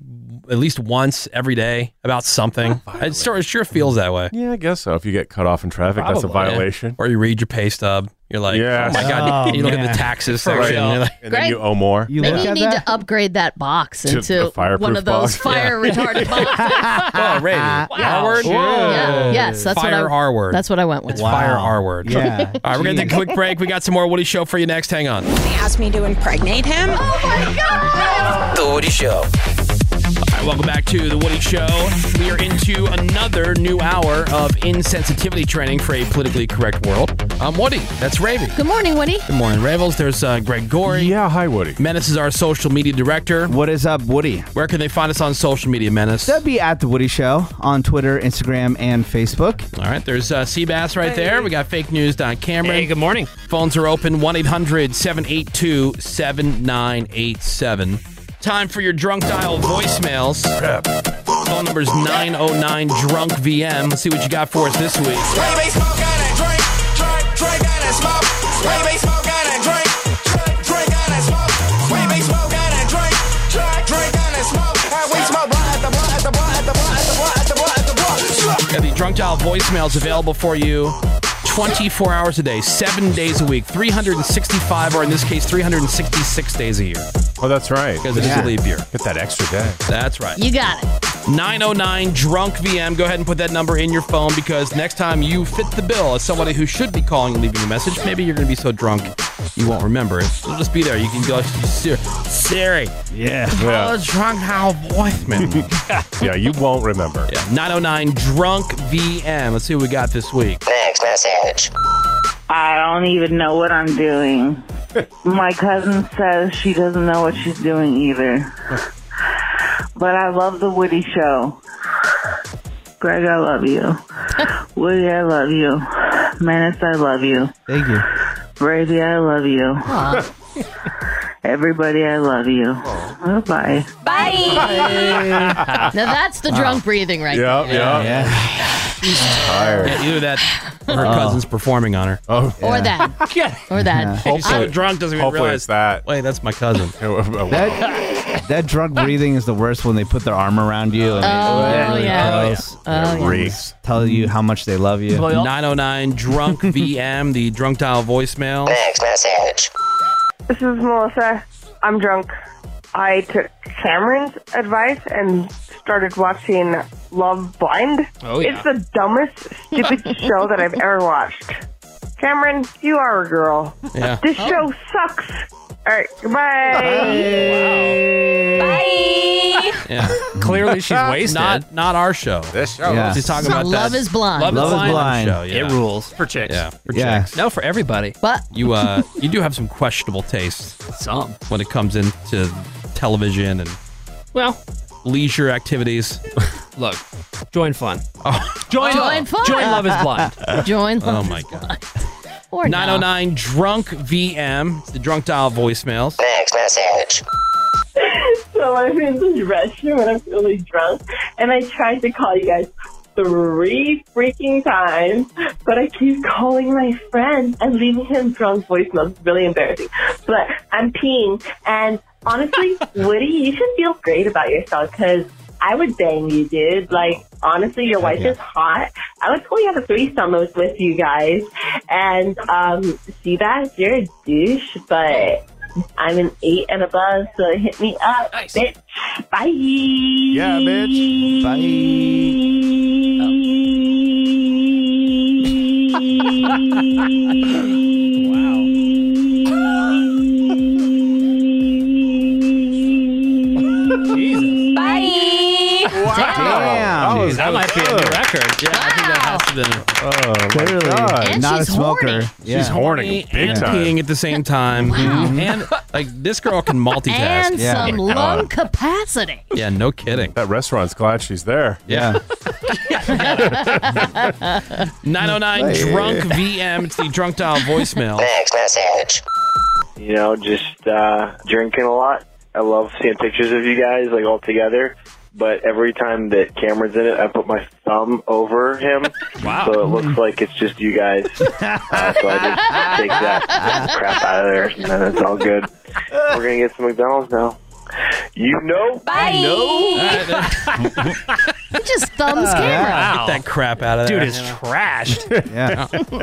S4: at least once every day about something? It sure, it sure feels that way.
S5: Yeah, I guess so. If you get cut off in traffic, that's a
S4: Probably.
S5: violation.
S4: Or you read your pay stub, you're like,
S5: Yes.
S4: oh my god!
S5: Oh,
S4: you look at
S5: man.
S4: the taxes
S5: Right.
S4: section, and you're like,
S5: And then you owe more.
S7: You
S10: Maybe you need to upgrade that box
S5: To
S10: into
S5: the fireproof
S10: one of those
S5: box.
S10: fire retardant boxes.
S4: Oh, Ray. R word?
S10: Ah, Yeah. Yes, that's
S4: fire
S10: what I,
S4: R word.
S10: That's what I went with.
S4: It's fire R word.
S7: Yeah.
S4: All right, we're going to take a quick break. We got some more Woody Show for you next. Hang on.
S23: They asked me to impregnate him. Oh my god!
S4: The Woody Show. All right, welcome back to The Woody Show. We are into another new hour of insensitivity training for a politically correct world. I'm Woody. That's Ravy.
S10: Good morning, Woody.
S4: Good morning, Ravels. There's uh, Greg Gorey.
S5: Yeah, hi, Woody.
S4: Menace is our social media director.
S24: What is up, Woody?
S4: Where can they find us on social media, Menace?
S24: That'd be at The Woody Show on Twitter, Instagram, and Facebook.
S4: All right, there's uh, Seabass right there. We got fake news, Don Cameron. Hey, good morning. Phones are open 1 800 782 7987. Time for your drunk dial voicemails. Phone number's 909 Drunk VM. Let's see what you got for us this week.
S11: Baby smoke and a drink, drink, drink and a smoke. Baby smoke and a drink, drink, drink and a smoke. Baby smoke and a drink, drink, drink and a smoke. And we smoke blunt at the blunt at the blunt at the blunt at the blunt at the blunt at the blunt.
S4: Got the drunk dial voicemails available for you 24 hours a day, seven days a week, 365, or in this case, 366 days a year.
S5: Oh, that's right.
S4: Because it is a leap year.
S5: Get that extra day.
S4: That's right.
S10: You got it.
S4: 909 drunk VM. Go ahead and put that number in your phone because next time you fit the bill as somebody who should be calling and leaving a message, maybe you're going to be so drunk you won't remember it. It'll just be there. You can go, Siri. Siri.
S24: Yeah.
S10: "Oh,
S4: Call drunk how voicemail.
S5: yeah, you won't remember.
S4: Yeah. 909 drunk VM. Let's see what we got this week.
S3: Next message.
S9: I don't even know what I'm doing. My cousin says she doesn't know what she's doing either. But I love the Woody show. Greg, I love you. Woody, I love you. Menace, I love you.
S7: Thank you.
S9: Brady, I love you.
S7: Aw.
S9: Everybody, I love you. Oh, Bye.
S10: Bye. now that's the drunk breathing right
S5: Yep,
S10: there.
S5: yep.
S4: She's
S5: tired.
S4: Yeah, either that or
S8: Oh.
S7: Uh-huh.
S4: her cousin's performing on her.
S5: Oh.
S10: Or that. or that.
S4: She's so
S10: I'm-
S4: drunk doesn't even
S24: Hopefully
S4: realize
S24: it's
S5: that.
S4: Wait, that's my cousin.
S24: That, that drunk breathing is the worst when they put their arm around you and
S4: Oh,
S24: they really
S4: yeah.
S24: gross.
S4: Oh, yeah.
S24: They
S4: Reeks.
S24: tell you how much they love you.
S4: 909 drunk VM, the drunk dial voicemail.
S3: Next message.
S25: This is Melissa. I'm drunk. I took Cameron's advice and started watching Love Blind.
S11: Oh, yeah.
S25: It's the dumbest, stupid show that I've ever watched. Cameron, you are a girl.
S11: Yeah. Oh.
S25: This show sucks. All right, goodbye. Bye.
S4: Yeah.
S21: Clearly she's wasted.
S4: Not, not our show. This
S21: show Yeah. is-
S4: She's
S21: So
S4: talking about
S21: Love
S4: that.
S21: is Blind. Love is Blind.
S4: show, yeah.
S21: It rules. For chicks.
S4: Yeah. For
S21: Yeah.
S4: chicks.
S21: No, for everybody.
S10: But
S4: You uh you do have some questionable taste.
S21: Some.
S4: When it comes into television and
S21: well,
S4: leisure activities.
S21: Look, join fun. Join,
S10: Join fun.
S21: Join Love is Blind.
S10: Join
S4: Oh
S10: Love
S4: my
S10: is
S4: god.
S10: Or not.
S4: 909 drunk VM. It's the drunk dial voicemails.
S3: Next message.
S8: so I'm in the restroom and I'm really drunk, and I tried to call you guys three freaking times, but I keep calling my friend and leaving him drunk voicemails. It's really embarrassing. But I'm peeing, and honestly, Woody, you should feel great about yourself because I would bang you, dude. Like, honestly, your wife is hot. I would totally have a threesome with- with you guys. And, um, Seabass, you're a douche, but I'm an eight and above, so hit me up, bitch. Bye. Yeah, bitch.
S23: Bye.
S4: Damn.
S24: That was
S4: that might be a new
S24: good.
S4: record. Yeah, I think that has to be.
S24: Oh, Clearly. God. And Not she's a smoker. horny. Yeah.
S4: uh, She's horny
S24: Horny
S4: and
S24: big time. Mm-hmm.
S4: peeing at the same time.
S10: Wow.
S4: And like this girl can multitask.
S10: and some lung capacity.
S4: Yeah, no kidding.
S5: That restaurant's glad she's there.
S4: Yeah. 909
S5: Hey.
S4: Drunk VM. It's the Drunk Dial voicemail.
S3: message.
S26: you know, just uh, drinking a lot. I love seeing pictures of you guys like all together. But every time that Cameron's in it, I put my thumb over him, so it looks like it's just you guys. Uh, so I just take that crap out of there, and then it's all good. We're gonna get some McDonald's now. You know,
S23: Bye.
S10: He just thumbs
S4: Ah.
S10: camera.
S4: Get that crap out of
S21: Dude
S4: there.
S21: is trashed.
S4: Yeah.
S21: that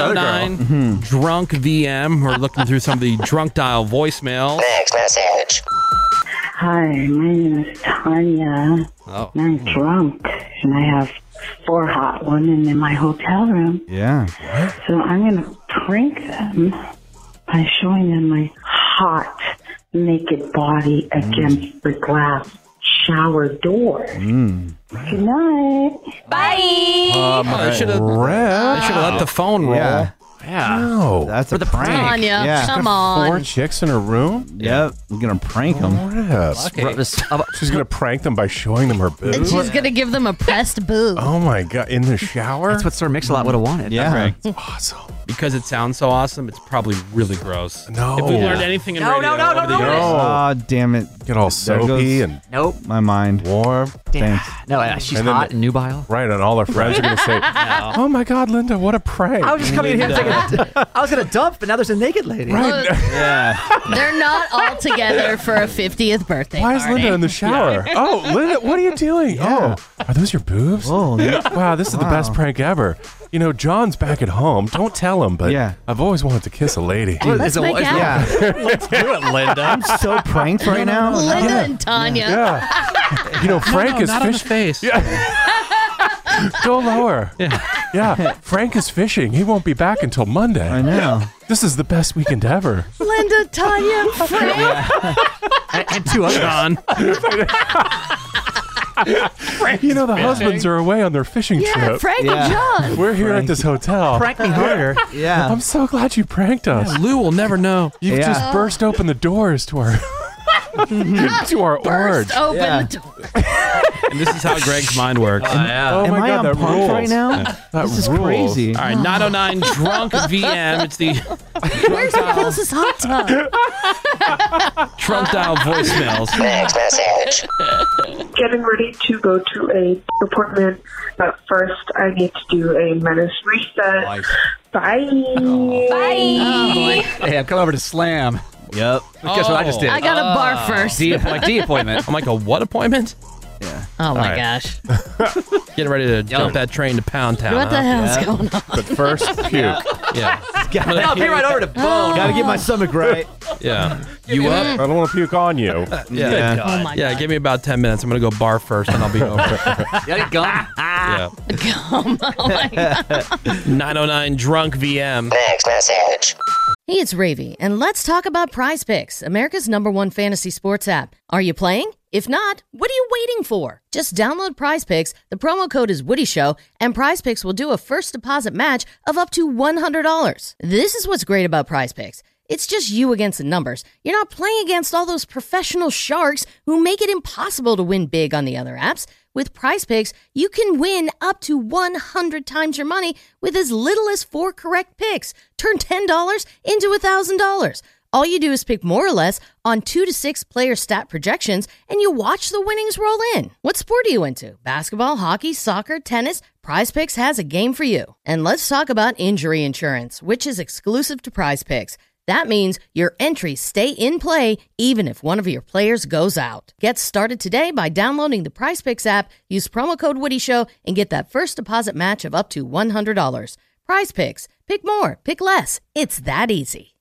S21: other girl.
S4: 909 Uh,
S5: Mm-hmm.
S4: Drunk VM. We're looking through some of the Drunk Dial voicemails.
S3: message.
S27: Hi, my name is Tanya.
S4: Oh.
S27: And I'm drunk, and I have four hot women in my hotel room.
S24: Yeah.
S27: So I'm going to prank them by showing them my hot, naked body against the glass shower door. Good night.
S23: Bye.
S8: Um,
S4: Oh, they should have let the phone roll.
S24: Yeah.
S4: Yeah.
S5: No.
S24: That's
S4: For
S24: a
S4: the
S24: prank.
S4: prank. Tanya,
S24: Yeah.
S10: come on.
S5: Four chicks in a room?
S24: Yep. I'm going to prank them.
S5: She's going to prank them by showing them her
S10: And
S5: boobs.
S10: she's gonna give them a pressed boob.
S5: Oh my god! In the shower? That's
S4: what Sir Mix-a-Lot would have wanted.
S5: Yeah.
S4: It's awesome. Because it sounds so awesome, it's probably really gross. No. If we learned anything in
S11: No,
S4: radio
S11: no, no, no,
S4: over the
S11: no,
S4: years,
S24: Oh, damn it.
S5: Get all soapy and
S26: nope.
S24: My mind.
S5: Warm.
S26: Damn.
S24: Thanks.
S26: No, uh, she's
S5: And then-
S26: hot and nubile.
S5: Right, and all our friends are going to say,
S26: No.
S5: "Oh my God, Linda, what a prank!"
S26: I was just coming in here thinking, I was gonna dump, but now there's a naked lady.
S5: Right.
S24: yeah.
S10: They're not all together for a 50th birthday.
S5: Why is
S10: party.
S5: Linda in the shower? Oh, Linda, what are you doing? Oh, are those your boobs? Oh, wow, this is the best prank ever. You know, John's back at home. Don't tell him, but yeah. I've always wanted to kiss a lady.
S24: Dude, Let's it's a- make it's- out. yeah.
S5: Let's do it, Linda.
S24: I'm so pranked right now.
S10: Linda and Tanya.
S5: Yeah. You know, Frank is
S4: not on the
S5: fishing.
S4: face.
S5: Go lower. Yeah. Yeah. Frank is fishing. He won't be back until Monday. I
S24: know.
S5: This is the best weekend ever.
S10: Linda, Tanya, Frank.
S26: and, and two others.
S4: John.
S5: you know, the
S26: fishing.
S5: husbands are away on their fishing
S26: Yeah,
S5: trip.
S26: Frank and Yeah. John.
S5: We're here at this hotel.
S26: Prank me harder.
S24: Yeah.
S5: I'm so glad you pranked us.
S4: Yeah, Lou will never know.
S5: You've
S24: Yeah.
S5: just burst open the doors to our to our orge.
S10: Burst open
S24: Yeah.
S10: the door.
S4: And this is how Greg's mind works.
S5: Oh
S24: Am
S5: my
S24: I
S5: God,
S24: on
S5: that
S24: punk
S5: rules.
S24: right now?
S4: Yeah.
S5: That
S24: This is
S5: rules.
S24: crazy.
S4: All right, 909 Drunk VM. It's the
S10: Where's the closest hot tub?
S4: Trump Dial voicemails.
S3: message.
S28: getting ready to go to a appointment, but first I need to do a menace reset. Bye.
S11: Oh.
S10: Oh,
S28: Bye.
S26: Hey, I'm coming over to slam.
S24: Yep.
S26: Guess what I just did?
S10: I got a bar first.
S26: D, like D appointment.
S4: I'm like, a what appointment?
S24: Yeah.
S10: Oh my
S4: All right.
S10: gosh.
S4: Getting ready to jump that train to Pound Town.
S10: What the
S4: huh?
S10: hell is going on?
S5: But first, puke.
S4: Yeah.
S26: I'll pay right over to
S5: "Oh,
S26: Bone.
S24: Gotta get my stomach right.
S4: Yeah. You up?
S5: I don't want to puke on you.
S4: Yeah.
S24: Yeah.
S4: Yeah.
S24: Oh my
S4: yeah, give me about 10 minutes. I'm going to go bar first and I'll be over.
S26: Yeah, gum.
S4: yeah.
S10: Come on.
S4: 909 Drunk VM.
S3: message.
S10: Hey, it's Ravy, and let's talk about Prize Picks, America's number one fantasy sports app. Are you playing? If not, what are you waiting for? Just download Prize Picks. The promo code is Woody Show, and Prize Picks will do a first deposit match of up to $100. This is what's great about Prize Picks. It's just you against the numbers. You're not playing against all those professional sharks who make it impossible to win big on the other apps. With Prize Picks, you can win up to 100 times your money with as little as four correct picks. Turn $10 into $1,000. All you do is pick more or less on two to six player stat projections and you watch the winnings roll in. What sport are you into? Basketball, hockey, soccer, tennis? Prize Picks has a game for you. And let's talk about injury insurance, which is exclusive to Prize Picks. That means your entries stay in play even if one of your players goes out. Get started today by downloading the Price Picks app, use promo code Woody Show, and get that first deposit match of up to $100. Prize Picks. Pick more, pick less. It's that easy.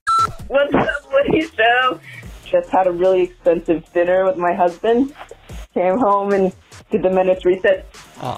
S8: What's up, Woody Show? Just had a really expensive dinner with my husband. Came home and did the minutes reset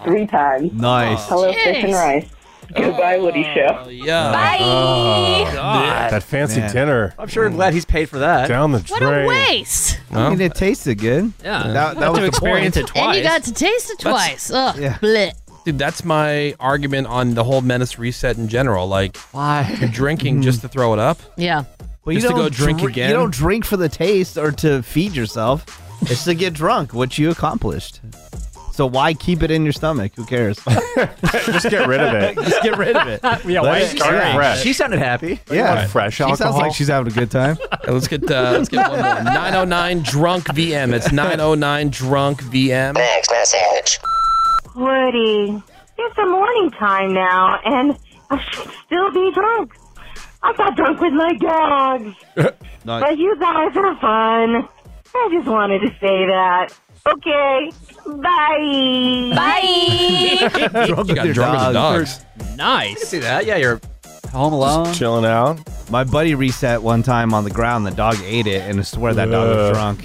S8: three times.
S5: Nice.
S8: Hello, fish and
S5: Jeez.
S8: rice. Goodbye, Woody Show.
S4: Yeah.
S8: Bye.
S5: Oh,
S8: God.
S5: that fancy
S24: Man.
S5: dinner.
S13: I'm sure glad he's paid for that.
S5: Down the
S10: What
S5: drain.
S10: a waste.
S24: I mean, it tasted good.
S4: Yeah.
S24: That, that was the point.
S10: And you got to taste it
S4: That's-
S10: twice. Ugh. bleh.
S4: Dude, that's my argument on the whole menace reset in general. Like, why you're drinking just to throw it up?
S10: Yeah.
S24: But you
S4: Just to
S24: don't
S4: go drink
S24: dr-
S4: again?
S24: You don't drink for the taste or to feed yourself. it's to get drunk, which you accomplished. So why keep it in your stomach? Who cares?
S5: Just get rid of it.
S24: Just get rid of it.
S13: yeah,
S24: Let
S13: why
S24: it
S13: is she
S24: start
S13: saying-
S24: fresh.
S13: She sounded happy.
S24: yeah,
S5: fresh
S24: she sounds
S4: alcohol.
S24: like she's having a good time.
S4: let's get uh, let's get one more. 909 drunk VM. It's 909 drunk VM.
S3: Next message.
S6: Woody, it's the morning time now, and I should still be drunk. I got drunk with my dogs, but you guys are fun. I just wanted to say that. Okay, bye.
S13: Bye.
S4: You got drunk with the dogs.
S13: Nice. see that? Yeah, you're home
S24: alone,
S5: chilling out.
S24: My buddy reset one time on the ground. The dog ate it, and I swear that dog was drunk.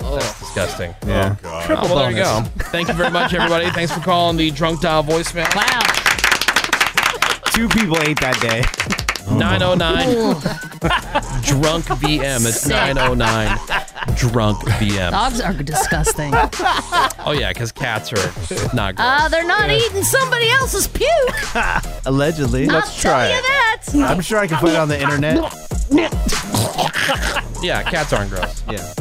S4: That's disgusting.
S24: Yeah.
S4: Oh, well, there you go. Thank you very much, everybody. Thanks for calling the drunk dial voicemail. Wow.
S24: Two people ate that day.
S4: 909 drunk VM. It's
S10: Sick.
S4: 909 drunk VM.
S10: Dogs are disgusting.
S4: Oh yeah, because cats are not good.
S10: Uh, they're not
S4: Yeah.
S10: eating somebody else's puke.
S24: Allegedly.
S10: I'll tell you that.
S24: I'm sure I can put it on the internet.
S4: Yeah, cats aren't gross.
S24: Yeah.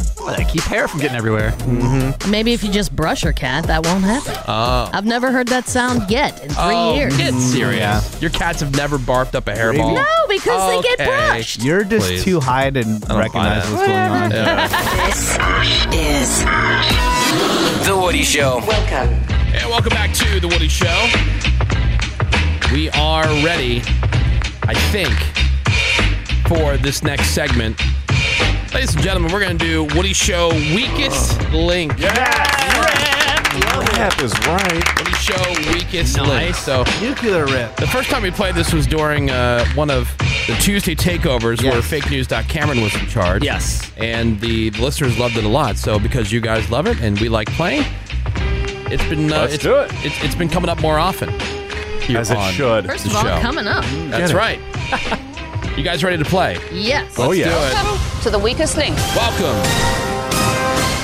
S13: keep hair from getting everywhere. Mm-hmm.
S10: Maybe if you just brush your cat, that won't happen.
S4: Oh.
S10: I've never heard that sound yet in three
S4: Oh,
S10: years.
S4: Get
S24: Mm,
S4: serious. Your cats have never barfed up a hairball.
S10: No, because they get brushed.
S24: You're just
S4: Please.
S24: too high to recognize
S4: buy
S24: what's going on.
S4: This is
S12: The Woody Show.
S4: Welcome. And welcome back to The Woody Show. We are ready, I think, for this next segment. Ladies and gentlemen, we're going to do Woody Show Weakest Link.
S5: That is right.
S4: Woody Show Weakest Link.
S24: Nice.
S4: So,
S24: Nuclear rip.
S4: the first time we played this was during uh, one of the Tuesday takeovers where
S24: Yes.
S4: fake news. Cameron was in charge. Yes. And the listeners loved it a lot. So because you guys love it and we like playing, it's been uh,
S5: Let's
S4: it's,
S5: do it.
S4: It's, it's been coming up more often. here
S5: As it
S4: on
S5: should.
S10: First
S4: the
S10: of all,
S4: show.
S10: coming up.
S4: That's right. you guys ready to play?
S10: Yes.
S4: Oh, Let's yeah. do it.
S23: Welcome to the weakest link.
S4: Welcome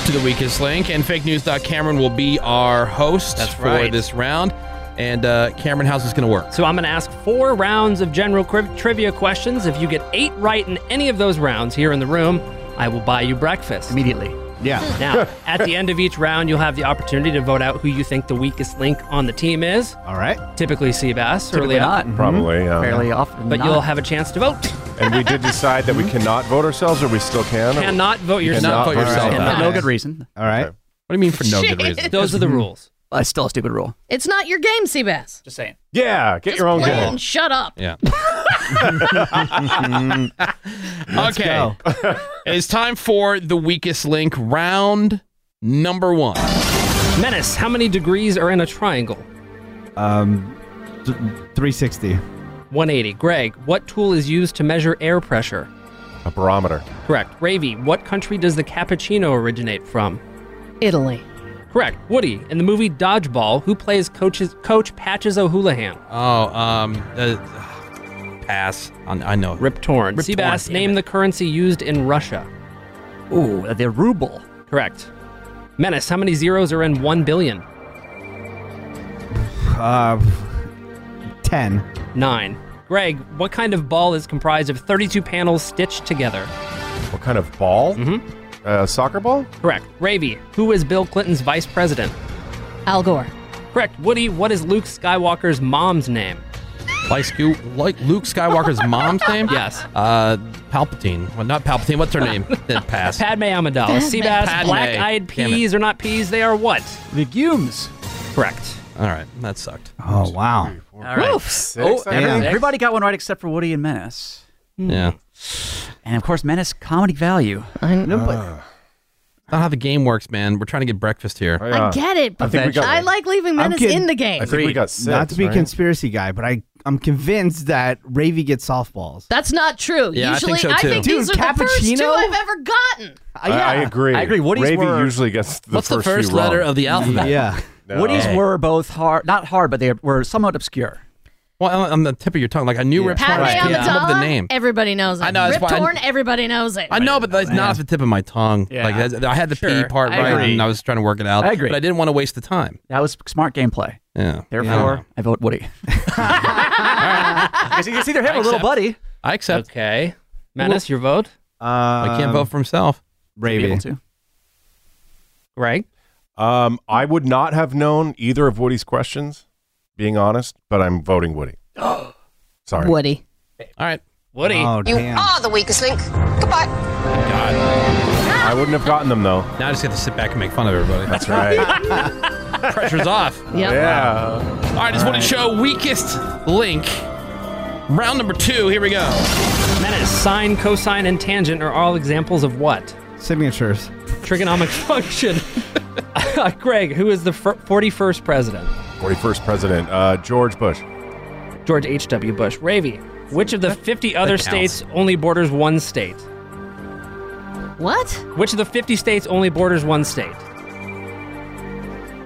S4: to the weakest link, and fake news. Cameron will be our host for
S21: right.
S4: this round. And uh, Cameron, how's this going to work?
S21: So I'm going to ask four rounds of general cri- trivia questions. If you get eight right in any of those rounds here in the room, I will buy you breakfast immediately.
S24: Yeah.
S21: Now, at the end of each round, you'll have the opportunity to vote out who you think the weakest link on the team is.
S24: All right.
S21: Typically, Seabass.
S13: Typically
S21: early on.
S13: not.
S5: Probably, yeah. Fairly
S13: often
S21: But
S5: not.
S21: you'll have a chance to vote.
S5: And we did decide that we cannot vote ourselves, or we still can.
S21: Cannot vote
S5: You cannot
S21: yourself. Cannot vote yourself.
S5: out.
S21: Cannot.
S13: No good reason.
S24: All right.
S4: What do you mean for no good
S10: Shit. reason?
S13: Those are the
S21: rules.
S13: Uh, it's still a stupid rule.
S10: It's not your game, Seabass.
S13: Just saying. Uh,
S5: Yeah, get your own
S10: Play
S5: game.
S10: and shut up.
S4: Yeah.
S10: Let's
S4: okay. it's time for the weakest link round number one.
S21: Menace, how many degrees are in a triangle?
S24: Um, th- 360.
S21: 180. Greg, what tool is used to measure air pressure?
S5: A barometer.
S21: Correct. Ravy, what country does the cappuccino originate from?
S10: Italy.
S21: Correct. Woody, in the movie Dodgeball, who plays coaches, Coach Patches O'Houlihan?
S4: Oh, um, uh, pass. I, I know.
S21: Rip Torn.
S4: Rip
S21: Seabass,
S4: Torn,
S21: name the currency used in Russia.
S13: Ooh, uh, the ruble.
S21: Correct. Menace, how many zeros are in 1 billion?
S24: Uh, 10.
S21: 9. Greg, what kind of ball is comprised of 32 panels stitched together?
S5: What kind of ball? Mm-hmm. Uh, soccer ball?
S21: Correct. Ravy, who is Bill Clinton's vice president?
S10: Al Gore.
S21: Correct. Woody, what is Luke Skywalker's mom's name?
S4: Like, Scu- like Luke Skywalker's mom's name?
S21: Yes.
S4: Uh, Palpatine. Well, not Palpatine. What's her name? Then pass.
S21: Padme Amidala. Seabass,
S4: Padme.
S21: black-eyed
S4: Damn it.
S21: peas are not peas, they are what?
S13: Legumes.
S21: Correct.
S4: All right, that sucked.
S24: Oh, wow.
S13: All right.
S21: Woof.
S13: Oh,
S21: I
S13: every-
S21: think.
S13: everybody got one right except for Woody and Menace.
S4: Yeah.
S13: And of course, menace comedy value.
S10: I know,
S13: Ah.
S4: but- Not how the game works, man. We're trying to get breakfast here.
S13: Oh,
S10: I get it, but I, like leaving
S7: I'm
S10: Menace
S7: kidding.
S10: in the game.
S7: Not to be a
S10: right?
S7: conspiracy guy, but I I'm convinced that Ravy gets softballs.
S10: That's not true.
S7: Yeah, I
S10: Usually,
S7: think so, too.
S10: these
S7: Dude,
S10: are the first two
S7: cappuccino?
S10: I've ever gotten.
S7: I- I
S13: Yeah.
S5: agree.
S13: I agree. Woody's
S5: Ravy
S13: were-
S5: usually gets the
S13: What's the
S5: first, few
S13: first letter
S5: wrong.
S13: of the alphabet?
S7: Yeah.
S13: Woody's were both hard, not hard, but they were somewhat obscure.
S4: Well, on- on the tip of your tongue, like I knew Rip Torn.
S10: Padme
S4: I
S10: on
S4: can't
S10: the
S4: remember the
S10: Dom,
S4: name.
S10: everybody knows it. I
S4: know, that's
S10: Rip
S4: why I-
S10: Torn, everybody knows it.
S4: I know, but that's not off the tip of my tongue.
S10: Yeah.
S4: Like that's, I had the P
S10: Sure.
S4: part
S10: I
S4: right,
S10: agree.
S4: and I was trying to work it out.
S13: I agree.
S4: but I didn't want to waste the time.
S13: That was smart gameplay.
S4: Yeah.
S13: Therefore, I vote Woody. It's it's either him or little buddy.
S4: I accept. Uh,
S21: Okay. Menace, your vote?
S4: I can't vote for himself.
S7: Ravy.
S21: Right?
S5: Um, I would not have known either of Woody's questions, being honest, but I'm voting Woody. Sorry.
S10: Woody.
S4: All right.
S21: Woody.
S5: Oh,
S23: you
S5: damn.
S23: are the weakest link. Goodbye.
S5: I wouldn't have gotten them, though.
S4: Now I just get to sit back and make fun of everybody.
S5: That's right.
S4: Pressure's off.
S5: Yeah.
S4: All right, it's Woody Show Weakest Link. Round number two. Here we go.
S21: Menace, sine, cosine, and tangent are all examples of what?
S7: Signatures.
S21: Trigonomic function. Uh, Greg, who is the fir- 41st president?
S5: 41st president, uh, George Bush.
S21: George H.W. Bush. Ravy, which of the 50 other
S5: counts.
S21: states only borders one state?
S10: What?
S21: Which of the 50 states only borders one state?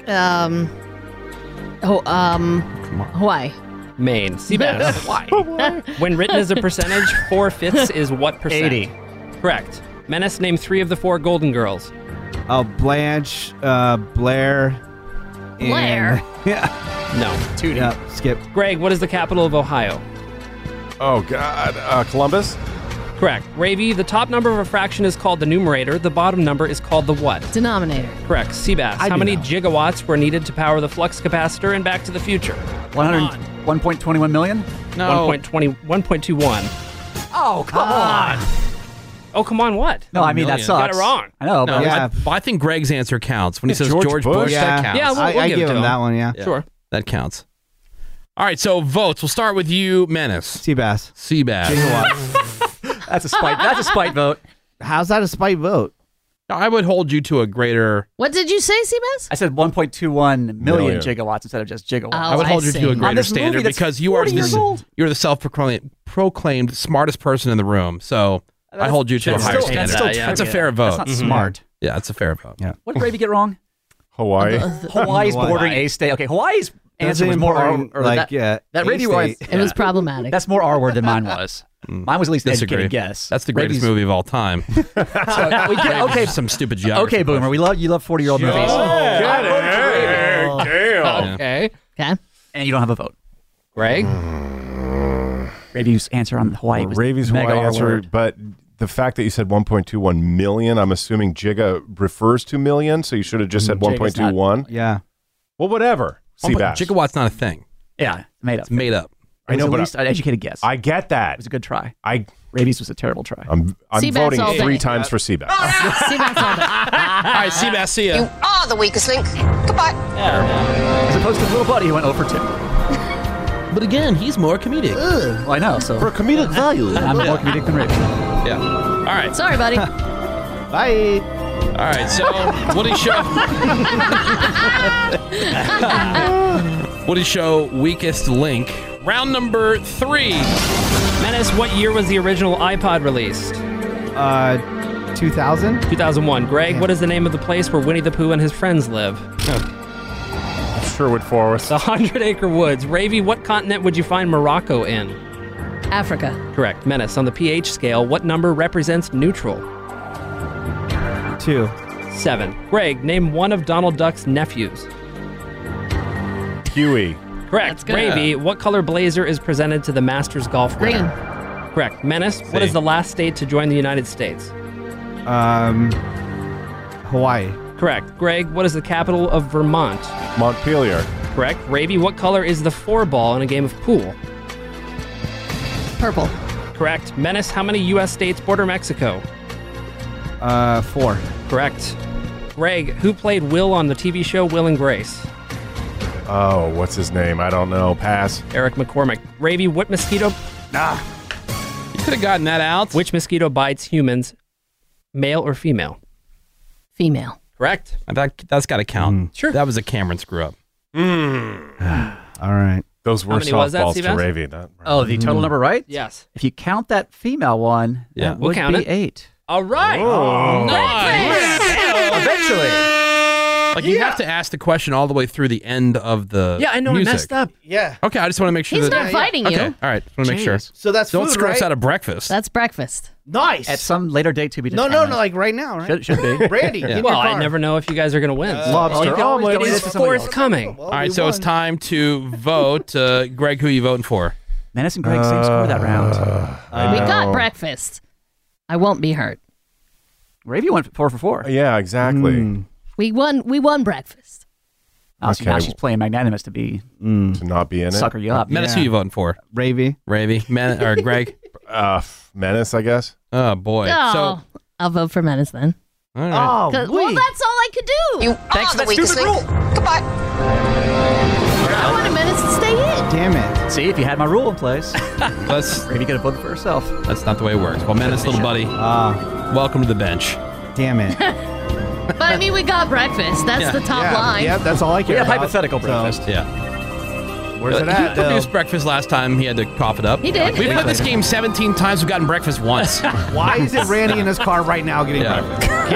S10: Um. Oh, um. Hawaii.
S21: Maine. Seabass. When written as a percentage, four fifths is what percent?
S7: 80.
S21: Correct. Menace, name three of the four Golden Girls.
S7: Oh, Blanche, uh, Blair. and-
S21: Blair?
S7: Yeah.
S21: No. Tootie.
S7: Yep, skip.
S21: Greg, what is the capital of Ohio?
S5: Oh, God. Uh, Columbus?
S21: Correct. Ravy, the top number of a fraction is called the numerator. The bottom number is called the what?
S10: Denominator.
S21: Correct. Seabass,
S13: I
S21: how
S13: do
S21: many gigawatts were needed to power the flux capacitor in Back to the Future?
S13: 100 1.21 million?
S21: No. 1.20, 1.21.
S13: Oh, come on.
S21: Ah. Oh, come on, what?
S13: No, I mean, that
S4: Million.
S13: sucks.
S21: Got it wrong.
S13: I know, but
S4: I, but I think Greg's answer counts. When he
S21: It's
S4: says
S21: George
S4: George,
S21: Bush.
S4: Bush,
S21: Yeah.
S4: that counts.
S21: Yeah, we'll- I- we'll I give it give to him him. that one, yeah. Sure.
S4: That counts. All right, so votes. We'll start with you, Menace.
S7: Seabass.
S4: Seabass.
S13: that's a spite. That's a spite vote.
S7: How's that a spite vote?
S4: I would hold you to a greater.
S10: What did you say, Seabass?
S13: I said 1.21 million
S4: Million.
S13: gigawatts instead of just
S10: Oh,
S13: gigawatts.
S4: I would hold you to a greater standard because you are the, you're the self-proclaimed proclaimed smartest person in the room. So I
S13: That's-
S4: hold you to a
S13: that's
S4: higher
S13: still-
S4: standard.
S13: that's still
S4: a
S13: trivia.
S4: fair vote. Mm-hmm.
S13: That's not Mhm. smart.
S4: Yeah, that's a fair vote. Yeah.
S13: What did Ravy get wrong?
S5: Hawaii.
S13: Hawaii's bordering a state. Okay, Hawaii's answer was more R, or
S7: like,
S13: that,
S7: yeah,
S13: that
S7: a
S13: Ravy was.
S7: state.
S10: It was problematic.
S13: That's more R word than mine was. Mine was at least an
S4: Mm. Disagree.
S13: educated guess.
S4: That's the greatest
S13: Ravy's-
S4: movie of all time.
S13: So we get, okay,
S4: some stupid geography.
S13: okay, boomer. We love you. Love forty year old movies.
S23: Oh,
S8: Oh.
S4: get
S13: I voted for Ravy.
S4: Damn.
S21: Okay.
S10: Okay.
S13: And you don't have a vote.
S21: Greg?
S13: Ravy's answer on Hawaii was
S5: Ravy's
S13: mega
S5: Hawaii
S13: R
S5: answer,
S13: word.
S5: but the fact that you said 1.21 million, I'm assuming Giga refers to million, so you should have just said
S13: Mm, Giga's not-
S5: 1.21.
S7: Yeah.
S5: Well, whatever.
S4: One point-
S5: Seabass.
S4: Gigawatt's not a thing.
S13: Yeah, made up. It's
S4: made up.
S13: I
S5: know,
S13: know, at
S5: but
S13: least
S5: I-
S13: an educated guess.
S5: I get that. It
S13: was a good try.
S5: I
S13: Ravy's was a terrible try.
S5: I'm, I'm
S23: Seabass
S5: voting
S23: all
S5: three
S23: day.
S5: times for Seabass.
S23: all
S4: right, Seabass, see ya.
S23: You are Ah, the weakest link. Goodbye.
S13: As opposed to little buddy who went 0 for 2.
S4: But again, he's more comedic.
S13: Well, I know. So
S4: For
S13: comedic value, I'm more comedic than Ravy.
S4: Yeah. All right.
S10: Sorry, buddy.
S7: Bye.
S4: All right. So Woody Show. Woody Show weakest link. Round number three.
S21: Menace, what year was the original iPod released?
S7: Uh, 2000?
S21: 2001. Greg, what is the name of the place where Winnie the Pooh and his friends live?
S5: Sherwood Forest.
S21: The Hundred Acre Woods. Ravy, what continent would you find Morocco in?
S10: Africa.
S21: Correct. Menace, on the pH scale, what number represents neutral?
S7: Two.
S21: Seven. Greg, name one of Donald Duck's nephews.
S5: Huey.
S21: Correct.
S10: good.
S21: Ravy, what color blazer is presented to the Masters golf
S10: Green.
S21: winner? Correct. Menace, what is the last state to join the United States?
S7: Um, Hawaii.
S21: Correct. Greg, what is the capital of Vermont?
S5: Montpelier.
S21: Correct. Ravy, what color is the four ball in a game of pool?
S10: Purple.
S21: Correct. Menace, how many U.S. states border Mexico?
S7: Uh, four.
S21: Correct. Greg, who played Will on the TV show Will and Grace?
S5: Oh, what's his name? I don't know. Pass.
S21: Eric McCormick. Ravy, what mosquito?
S5: Nah.
S4: Could have gotten that out.
S21: Which mosquito bites humans, male or female?
S10: Female.
S4: Correct. That, that's got to
S13: Mm.
S4: count. Sure. That was a Cameron screw up.
S7: All right.
S5: Those
S4: were many was that, Hmm. softballs to Seabass?
S5: Ravy,
S13: Oh, the total
S21: Mm.
S13: number, right?
S21: Yes.
S13: If you count that female one,
S21: Yeah.
S13: that
S21: We'll
S13: would
S21: count
S13: be
S21: it.
S13: eight.
S21: All right.
S13: Oh.
S21: Eventually.
S4: Like you have to ask the question all the way through the end of the.
S21: Yeah, I know, I
S4: Music.
S21: messed up.
S24: Yeah.
S4: Okay, I just want to make sure.
S24: He's
S4: that,
S24: not fighting you.
S4: Okay, all right, want to make sure.
S24: Jeez. So that's
S4: don't
S24: food,
S4: screw us
S24: right?
S4: out of breakfast.
S10: That's breakfast.
S24: Nice.
S13: At some later date to be
S24: no,
S13: determined.
S24: no, no, like right now,
S13: Should,
S24: right?
S13: should be.
S24: Randy, get in
S21: Well,
S24: your Oh,
S21: I
S24: car.
S21: never know if you guys are going to win.
S13: Lobster
S21: You can always
S13: omelet
S21: donate
S13: is
S21: it to somebody else.
S4: forthcoming. all right, so it's time to vote. Uh, Greg, who are you voting for?
S13: Menace and Greg, same score that round. Uh,
S10: we got breakfast. I won't be hurt.
S13: Ravy went four for four. Hmm.
S5: Yeah, exactly.
S10: We won. We won breakfast.
S13: Oh, so now
S5: Okay.
S13: she's playing magnanimous to be.
S5: To not be in it.
S13: Sucker you up.
S4: Menace, who you voting for?
S7: Ravy.
S4: Ravy. Men- or Greg?
S5: uh, f- Menace, I guess.
S4: Oh, boy.
S10: oh, I'll vote for Menace then.
S5: right.
S10: 'Cause- well, that's all I could do. You
S23: thanks for that stupid rule.
S10: Goodbye. I wanted Menace to stay in.
S7: Damn it.
S13: See, if you had my rule in place,
S4: Let's,
S13: Ravy could have voted for herself.
S4: that's not the way it works. Well, Menace, little buddy,
S13: Ah.
S4: welcome to the bench.
S7: Damn it.
S10: But I mean, we got breakfast. That's
S4: Yeah.
S10: the top line.
S7: Yeah, that's all I care
S13: We have
S7: about.
S13: hypothetical breakfast.
S4: Yeah.
S7: Where's it
S4: He
S7: at?
S4: produced breakfast last time. He had to cough it up.
S7: He did.
S4: We've played this game 17 times. We've gotten breakfast once.
S7: Why is it Randy in his car right now getting
S4: Yeah.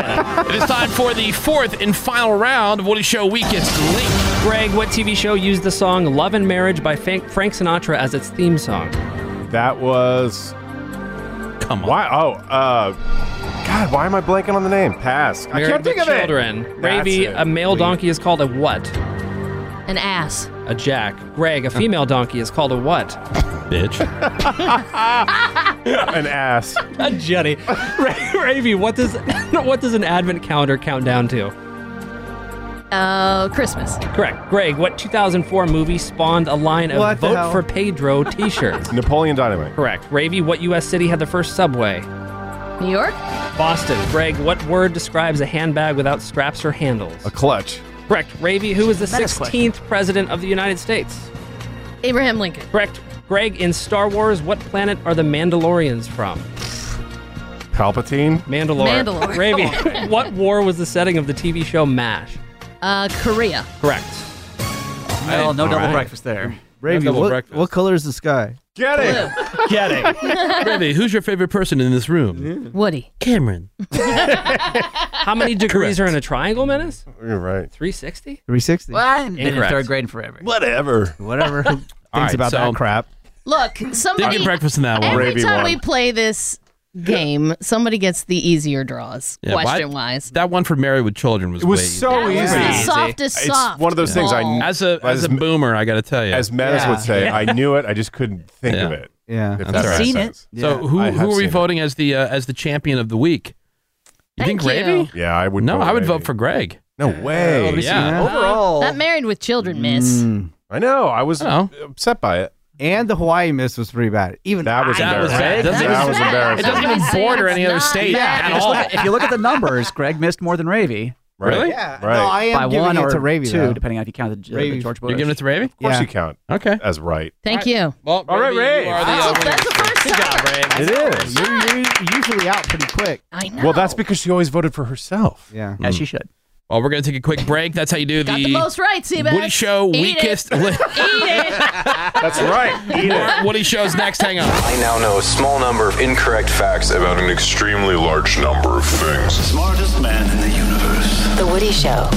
S7: breakfast?
S4: it is time for the fourth and final round of Woody Show Week. It's Link.
S21: Greg, what TV show used the song Love and Marriage by Frank, Frank Sinatra as its theme song?
S5: That was.
S4: Come on.
S5: Why? Oh, uh, God, why am I blanking on the name? Pass. I can't
S21: Married
S5: think
S21: with
S5: of it.
S21: Children.
S5: That's
S21: Ravy,
S5: it.
S21: a male donkey is called a what?
S10: An ass.
S21: A jack. Greg, a female donkey is called a what?
S4: Bitch.
S5: An ass.
S21: a jetty. Ravy, what does what does an advent calendar count down to?
S10: Uh, Christmas.
S21: Correct. Greg, what 2004 movie spawned a line of
S5: What the
S21: "Vote
S5: hell?
S21: for Pedro" T-shirts?
S5: Napoleon Dynamite.
S21: Correct. Ravy, what U.S. city had the first subway?
S10: New York.
S21: Boston. Greg, what word describes a handbag without straps or handles?
S5: A clutch.
S21: Correct. Ravy, who was the
S13: That is correct.
S21: 16th president of the United States?
S10: Abraham Lincoln.
S21: Correct. Greg, in Star Wars, what planet are the Mandalorians from?
S5: Palpatine.
S21: Mandalore.
S10: Mandalore.
S21: Ravy, what war was the setting of the TV show MASH?
S10: Uh, Korea.
S21: Correct.
S13: Well, no
S21: All
S13: double
S21: right.
S13: breakfast there.
S7: Ravy,
S4: double
S7: what,
S4: breakfast.
S7: what color is the sky?
S5: Get it.
S7: Get it.
S4: Ravy, who's your favorite person in this room?
S10: Woody.
S4: Cameron.
S21: How many degrees are in a triangle, Menace?
S5: You're right.
S21: 360?
S7: 360.
S13: One. Been in
S4: Incorrect.
S13: third grade and forever.
S5: Whatever.
S7: Whatever. Thinks
S4: All right,
S7: about
S4: so-
S7: that crap.
S10: Look,
S4: Did
S10: somebody.
S4: get breakfast in that one.
S10: Every
S5: Ravy
S10: time
S5: won.
S10: we play this game, somebody gets the easier draws.
S4: Yeah, why-
S10: question wise,
S4: That one for Married with Children was
S5: It was
S4: way
S5: so
S10: that was
S5: easy.
S10: the
S21: easy.
S10: softest
S5: It's
S10: soft.
S5: one of those things I-
S10: ball.
S4: As a
S5: As
S4: as a
S5: m-
S4: boomer, I got to tell you.
S5: As Menace
S7: Yeah.
S5: would say, I knew it. I just couldn't think
S4: Yeah.
S5: of it.
S7: Yeah.
S5: If
S4: That's
S5: that
S4: all right.
S5: makes
S13: Seen it.
S5: sense.
S4: so who
S5: I have
S4: who are we
S5: seen it.
S4: voting as the uh, as the champion of the week? You
S10: Thank
S4: think Ravy?
S5: Yeah, I would.
S4: No, I would
S5: Ravy.
S4: vote for Greg.
S5: No way.
S4: Yeah.
S13: Overall,
S10: that married with children miss.
S7: Mm.
S5: I know. I was
S4: Oh.
S5: upset by it.
S7: And the Hawaii miss was pretty bad. Even
S5: That was
S4: That was
S5: embarrassing.
S4: bad. Doesn't
S5: That
S4: even-
S5: was
S4: It
S5: embarrassing.
S4: doesn't even
S10: It's
S4: border any other
S10: not
S4: state
S10: bad.
S4: at
S13: just
S4: all.
S13: look- if you look at the numbers, Greg missed more than Ravy
S5: Right.
S4: Really?
S7: Yeah.
S5: Right.
S7: No, I am
S13: by
S7: giving
S13: one
S7: it
S13: or
S7: to Ravy
S13: two,
S7: though.
S13: depending on if you count the, uh, the
S7: Ravy.
S13: George Bush.
S4: You're giving it to Ravy?
S5: Of course
S7: Yeah.
S5: you count
S4: Okay.
S5: as right.
S10: Thank you.
S4: Well,
S5: All right,
S4: Ravy,
S5: Ray.
S4: You are the,
S10: That's,
S4: uh,
S10: the- that's the first
S21: Good
S10: time.
S21: job, Greg.
S5: It is.
S7: You're u- usually out pretty quick.
S10: I know.
S5: Well, that's because she always voted for herself.
S7: Yeah.
S13: As she should.
S4: well, we're gonna take a quick break. That's how you do
S10: got the most right, Seabass.
S4: Woody Show
S10: Eat
S4: weakest.
S10: It. Eat it.
S5: That's right. Eat it.
S4: Woody Show's next. Hang on.
S1: I now know a small number of incorrect facts about an extremely large number of things.
S22: Smartest man in the universe.
S23: The Woody Show.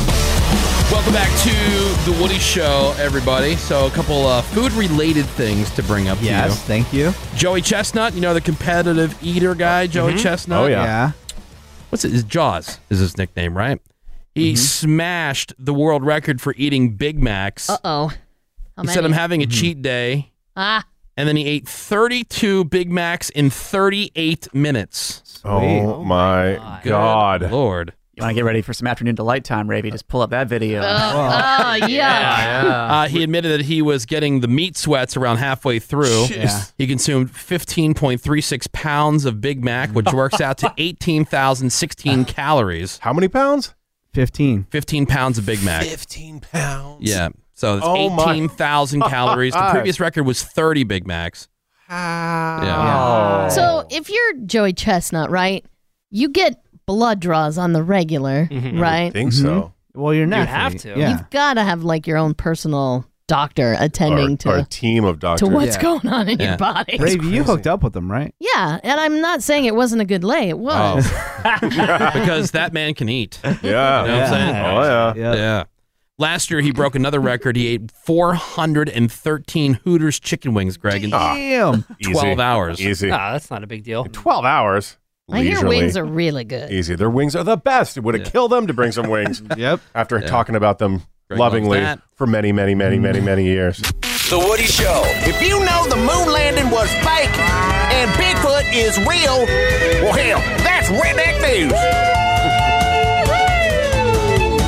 S4: Welcome back to the Woody Show, everybody. So, a couple uh, food-related things to bring up. to
S7: Yes. Thank you.
S4: you. Joey Chestnut. You know the competitive eater guy, Joey Chestnut.
S5: Oh, yeah.
S7: Yeah.
S4: What's it? His Jaws is his nickname, right? He smashed the world record for eating Big Macs.
S10: Uh oh.
S4: he said, "I'm having a
S5: Mm-hmm.
S4: cheat day,"
S10: Ah,
S4: and then he ate 32 Big Macs in 38 minutes.
S5: Oh my
S4: Good
S5: God.
S4: Lord.
S13: You want to get ready for some afternoon delight time, Ravy? Just pull up that video.
S10: oh, yeah.
S4: Uh, he admitted that he was getting the meat sweats around halfway through.
S7: Yeah.
S4: He consumed 15.36 pounds of Big Mac, which works out to 18,016 calories.
S5: How many pounds?
S7: 15.
S4: 15 pounds of Big Mac.
S5: 15 pounds.
S4: Yeah. So it's
S5: Oh my-
S4: 18,000 calories. The previous record was 30 Big Macs. Oh.
S5: Oh.
S2: Yeah.
S10: So if you're Joey Chestnut, right, you get blood draws on the regular,
S7: Mm-hmm.
S10: right? Mm-hmm.
S7: Well, you're not. Yeah.
S10: You've got to have like your own personal doctor attending to.
S5: Our team of doctors.
S10: to what's going on in your Yeah. body.
S7: Brave,
S10: That's
S7: you hooked up with them, right?
S10: yeah, and I'm not saying it wasn't a good lay. It was.
S4: because that man can eat. Yeah. You know what I'm
S5: Yeah.
S4: saying?
S5: Oh, yeah.
S4: yeah. Last year, he broke another record. He ate 413 Hooters chicken wings, Greg, in
S7: Damn.
S4: 12 hours.
S5: Easy.
S21: Ah, that's not a big deal.
S5: 12 hours.
S10: I hear
S5: Leisurely.
S10: wings are really good.
S5: Easy. Their wings are the best. It would have killed them to bring some wings. yep. After talking about them
S1: Greg
S5: lovingly
S1: loves that.
S5: for many, many, many, many, many years.
S1: The Woody Show.
S22: If you know the moon landing was fake and Bigfoot is real, well, hell, that's redneck news.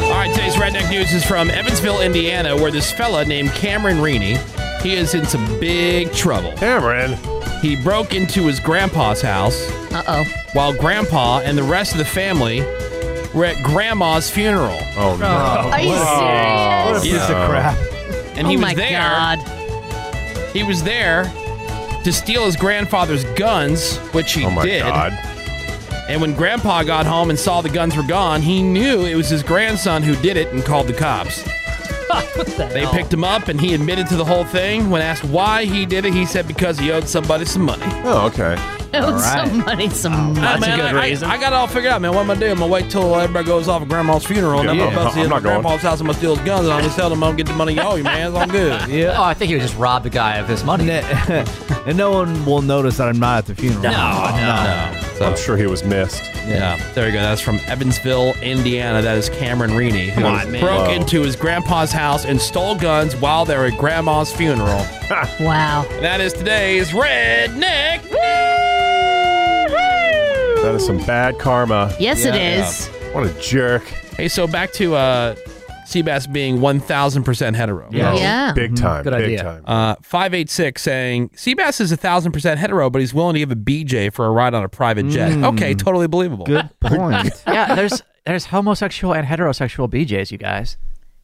S4: All right, today's Redneck News is from Evansville, Indiana, where this fella named Cameron Reaney, he is in some big trouble.
S5: Cameron.
S4: He broke into his grandpa's house.
S10: Uh-oh.
S4: While grandpa and the rest of the family were at grandma's funeral.
S5: Oh,
S10: no. Are you serious? What a piece of crap.
S4: And he was
S10: Oh, my
S4: there.
S10: God.
S4: He was there to steal his grandfather's guns, which he
S5: Oh, my
S4: did.
S5: God.
S4: And when grandpa got home and saw the guns were gone, he knew it was his grandson who did it and called the cops. They
S10: Oh.
S4: picked him up and he admitted to the whole thing. When asked why he did it, he said because he owed somebody some money.
S5: Oh, okay.
S10: Owed somebody some money.
S4: Ah, man, I, I- I, got it all figured out, man. What am I doing? I'm gonna wait till everybody goes off at grandma's funeral, and
S21: Yeah,
S4: then I'm
S21: yeah.
S4: gonna bust
S21: I'm
S4: into
S21: not going.
S4: grandpa's house. I'm gonna steal his guns, and I'm gonna tell them I'm gonna get the money you owe you, man. It's all good.
S13: Yeah. Oh, I think he would just rob the guy of his money.
S7: and no one will notice that I'm not at the funeral.
S4: No, no, no.
S5: I'm sure he was missed.
S4: Yeah. there you go. That's from Evansville, Indiana. That is Cameron Reaney, who
S5: Come on, man.
S4: broke
S5: Whoa.
S4: into his grandpa's house and stole guns while they were at grandma's funeral.
S10: wow.
S4: That is today's redneck.
S5: That is some bad karma.
S4: Yes, it Yeah. is.
S5: What a jerk.
S4: Hey, so back to uh, Seabass being 1,000% hetero.
S5: Yeah. Yeah. Big time, Mm-hmm. Good big idea. time.
S4: Uh, 586 saying, Seabass is 1,000% hetero, but he's willing to give a BJ for a ride on a private jet.
S13: Mm.
S4: Okay, totally believable. Good
S7: point.
S13: yeah, there's there's homosexual and heterosexual BJs, you guys.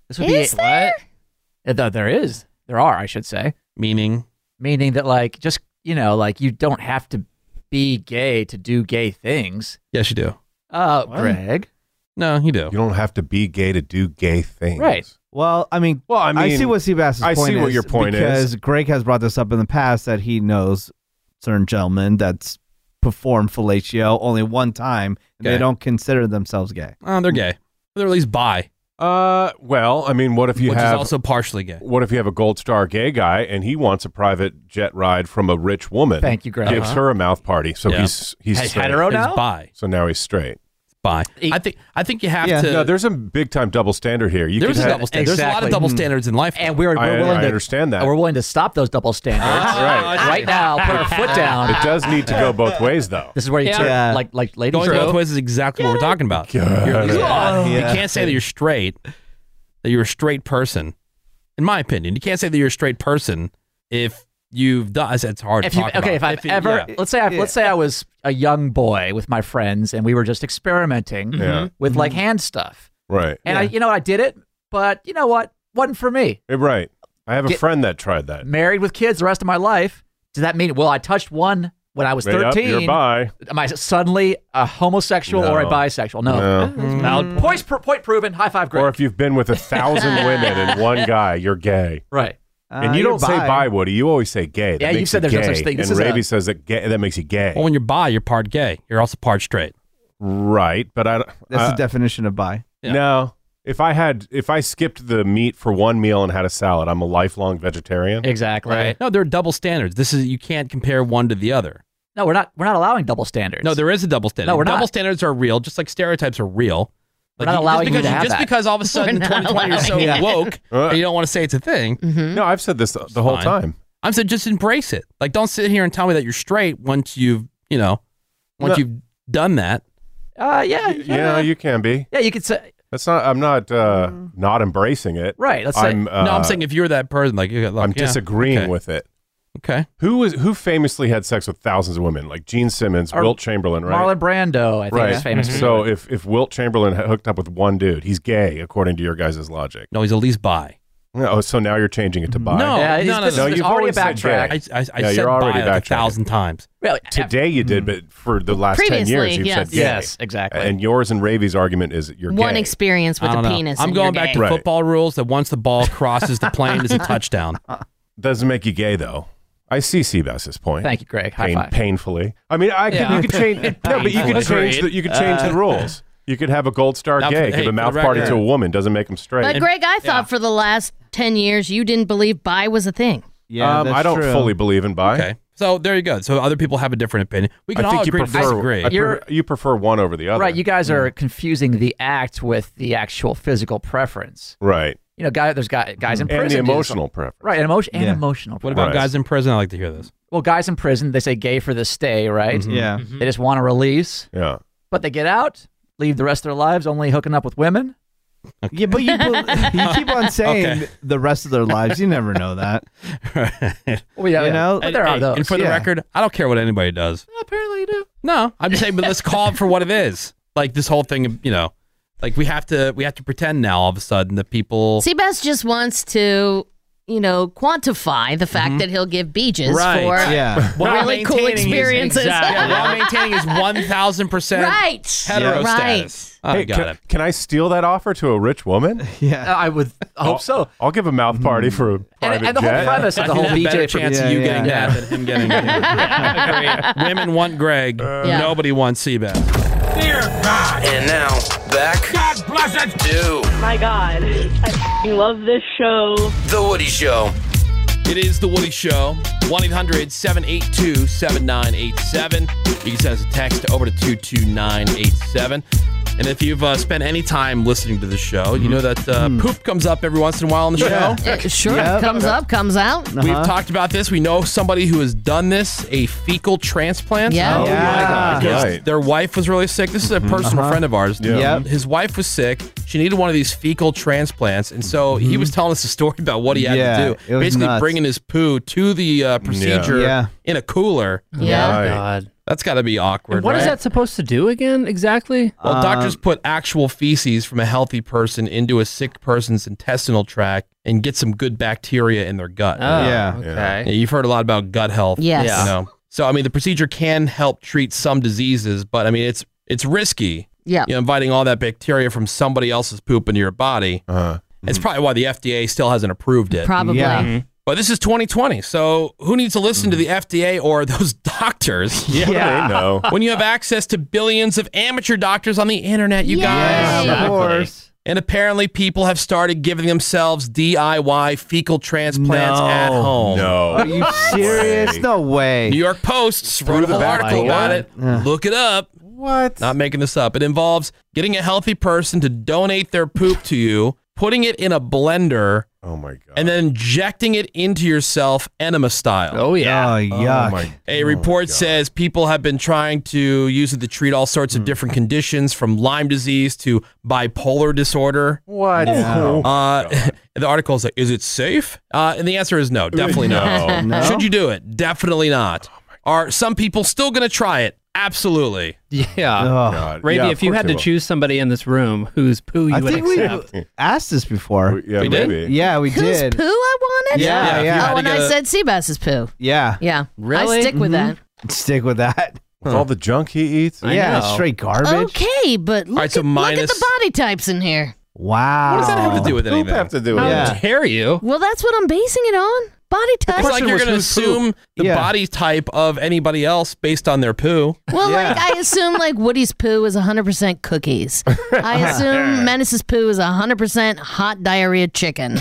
S13: This would
S4: Is
S13: be what? Uh, Th- there is. There are, I should say.
S4: Meaning
S13: meaning that like just, you know, like you don't have to be gay to do gay things.
S4: Yes, you do.
S13: Uh, Greg.
S4: No, you do.
S5: You don't have to be gay to do gay things.
S13: Right.
S7: Well, I mean,
S5: Well, I mean,
S7: see what Seabass's
S5: I
S7: point is.
S5: see what your point is.
S7: because Greg has brought this up in the past that he knows certain gentlemen that's performed fellatio only one time. and
S5: Okay.
S7: They don't consider themselves gay.
S4: Oh, they're gay. They're at least bi.
S5: Uh, well, I mean, what if you
S4: Which is
S5: have
S4: also partially gay?
S5: What if you have a gold star gay guy and he wants a private jet ride from a rich woman?
S13: Thank you, Greg.
S5: Gives
S13: Uh-huh.
S5: her a mouth party, so
S13: Yeah.
S5: he's he's
S13: Hey,
S5: straight.
S13: hetero He's now?
S4: bi.
S5: So now he's straight.
S4: Bi. I think I think you have
S5: yeah.
S4: to.
S5: No, there's a big time double standard here. You
S4: There's
S5: could
S4: a
S5: have-
S4: double standard. There's a lot of
S13: Exactly.
S4: double
S13: Mm.
S4: standards in life.
S13: And we're, we're
S5: Hmm. I-
S13: willing
S5: I
S13: to
S5: understand that.
S13: We're willing to stop those double standards.
S5: right.
S13: Right now, put our foot down.
S5: It does need to go both ways, though.
S13: This is where you
S4: Yeah.
S13: turn
S4: Yeah.
S13: like like ladies.
S4: Going both ways is exactly what we're talking about. You're- you're-
S13: Yeah.
S4: You
S13: Yeah.
S4: can't say that you're straight, that you're a straight person. In my opinion, you can't say that you're a straight person if you've done. It's it's hard.
S13: If
S4: to
S13: you,
S4: talk about.
S13: okay, if I've
S4: you-
S13: ever
S4: yeah.
S13: let's say I, let's say I was a young boy with my friends and we were just experimenting
S5: Yeah.
S13: with like hand stuff,
S5: Mm-hmm. Right.
S13: and I you know I did it, but you know what wasn't for me.
S5: Eh, right. I have a
S13: Get-
S5: friend that tried that.
S13: Married with kids the rest of my life. Does that mean well I touched one when I was
S5: Right up,
S13: thirteen?
S5: you're bi.
S13: Am I suddenly a homosexual or a
S5: No.
S13: bisexual? No.
S5: No. Mm.
S13: Valid. Points pr- point proven. High five, Greg.
S5: Or if you've been with a thousand women and one guy, you're gay.
S13: Right.
S5: and
S13: Uh,
S5: you
S13: you're
S5: don't say
S13: bi.
S5: bi, Woody. You always say gay. That
S13: Yeah, you
S5: makes
S13: said there's
S5: gay.
S13: no such thing. This
S5: and
S13: is a-
S5: Ravi says that gay, that makes you gay.
S4: well, when you're bi, you're part gay. You're also part straight.
S5: Right, but I don't.
S7: That's
S5: uh,
S7: the definition of bi.
S5: No, if I had, if I skipped the meat for one meal and had a salad, I'm a lifelong vegetarian.
S13: Exactly.
S4: Right. No, there are double standards. This is you can't compare one to the other.
S13: No, we're not. We're not allowing double standards.
S4: No, there is a double standard.
S13: No, we're not.
S4: double standards are real, just like stereotypes are real.
S13: We're
S4: Like,
S13: not
S4: you- just
S13: allowing you
S4: because
S13: to have
S4: just
S13: that.
S4: because all of a
S13: We're
S4: sudden
S13: not
S4: 2020 you're so
S13: allowing Mm-hmm. that.
S4: woke, and you don't want to say it's a thing.
S5: No, I've said this the whole time.
S4: I'm saying just embrace it. Like, don't sit here and tell me that you're straight once you've you know
S5: No.
S4: once you've done that.
S13: Uh, yeah, yeah.
S5: Yeah, you can be.
S13: Yeah, you could say.
S5: That's not. I'm not uh, not embracing it. I'm, uh,
S4: no. I'm saying if you're that person, like, you
S5: I'm disagreeing with it.
S4: Okay.
S5: Who was who famously had sex with thousands of women, like Gene Simmons,
S13: Or
S5: Wilt Chamberlain, right?
S13: Marlon Brando, I think,
S5: right. Mm-hmm.
S13: is famous.
S4: Mm-hmm.
S13: for
S5: So
S13: that.
S5: if if Wilt Chamberlain hooked up with one dude, he's gay according to your guys' logic.
S4: No, he's at least bi.
S5: Oh, so now you're changing it to buy?
S4: No, Yeah, no, no, it's- no, it's
S5: you've
S4: already
S5: always said
S4: backtracked.
S5: day.
S4: I- I- I
S5: yeah,
S4: said
S5: you're already
S4: buy like a
S5: backtracking.
S4: thousand times.
S5: Today you did, but for the last ten years
S10: Previously,
S5: you've
S10: yes.
S5: said gay.
S10: Yes,
S13: Mm-hmm. exactly.
S5: And yours and Ravi's argument is that you're
S10: One
S5: gay.
S10: experience with
S5: I
S10: a
S5: don't know.
S10: penis.
S4: I'm
S10: and
S4: going
S10: you're
S4: back
S10: gay.
S4: to football rules that once the ball crosses the plane is a touchdown.
S5: Doesn't make you gay though. I see Seabass's point.
S4: Thank you, Greg. High five.
S5: Painfully. I mean, I could,
S4: Yeah.
S5: you could change. no, but you could
S4: Painfully.
S5: change. The, you could change
S4: Uh,
S5: the rules. You could have a gold star
S4: Now for-
S5: gay,
S4: hey,
S5: give
S4: for
S5: a
S4: the
S5: mouth party
S4: record.
S5: to a woman. Doesn't make them straight.
S10: But Greg, I thought for the last ten years you didn't believe bi was a thing.
S5: um, I don't fully believe in bi.
S4: Okay. So there you go. So other people have a different opinion. We can
S5: I
S4: all
S5: think you
S4: agree to
S5: prefer.
S4: disagree.
S5: I pre- you prefer one over the other. Mm.
S13: Right, you guys are confusing the act with the actual physical preference.
S5: Right. Mm-hmm.
S13: You know, guy, there's guy, guys in
S4: And the
S13: prison. do this.
S4: emotional preference.
S13: Right, and, emotion, and
S4: Yeah.
S13: emotional
S4: What about
S13: preference.
S4: guys in prison? I like to hear this.
S13: Well, guys in prison, they say gay for the stay, right? Mm-hmm.
S4: Mhm. Yeah.
S13: They just want to release.
S5: Mm-hmm. Yeah.
S13: But they get out, leave the rest of their lives only hooking up with women.
S24: Yeah, but you, bel- you keep on saying the rest of their lives. You never know that.
S13: Well, yeah,
S24: You
S13: yeah.
S24: know?
S13: But there are
S4: Hey,
S13: those.
S4: And for the
S13: Yeah.
S4: record, I don't care what anybody does.
S13: Apparently you do.
S4: No, I'm just saying, but let's call it for what it is. Like this whole thing, of, you know, like we have to we have to pretend now all of a sudden that people
S10: Seabass just wants to, you know, quantify the
S4: Mm-hmm.
S10: fact that he'll give beaches for really cool
S4: maintaining his-
S10: experiences.
S4: exactly. While maintaining his one thousand percent
S10: Right.
S4: hetero
S10: Yeah.
S4: status. I
S5: Hey,
S4: got
S5: can,
S4: it.
S5: can I steal that offer to a rich woman?
S24: Yeah,
S13: Uh, I would
S5: hope so. I'll give a mouth party for a private
S13: and the whole
S5: jet.
S13: premise of the
S4: I
S13: whole
S4: think there's a better
S13: BJ for-
S4: chance of
S13: Yeah,
S4: you
S13: yeah,
S4: getting
S13: yeah.
S4: that than him getting it. Women want Greg. Nobody wants Seabass.
S12: And now, back. God bless it. To
S2: My God, I f***ing love this show.
S12: The Woody Show.
S4: It is The Woody Show. 1 800 782 7987. You can send us a text over to 22987. And if you've uh, spent any time listening to the show, you know that uh, poop comes up every once in a while on the
S10: Mm-hmm. Mm. Yeah.
S4: show.
S10: Uh, Sure, comes up, comes out.
S24: Uh-huh.
S4: We've talked about this. We know somebody who has done this, a fecal transplant.
S10: Yeah. Oh, Yeah. my God.
S4: Because
S10: Right.
S4: Their wife was really sick. This is a personal
S24: Uh-huh.
S4: friend of ours.
S24: Yeah. Yep.
S4: His wife was sick. She needed one of these fecal transplants. And so he was telling us a story about what he had
S24: Mm-hmm. Yeah,
S4: to do.
S24: it was
S4: Basically
S24: nuts.
S4: bringing his poo to the uh, procedure
S24: Yeah.
S4: in a cooler.
S24: Yeah. Right.
S4: God. That's got to be awkward,
S21: And what
S4: right?
S21: is that supposed to do again exactly?
S4: Well,
S13: Um,
S21: Um,
S4: doctors put actual feces from a healthy person into a sick person's intestinal tract and get some good bacteria in their gut.
S21: Oh, Yeah. okay.
S4: Yeah, You've heard a lot about gut health.
S21: Yes. Yeah.
S4: You know? So, I mean, the procedure can help treat some diseases, but I mean, it's it's risky.
S10: Yeah.
S4: You know, inviting all that bacteria from somebody else's poop into your body.
S5: Uh-huh.
S4: Uh, It's probably why the FDA still hasn't approved it.
S10: Probably. Yeah.
S5: Mm-hmm.
S10: Mhm.
S4: But this is 2020, so who needs to listen to the FDA or those doctors?
S5: Yeah, Yeah. they know.
S4: When you have access to billions of amateur doctors on the internet, you guys.
S5: Yeah, of course.
S4: And apparently, people have started giving themselves DIY fecal transplants
S24: No.
S4: at home.
S24: No. Are you serious? No way.
S4: New York Post wrote a
S24: the
S4: whole
S24: back
S4: article
S24: door.
S4: about it. Look it up.
S24: What?
S4: Not making this up. It involves getting a healthy person to donate their poop to you, putting it in a blender.
S5: Oh my god.
S4: And then injecting it into yourself enema style. Oh
S24: yeah. Oh, yuck. my-
S4: a report says people have been trying to use it to treat all sorts
S5: Hmm.
S4: of different conditions from Lyme disease to bipolar disorder.
S5: What?
S4: Uh, the article is like, is it safe? Uh, and the answer is no, definitely
S5: No.
S4: not.
S5: No?
S4: Should you do it? Definitely not.
S24: Oh
S4: Are some people still going to try it? Absolutely.
S21: Yeah.
S4: God.
S21: Ravi,
S4: Yeah, of
S21: Oh, if you
S4: course
S21: had
S4: they
S21: to
S4: will.
S21: choose somebody in this room whose poo you
S24: I
S21: would
S24: think
S21: accept.
S24: we asked this before.
S5: Yeah,
S24: we
S21: did?
S24: did. Yeah, we
S10: Whose
S24: did.
S10: poo I wanted?
S24: Yeah, Yeah, yeah.
S10: Oh,
S24: you
S10: and
S24: had to
S10: I said
S24: go-
S10: Seabass's poo.
S24: Yeah.
S10: Yeah.
S24: Really?
S10: I stick with
S24: Mhm.
S10: that.
S24: Stick with that.
S5: With all the junk he eats.
S24: Yeah, it's straight garbage.
S10: Okay, but look,
S4: right, so
S10: at, look at
S4: minus-
S10: the body types in here.
S24: Wow.
S4: What Oh, does that have to
S5: Oh,
S4: do with anything? have to do
S24: with How it?
S4: dare you?
S10: Well, that's what I'm basing it on. Body type.
S4: It's like you're going to assume the
S24: Yeah.
S4: body type of anybody else based on their poo.
S10: Well, like I assume like Woody's poo is 100% cookies. I assume Menace's poo is 100% hot diarrhea chicken.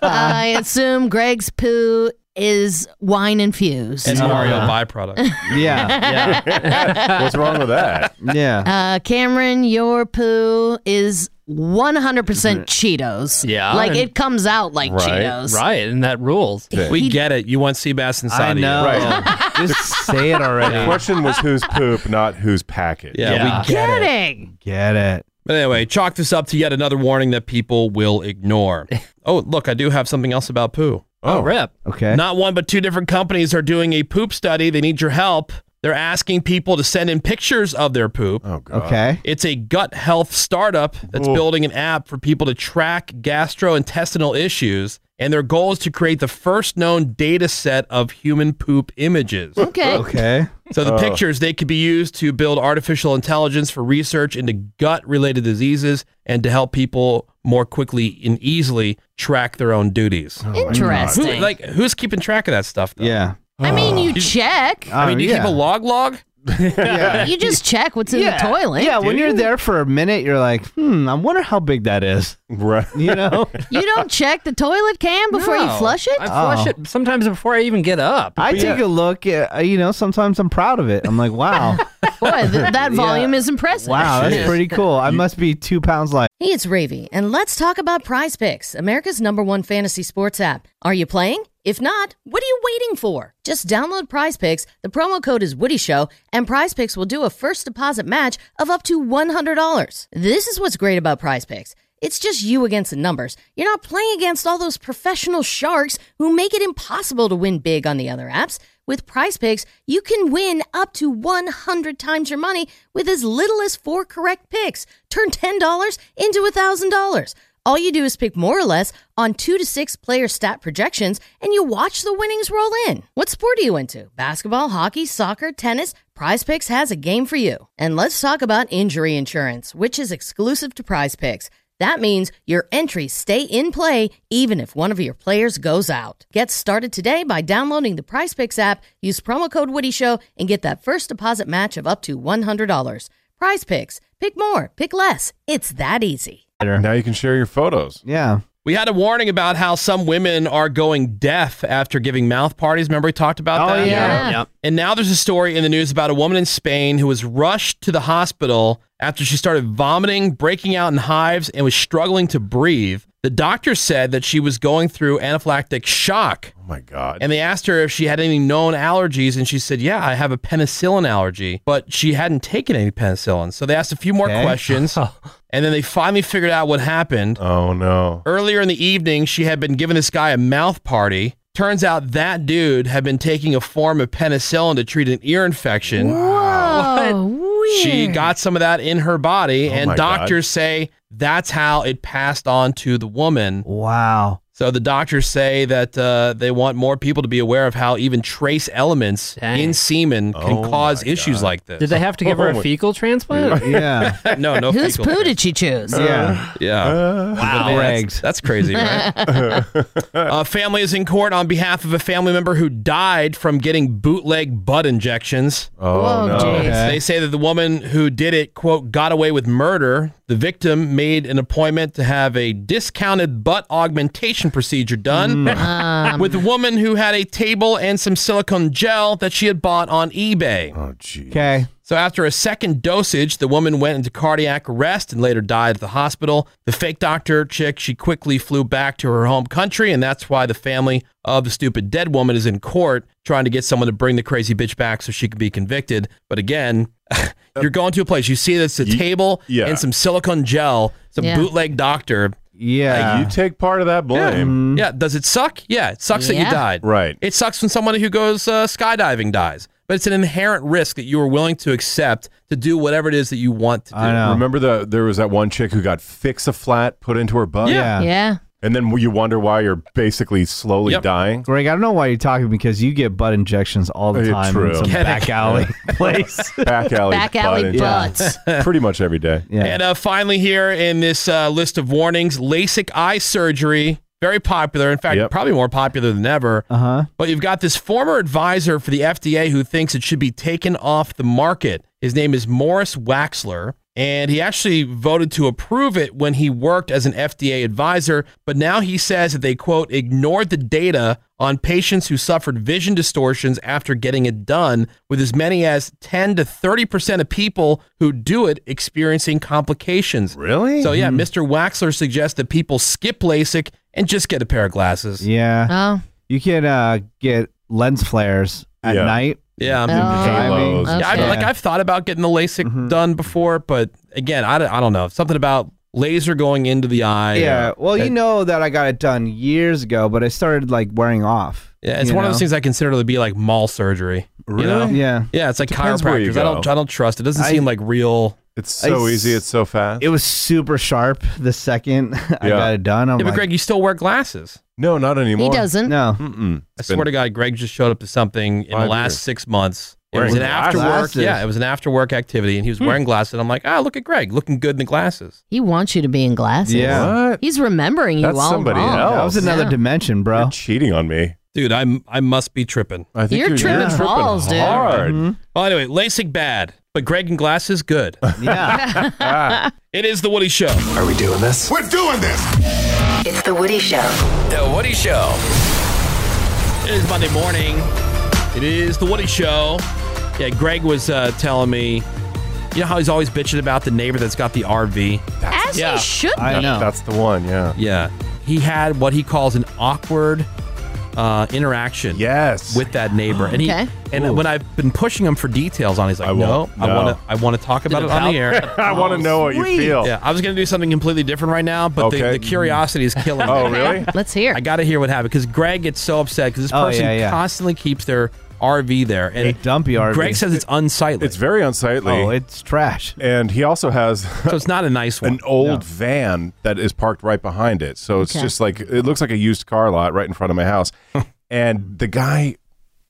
S10: I assume Greg's poo is wine infused.
S4: It's Oreo byproduct.
S24: Yeah.
S5: What's wrong with that?
S24: Yeah.
S10: Uh, Cameron, your poo is 100% Cheetos.
S21: Yeah.
S10: Like it comes out like
S4: Right.
S10: Cheetos.
S21: Right, and that rules.
S4: We get it. You want Seabass inside
S24: I
S4: of you.
S24: know.
S5: Right.
S24: Just say it already.
S5: The question was whose poop, not whose package.
S4: Yeah, we get it.
S10: Kidding.
S24: Get it.
S4: But anyway, chalk this up to yet another warning that people will ignore. oh, look, I do have something else about poo.
S24: Oh, rip. Okay.
S4: Not one, but two different companies are doing a poop study. They need your help. They're asking people to send in pictures of their poop. Oh, God.
S24: Okay.
S4: It's a gut health startup that's building an app for people to track gastrointestinal issues. And their goal is to create the first known data set of human poop images.
S24: Okay. Okay.
S4: So the
S24: Oh.
S4: pictures, they could be used to build artificial intelligence for research into gut related diseases and to help people more quickly and easily track their own duties.
S10: Interesting.
S4: Who- like, who's keeping track of that stuff, though? Yeah.
S10: I mean,
S8: Oh.
S10: you check.
S4: I mean, do you keep a log log?
S10: Yeah. You just check what's in the toilet.
S24: Yeah, when you're there for a minute, you're like, hmm, I wonder how big that is.
S5: Right.
S24: You know?
S10: You don't check the toilet can before you
S24: No.
S10: flush it?
S24: I flush Oh. it
S21: sometimes before I even get up.
S24: I take a look at, uh, you know, sometimes I'm proud of it. I'm like, wow.
S10: Boy, th- that
S24: Yeah.
S10: volume is impressive.
S24: wow, that's pretty cool. I must be two pounds light.
S10: Hey, it's Ravy, and let's talk about Prize Picks, America's number one fantasy sports app. Are you playing? If not, what are you waiting for? Just download Prize Picks. The promo code is Woody Show, and Prize Picks will do a first deposit match of up to $100. This is what's great about Prize Picks. It's just you against the numbers. You're not playing against all those professional sharks who make it impossible to win big on the other apps. With Prize Picks, you can win up to 100 times your money with as little as four correct picks. Turn $10 into $1,000. All you do is pick more or less on two to six player stat projections and you watch the winnings roll in. What sport are you into? Basketball, hockey, soccer, tennis? Prize Picks has a game for you. And let's talk about injury insurance, which is exclusive to Prize Picks. That means your entries stay in play even if one of your players goes out. Get started today by downloading the Price Picks app, use promo code Woody Show, and get that first deposit match of up to $100. Prize Picks. Pick more, pick less. It's that easy.
S5: Now you can share your photos.
S24: Yeah.
S4: We had a warning about how some women are going deaf after giving mouth parties. Remember we talked about
S24: Oh,
S4: that?
S24: yeah. Yeah. Yep.
S4: And now there's a story in the news about a woman in Spain who was rushed to the hospital after she started vomiting, breaking out in hives, and was struggling to breathe. The doctor said that she was going through anaphylactic shock. Oh
S5: my god.
S4: And they asked her if she had any known allergies and she said, "Yeah, I have a penicillin allergy." But she hadn't taken any penicillin. So they asked a few more
S5: Okay.
S4: questions. and then they finally figured out what happened.
S5: Oh no.
S4: Earlier in the evening, she had been giving this guy a mouth party. Turns out that dude had been taking a form of penicillin to treat an ear infection.
S10: Whoa. Weird.
S4: She got some of that in her body,
S5: Oh
S4: and
S5: my God.
S4: doctors say that's how it passed on to the woman.
S24: Wow.
S4: So the doctors say that uh, they want more people to be aware of how even trace elements in semen can
S5: Oh
S4: cause issues like this.
S21: Did they have to give her a fecal transplant?
S4: no, no.
S10: Whose
S4: fecal Uh,
S10: poo did she choose?
S5: Uh,
S4: yeah. Yeah.
S24: Wow.
S4: Man, That's, that's crazy, right? a family is in court on behalf of a family member who died from getting bootleg butt injections.
S5: Oh, Whoa, no. geez. Okay.
S4: They say that the woman who did it, quote, got away with murder. The victim made an appointment to have a discounted butt augmentation procedure done
S10: Mm.
S5: Um,
S4: with a woman who had a table and some silicone gel that she had bought on eBay.
S5: Oh, gee.
S24: Okay.
S4: So after a second dosage, the woman went into cardiac arrest and later died at the hospital. The fake doctor chick, she quickly flew back to her home country, and that's why the family of the stupid dead woman is in court trying to get someone to bring the crazy bitch back so she can be convicted. But again, you're going to a place you see that's a table
S5: yeah.
S4: and some silicone gel, some
S5: Yeah.
S4: bootleg doctor.
S24: Yeah. Mm-hmm.
S5: You take part of that blame.
S4: Yeah. Does it suck? Yeah. It sucks that
S5: Yeah.
S4: you died.
S5: Right.
S4: It sucks when someone who goes uh, skydiving dies. But it's an inherent risk that you are willing to accept to do whatever it is that you want to do.
S5: Remember the there was that one chick who got fix a flat put into her butt.
S4: Yeah.
S10: Yeah.
S5: And then you wonder why you're basically slowly dying.
S24: Greg, I don't know why you're talking because you get butt injections all the
S5: Yeah,
S24: time
S5: true.
S24: in some
S5: Get it.
S24: back alley place.
S5: Back alley.
S24: Back alley
S5: butt injection.
S24: butts.
S5: Pretty much every day.
S4: And uh, finally, here in this uh, list of warnings, LASIK eye surgery, very popular. In fact, probably more popular than ever. Uh huh. But you've got this former advisor for the FDA who thinks it should be taken off the market. His name is Morris Waxler. And he actually voted to approve it when he worked as an FDA advisor. But now he says that they, quote, ignored the data on patients who suffered vision distortions after getting it done, with as many as 10 to 30% of people who do it experiencing complications.
S5: Really?
S4: So, yeah, Mr. Waxler suggests that people skip LASIK and just get a pair of glasses.
S24: Yeah.
S10: Oh.
S24: You can uh, get lens flares at
S4: Yeah.
S24: night.
S4: Yeah,
S24: Oh, Halos.
S4: Yeah, I,
S24: okay.
S4: like I've thought about getting the LASIK
S24: Mm-hmm.
S4: done before, but again, I don't, I don't know. Something about laser going into the eye.
S24: yeah. Well,
S4: That-
S24: you know that I got it done years ago, but I started like wearing off.
S4: Yeah, it's one of those things I consider to be like mall surgery. You know?
S24: Really? Yeah.
S4: Yeah, it's like
S24: Depends where you
S4: chiropractors. I don't
S24: go.
S4: I don't trust. It doesn't
S24: I-
S4: seem like real.
S5: It's
S24: I s- It was super sharp the second
S4: Yeah.
S24: I got it done.
S4: Yeah,
S24: I'm
S4: but
S24: like,
S4: Greg, you still wear glasses.
S5: No, not
S24: anymore. doesn't. No.
S5: Mm-mm.
S4: I swear to God, Greg just showed up to something in the
S5: Five
S4: last
S5: years.
S4: six months. It
S5: Wearing
S4: was an after work.
S5: glasses.
S4: Yeah, it was an after work activity, and he was
S24: Hmm.
S4: wearing glasses. And I'm like, ah, look at Greg, looking good in the glasses.
S10: He wants you to be in glasses.
S4: Yeah. What?
S10: He's remembering you all wrong.
S4: else.
S24: That was another
S4: Yeah.
S24: dimension, bro. You're
S5: cheating on me.
S4: Dude, I'm I must be tripping.
S5: I
S10: think You're you're- tripping you're tripping balls, dude. hard.
S24: Mm-hmm.
S4: Well, anyway, LASIK bad, but Greg and glasses good. Yeah. it is the Woody Show. Are we doing this?
S11: We're doing this.
S3: It's The Woody Show.
S4: The Woody Show. It is Monday morning. It is The Woody Show. Yeah, Greg was uh, telling me, you know how he's always bitching about the neighbor that's got the RV?
S10: As he should be. I know.
S5: That's the one, yeah.
S4: Yeah. He had what he calls an awkward uh, interaction
S5: yes
S4: with that neighbor and he
S10: Okay.
S4: and
S5: Ooh.
S4: when i've been pushing him for details on it, he's like
S5: I
S4: no,
S5: won't.
S4: i
S5: No.
S4: want to i want to talk
S5: Did
S4: about
S5: it
S4: it on the
S5: help?
S4: air
S5: I wanna know what you Sweet. feel.
S4: yeah i was gonna do something completely different right now but the,
S5: Okay.
S4: the curiosity is killing me
S5: Oh, really?
S10: Let's hear.
S4: I got to hear what happened because Greg gets so upset because this
S24: Oh,
S4: person
S24: yeah, yeah.
S4: constantly keeps their RV there. And a
S24: dumpy RV.
S4: Greg says it's unsightly.
S5: It's very unsightly.
S4: Oh,
S24: it's trash.
S5: And he also has
S4: So it's not a nice one.
S5: An old van that is parked right behind it. So it's
S4: Okay.
S5: just like it looks like a used car lot right in front of my house. and the guy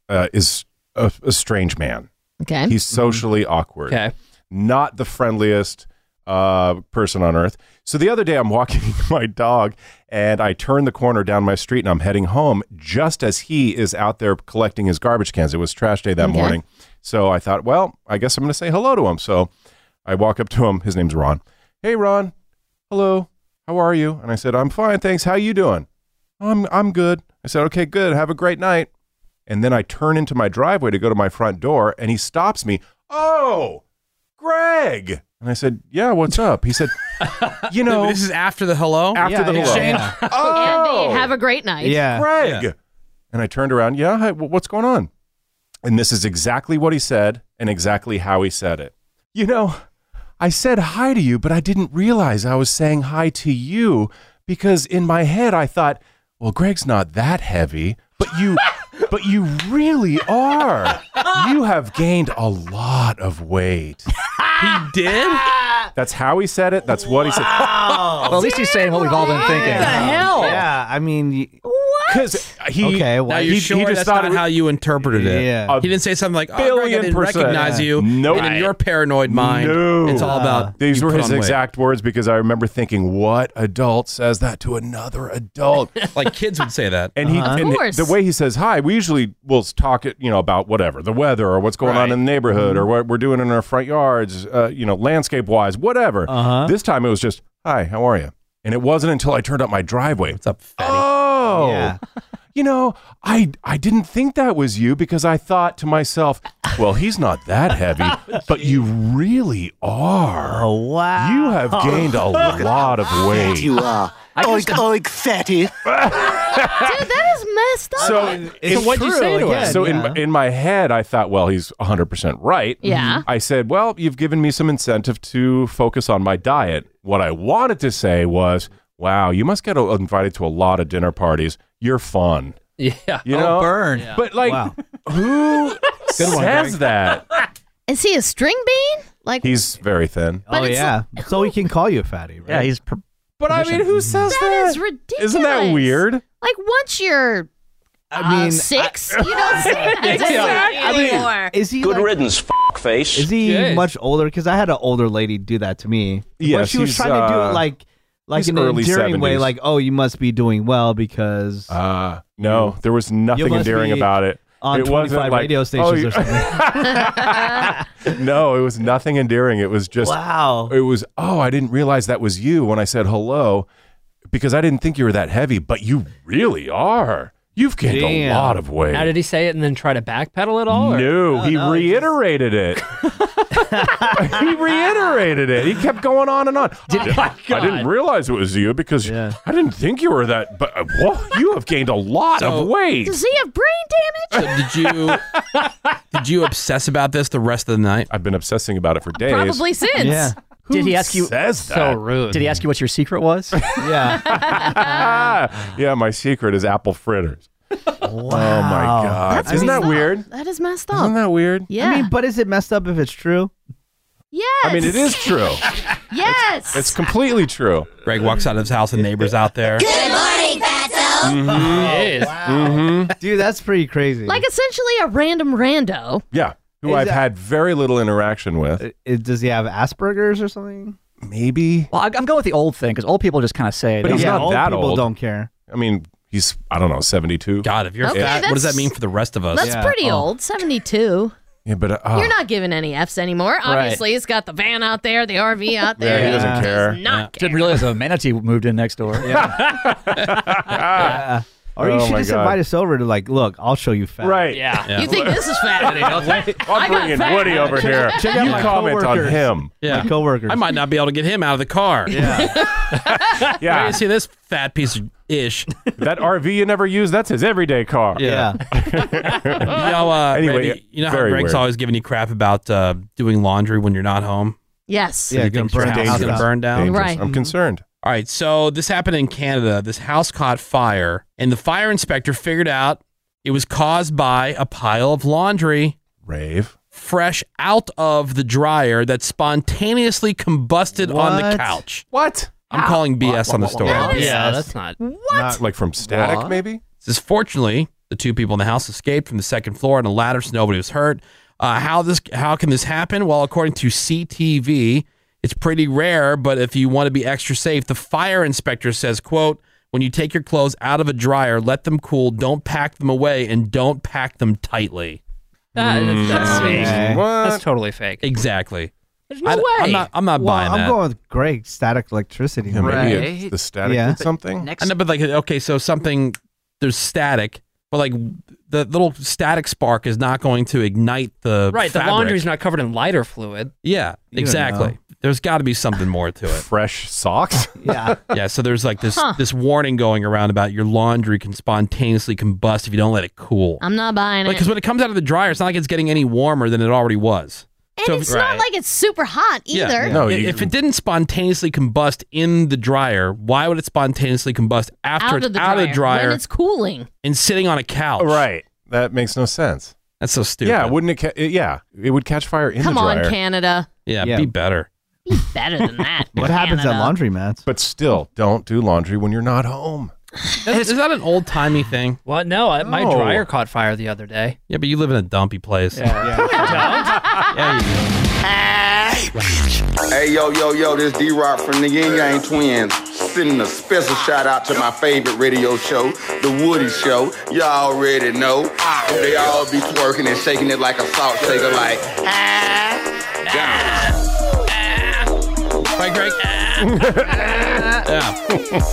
S5: uh, is a, a strange man.
S10: Okay.
S5: He's socially
S4: Mm-hmm.
S5: awkward.
S10: Okay.
S5: Not the friendliest uh, person on earth. So the other day, I'm walking my dog and I turn the corner down my street and I'm heading home just as he is out there collecting his garbage cans. It was trash day that
S24: Okay.
S5: morning. So I thought, well, I guess I'm going to say hello to him. So I walk up to him. His name's Ron. Hey, Ron. Hello. How are you? And I said, I'm fine. Thanks. How you doing? I'm, I'm good. I said, okay, good. Have a great night. And then I turn into my driveway to go to my front door and he stops me. Oh, Greg. And I said, yeah, what's up? He said, you know,
S4: this is after the hello.
S5: After the hello.
S10: Oh. And they have a great night.
S5: it's Greg. And I turned around. Yeah, hi, wh- what's going on? And this is exactly what he said and exactly how he said it. You know, I said hi to you, but I didn't realize I was saying hi to you because in my head I thought, well, Greg's not that heavy, but you, but you really are. You have gained a lot of weight.
S4: He did.
S5: That's how he said it. That's what he said.
S24: well, at least he's saying what we've all been thinking.
S5: the hell?
S24: Yeah, I mean, y-
S5: Because he
S24: Okay,
S4: now
S24: well,
S4: you
S24: he- he
S4: sure
S24: just
S4: that's
S24: thought
S4: not
S24: it-
S4: how you interpreted it?
S24: Yeah.
S4: He didn't say something like, "Oh, Greg, I
S5: billion
S4: didn't
S5: percent.
S4: recognize you."
S5: Nope.
S4: And in your paranoid mind,
S5: No.
S4: it's all about
S5: These
S4: you
S5: were
S4: put
S5: his
S4: on weight.
S5: exact words because I remember thinking, what adult says that to another adult?
S4: like kids would say that.
S5: And he, and the way he says hi, we usually will talk, it, you know, about whatever the weather or what's going on in the neighborhood or what we're doing in our front yards, uh, you know, landscape wise, whatever.
S24: Uh-huh.
S5: This time it was just, "Hi, how are you?" And it wasn't until I turned up my driveway. What's
S4: up?
S5: Oh, you know, I I didn't think that was you because I thought to myself, well, he's not that heavy, but you really are. Oh wow! You have gained a lot of weight.
S11: You are. Oh,
S5: I
S11: Oink, oink, fatty.
S10: Dude, that is messed up.
S5: So, in- So in, in my head, I thought, well, he's 100% right. Mm-hmm.
S10: Yeah.
S5: I said, well, you've given me some incentive to focus on my diet. What I wanted to say was, wow, you must get a- invited to a lot of dinner parties. You're fun.
S21: Yeah.
S8: Oh,
S5: You know? But like, who
S24: Oh, Good one,
S5: says
S24: Greg.
S5: that?
S10: Is he a string bean? Like
S5: He's very thin.
S10: But
S24: oh
S10: it's
S24: yeah. so we can call you a fatty, right? Yeah, he's.
S5: But I mean, who says
S10: that is ridiculous.
S5: Isn't that weird?
S10: Like once you're, I
S24: mean,
S10: six, you don't say that
S11: Yeah.
S10: to me anymore.
S24: Is he
S11: Good
S24: like-
S11: riddance,
S24: face? Is he
S11: Jeez.
S24: much older? Because I had an older lady do that to me.
S11: Yes,
S24: but she was
S11: he's,
S24: trying to do
S11: uh,
S24: it like, like
S5: he's
S24: in an
S5: early
S24: endearing way,
S5: 70s.
S24: like, oh, you must be doing well because.
S5: Uh, no, there was nothing
S24: must
S5: endearing
S24: be
S5: about it.
S24: on
S5: it wasn't
S24: 25
S5: like,
S24: radio
S5: "Oh,
S24: stations
S5: you-
S24: or something.
S5: no, it was nothing endearing. It was just
S24: wow.
S5: It was oh, I didn't realize that was you when I said hello because I didn't think you were that heavy, but you really are. You've gained a lot of weight.
S21: How did he say it and then try to backpedal at all?
S5: no,
S21: or-
S10: Oh,
S5: he reiterated it. he reiterated it. He kept going on and on. I, I didn't realize it was you because I didn't think you were that. But uh, whoa, you have gained a lot
S4: So-
S5: of weight.
S10: Does he have brain
S4: So did you did you obsess about this the rest of the night?
S5: I've been obsessing about it for days.
S10: Probably since. Yeah.
S13: Did he ask you?
S5: says that?
S13: Did he ask you what your secret was?
S5: Ah. yeah, my secret is apple fritters. Oh my god!
S24: That's
S5: Isn't that
S24: messed up.
S5: weird?
S10: That is messed
S5: Isn't
S10: up.
S5: that weird?
S10: Yeah.
S24: I mean, but is it messed up if it's true?
S10: Yes.
S5: I mean, it is true.
S10: Yes.
S5: It's completely true.
S4: Greg walks out of his house and neighbors out there.
S5: Mhm. Mhm.
S24: Dude, that's pretty crazy.
S10: Like essentially a random rando.
S5: Yeah, who
S10: Oh. Is
S5: I've
S10: that-
S5: had very little interaction with.
S24: Uh, does he have Asperger's or something?
S5: Maybe.
S13: Well, I, I'm going with the old thing because old people just kind of say.
S5: But
S13: they
S5: he's
S13: don't-
S5: not that old.
S24: care.
S5: I mean, he's I don't know, seventy-two. Oh.
S4: God, if you're
S10: Okay, fat, what does that's- that mean
S4: for the rest of Oh.
S10: That's pretty old, 72.
S5: Yeah, but
S4: Ah.
S5: uh,
S10: You're not giving any Fs anymore. Obviously, he's got the van out there, the RV out there. He Does not
S13: Didn't realize a manatee moved in next door.
S24: Or you
S13: Oh
S24: should
S13: my
S24: just
S13: God.
S24: invite us over to like, look, I'll show you fat.
S5: Right.
S13: Yeah.
S24: Yeah.
S10: You think this is fat?
S5: I'm bringing Woody over
S24: Check-
S5: here.
S24: check out
S5: you
S24: my
S5: comment on
S24: coworkers.
S5: him.
S4: Yeah. I might not be able to get him out of the car. Yeah.
S5: Yeah.
S4: You see this fat piece of ish.
S5: That RV you never use, that's his everyday car.
S4: Yeah. You know, uh,
S5: Anyway,
S4: Randy, you know how
S5: very
S4: Greg's
S5: weird.
S4: always giving you crap about uh, doing laundry when you're not home?
S10: Yes.
S4: Yeah, gonna burn down. Gonna burn down.
S5: Dangerous.
S4: Right.
S5: I'm concerned.
S4: All right, so this happened in Canada. This house caught fire, and the fire inspector figured out it was caused by a pile of laundry.
S5: Rave.
S4: Fresh out of the dryer that spontaneously combusted on the
S5: What?
S4: couch.
S5: What? Ah.
S4: I'm calling BS on the story.
S21: Yeah, that's not.
S5: Not like from static,
S4: What?
S5: maybe?
S4: Says, fortunately, the two people in the house escaped from the second floor on a ladder, so nobody was hurt. Uh, how this? How can this happen? Well, according to CTV, it's pretty rare, but if you want to be extra safe, the fire inspector says, "quote When you take your clothes out of a dryer, let them cool. Don't pack them away, and don't pack them tightly."
S21: That-
S5: Mm,
S21: that's fake.
S24: Okay.
S21: That's totally fake.
S4: Exactly.
S21: There's no
S4: I-
S21: way.
S4: I'm not. I'm not
S24: Well,
S4: buying
S24: I'm
S4: that.
S24: going with Greg static electricity.
S5: maybe it's Right. the static did something.
S4: I know, but like, okay, so something there's static, but like the little static spark is not going to ignite the
S21: Right, the
S4: fabric.
S21: laundry's not covered in lighter fluid.
S4: Yeah,
S21: You don't
S4: exactly.
S21: know.
S4: There's got to be something more to it.
S5: Fresh socks.
S24: yeah.
S4: Yeah. So there's like this
S10: Huh.
S4: this warning going around about your laundry can spontaneously combust if you don't let it cool.
S10: I'm not buying it.
S4: Because when it comes out of the dryer, it's not like it's getting any warmer than it already was.
S10: and it's not like it's super hot either.
S4: Yeah. No, if it didn't spontaneously combust in the dryer, why would it spontaneously combust after
S10: out
S4: it's
S10: of the
S4: out
S10: dryer,
S4: of the dryer
S10: when it's cooling.
S4: and sitting on a couch?
S5: Right. That makes no sense.
S4: That's so stupid.
S5: Yeah, wouldn't it? Ca- it- yeah, it would catch fire in
S10: Come
S5: the dryer.
S10: on, Canada.
S4: Yeah,
S5: Yeah.
S4: be better.
S10: Be better than that.
S5: What happens at
S10: Canada.
S24: laundromats?
S5: But still, don't do laundry when you're not home.
S4: Is, is that an old timey thing?
S21: Well, no, I- my
S5: No.
S21: dryer caught fire the other day.
S4: Yeah, but you live in a dumpy place.
S21: Yeah.
S20: Hey, yo, yo, yo, this D Rock from the Yin Yang Twins. Sending a special shout out to my favorite radio show, The Woody Show. Y'all already know. Ah, They all be twerking and shaking it like a salt shaker, like, "Ah,
S4: Right, Greg? yeah.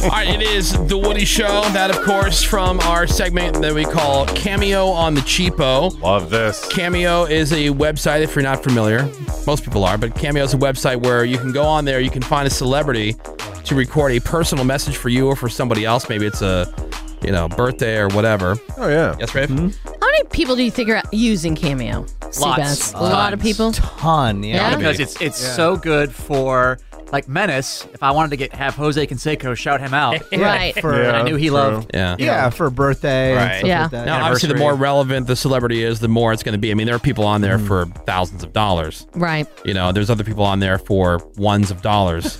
S4: All right, it is The Woody Show. That, of course, from our segment that we call Cameo on the Cheapo.
S5: Love this.
S4: Cameo is a website, if you're not familiar, most people are, but Cameo is a website where you can go on there, you can find a celebrity to record a personal message for you or for somebody else. Maybe it's a, you know, birthday or whatever.
S5: Oh, yeah.
S4: Yes, Rafe?
S24: Mm-hmm.
S10: How many people do you think are using Cameo? Seabass. a lot of people.
S24: Ton,
S10: Yeah?
S13: Because it's it's
S10: Yeah.
S13: so good for like Menace. If I wanted to get have Jose Canseco shout him out,
S10: Right.
S13: For, and I knew he loved.
S4: Yeah.
S13: you
S24: Yeah,
S13: know,
S24: for birthday. and stuff
S13: Yeah.
S24: like that.
S4: Now, obviously, the more relevant the celebrity is, the more it's going to be. I mean, there are people on there
S5: Mm.
S4: for thousands of dollars.
S10: Right.
S4: You know, there's other people on there for ones of dollars.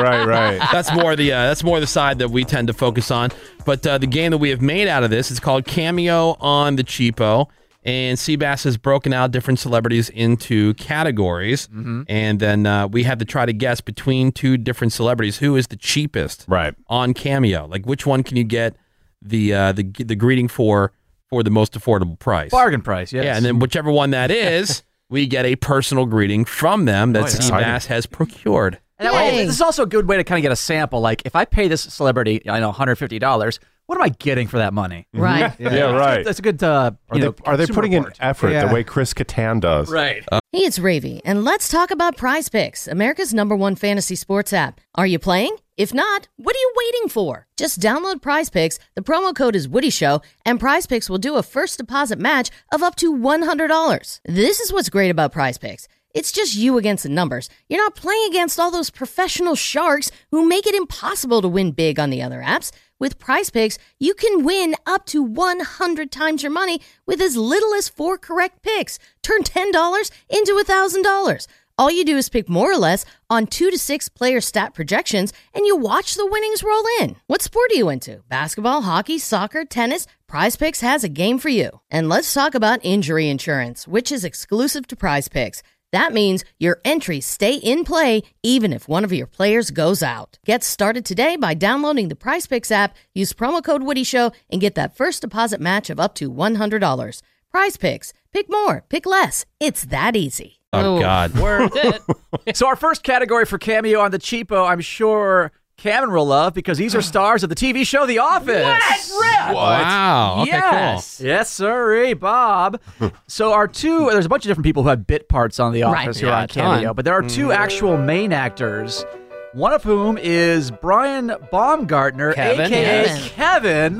S5: Right, right.
S4: that's more the uh, that's more the side that we tend to focus on. But uh, the game that we have made out of this is called Cameo on the Cheapo, and Seabass has broken out different celebrities into categories, and then uh, we had to try to guess between two different celebrities who is the cheapest,
S5: right,
S4: on Cameo. Like which one can you get the uh, the the greeting for for the most affordable price,
S13: bargain price. Yes.
S4: yeah, and then whichever one that is. We get a personal greeting from them that
S13: Oh, yeah.
S4: Seabass has procured.
S13: And that way- this is also a good way to kind of get a sample. Like if I pay this celebrity, I know, one hundred fifty dollars. What am I getting for that money?
S10: Right.
S5: Mm-hmm. Yeah, right.
S13: Mm-hmm. That's a good. Uh,
S5: Are
S13: you
S5: they,
S13: know,
S5: are they
S13: consumer
S5: putting
S13: report.
S5: in effort
S13: Yeah.
S5: the way Chris Catan does?
S13: Right.
S4: Uh,
S10: Hey, it's Ravy, and let's talk about Prize Picks, America's number one fantasy sports app. Are you playing? If not, what are you waiting for? Just download Prize Picks. The promo code is Woody Show, and Prize Picks will do a first deposit match of up to $100. This is what's great about Prize Picks. It's just you against the numbers. You're not playing against all those professional sharks who make it impossible to win big on the other apps. With prize picks, you can win up to 100 times your money with as little as four correct picks. Turn $10 into $1,000. All you do is pick more or less on two to six player stat projections and you watch the winnings roll in. What sport are you into? Basketball, hockey, soccer, tennis? Prize Picks has a game for you. And let's talk about injury insurance, which is exclusive to Prize Picks. That means your entries stay in play even if one of your players goes out. Get started today by downloading the Prize Picks app, use promo code WoodyShow, and get that first deposit match of up to $100. Prize Picks. Pick more, pick less. It's that easy.
S4: Oh, God.
S13: Worth it. so our first category for cameo on the cheapo, I'm sure Cameron will love because these are stars of the TV show The Office.
S4: What? Rip? Wow. Okay, cool.
S13: yes. Yes, sir, Bob. so our two there's a bunch of different people who have bit parts on The
S4: Right.
S13: Office who
S4: Yeah,
S13: are
S4: a
S13: on
S4: ton.
S13: cameo, but there are two actual main actors. One of whom is Brian Baumgartner,
S4: Kevin,
S13: aka
S4: yes.
S13: Kevin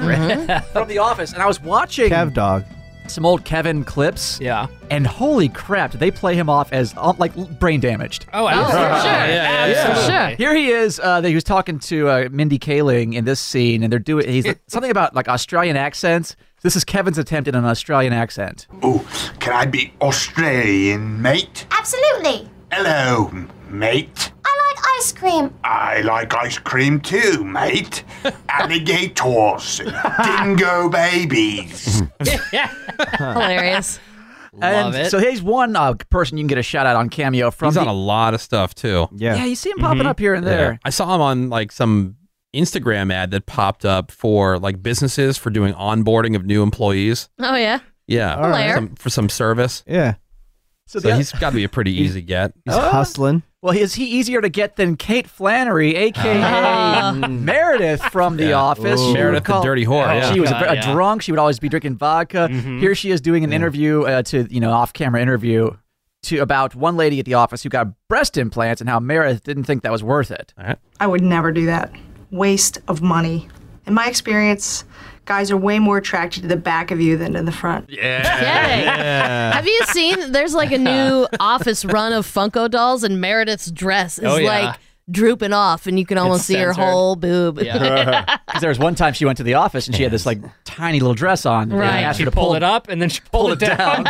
S13: from The Office. And I was watching Kev
S24: Dog.
S13: Some old Kevin clips.
S21: Yeah.
S13: And holy crap, did they play him off as um, like l- brain damaged?
S21: Oh, absolutely.
S13: Yeah, yeah, yeah. Here he is. Uh, that he was talking to uh, Mindy Kaling in this scene, and they're doing he's something about like Australian accents. This is Kevin's attempt at an Australian accent.
S25: Oh, can I be Australian, mate?
S18: Absolutely.
S25: Hello, m- mate.
S18: I like ice cream.
S25: I like ice cream too, mate. Alligators, dingo babies.
S10: Hilarious.
S13: And
S4: Love it.
S13: So he's one uh, person you can get a shout out on Cameo from.
S4: He's
S13: the-
S4: on a lot of stuff too.
S13: Yeah, you see him popping up here and there.
S4: I saw him on like some Instagram ad that popped up for like businesses for doing onboarding of new employees.
S10: Oh, yeah.
S4: Yeah,
S10: All right.
S4: some, for some service.
S24: Yeah. Oh.
S4: So,
S13: the-
S4: he's got to be a pretty easy get.
S24: He's hustling.
S13: well, is he easier to get than Kate Flannery, aka Meredith from The
S4: Yeah.
S13: Office?
S4: Ooh.
S13: You
S4: Meredith the
S13: recall-
S4: dirty whore, yeah.
S13: She was a,
S4: God,
S13: a
S4: yeah.
S13: drunk. She would always be drinking vodka.
S21: Mm-hmm.
S13: Here she is doing an interview uh, to you know off-camera interview to about one lady at the office who got breast implants and how Meredith didn't think that was worth it.
S9: I would never do that. Waste of money. In my experience, guys are way more attracted to the back of you than to the front.
S10: Yeah. Have you seen? There's like a new office run of Funko dolls, and Meredith's dress is
S13: Oh, yeah.
S10: like drooping off, and you can almost
S13: It's
S10: see her
S13: censored.
S10: whole boob.
S13: Because there was one time she went to the office and she had this like tiny little dress on. and they
S21: Right.
S13: asked
S21: She
S13: her to
S21: pulled
S13: pull
S21: it up and then she pulled,
S13: it down.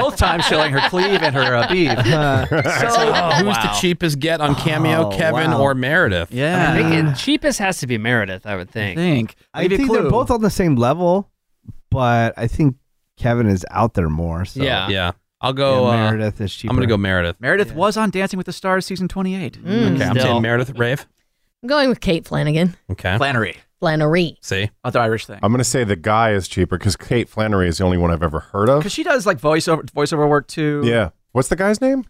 S13: Both times showing her cleave and her uh, beef.
S4: So
S21: uh,
S4: who's the cheapest get on Cameo,
S21: Oh,
S4: Kevin
S21: wow.
S4: or Meredith?
S21: I think it, cheapest has to be Meredith, I would think.
S13: think.
S24: I think they're both on the same level, but I think Kevin is out there more. So.
S4: Yeah. Yeah. I'll go.
S24: Yeah,
S4: uh,
S24: Meredith is cheaper.
S4: I'm gonna go Meredith.
S13: Meredith was on Dancing with the Stars season 28.
S10: Mm.
S4: Okay, I'm saying Meredith Rave.
S10: I'm going with Kate Flanagan.
S4: Okay.
S13: Flannery.
S10: Flannery.
S4: See?
S13: Other Irish thing.
S5: I'm going to say the guy is cheaper because Kate Flannery is the only one I've ever heard of.
S13: Because she does like voiceover voiceover work too.
S5: Yeah. What's the guy's name?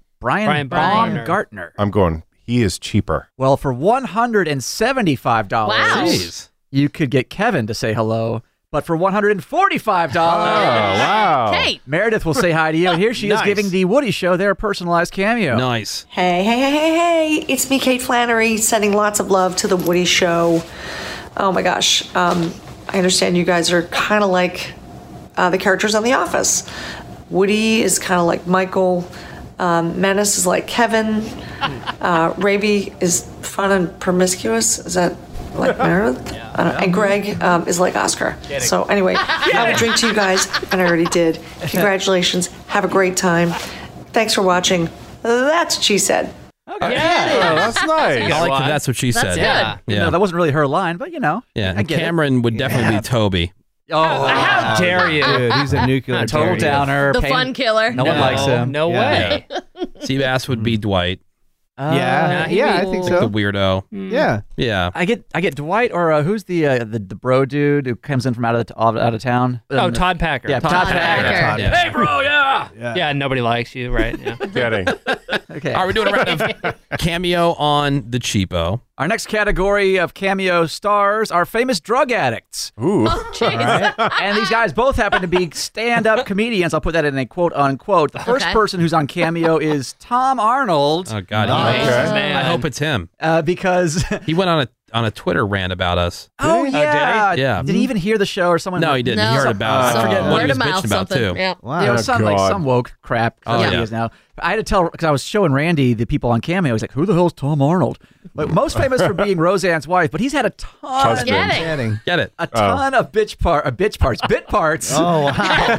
S5: Brian
S13: Brian, Baumgartner.
S5: I'm going, he is cheaper.
S13: Well, for one hundred and seventy-five dollars,
S5: Wow. Jeez.
S13: you could get Kevin to say hello. But for one hundred and forty-five dollars,
S4: Oh, wow. Kate.
S13: Meredith will say hi to you. And Here she
S4: Nice.
S13: is giving the Woody Show their personalized cameo.
S4: Nice.
S29: Hey, hey, hey, hey, hey. It's me, Kate Flannery, sending lots of love to The Woody Show. Oh my gosh. Um, I understand you guys are kind of like uh, the characters on The Office. Woody is kind of like Michael, um, Menace is like Kevin, uh, Raby is fun and promiscuous. Is that like Meredith? I don't know. And Greg um, is like Oscar.
S30: Kidding.
S29: So, anyway, I will drink to you guys, and I already did. Congratulations. Have a great time. Thanks for watching. That's what she said.
S4: Yeah, Oh, that's nice. I like that. That's what she
S13: That's
S4: said.
S13: good.
S4: Yeah,
S13: You know, that wasn't really her line, but you know.
S4: yeah.
S13: I
S4: And
S13: get it.
S4: Cameron would definitely be Toby.
S13: Oh, how
S4: dare you.
S24: Dude, he's a nuclear
S4: Total
S24: terrorist.
S4: downer.
S10: The fun killer.
S4: No one No, likes him.
S21: No
S4: Yeah. Hmm. Uh,
S21: way.
S4: Seabass would be Dwight.
S24: Yeah,
S13: he'd yeah, be- I think so.
S4: The weirdo.
S24: Yeah.
S4: Yeah.
S13: Mm. I get I get Dwight or uh, who's the, uh, the the bro dude who comes in from out of the, out out of town?
S21: Oh,
S13: Um,
S21: Todd Packer.
S13: Yeah, Todd, Packer. Todd Packer.
S21: Hey, bro, yeah.
S24: yeah.
S21: nobody likes you, right? Yeah.
S5: Kidding.
S13: Okay.
S4: Are we doing a round of cameo on the cheapo?
S13: Our next category of cameo stars are famous drug addicts.
S5: Ooh.
S13: Oh, Right? and these guys both happen to be stand up comedians. I'll put that in a quote unquote. The first
S4: Okay.
S13: person who's on cameo is Tom Arnold.
S4: Oh God,
S13: Nice.
S4: he-
S13: Okay.
S4: I hope it's him
S13: uh, because
S4: he went on a on a Twitter rant about us.
S13: Oh,
S4: did he?
S13: yeah.
S4: yeah.
S13: Did he even hear the show or someone?
S4: No, he didn't. He No. heard about it.
S13: I forget
S4: Some-
S13: what
S4: word
S13: he was
S4: of mouth
S13: bitching about
S4: something.
S13: too.
S4: Yeah.
S13: Wow. It was some, like,
S4: Oh, God.
S13: some woke crap.
S4: Oh,
S13: that he
S4: yeah.
S13: is now. I had to tell because I was showing Randy the people on Cameo. He's like, "Who the hell's Tom Arnold?" Like most famous for being Roseanne's wife, but he's had a ton.
S4: Husband. Get it. Get it.
S13: A ton of bitch part, uh, bitch parts, bit parts.
S4: Oh, wow.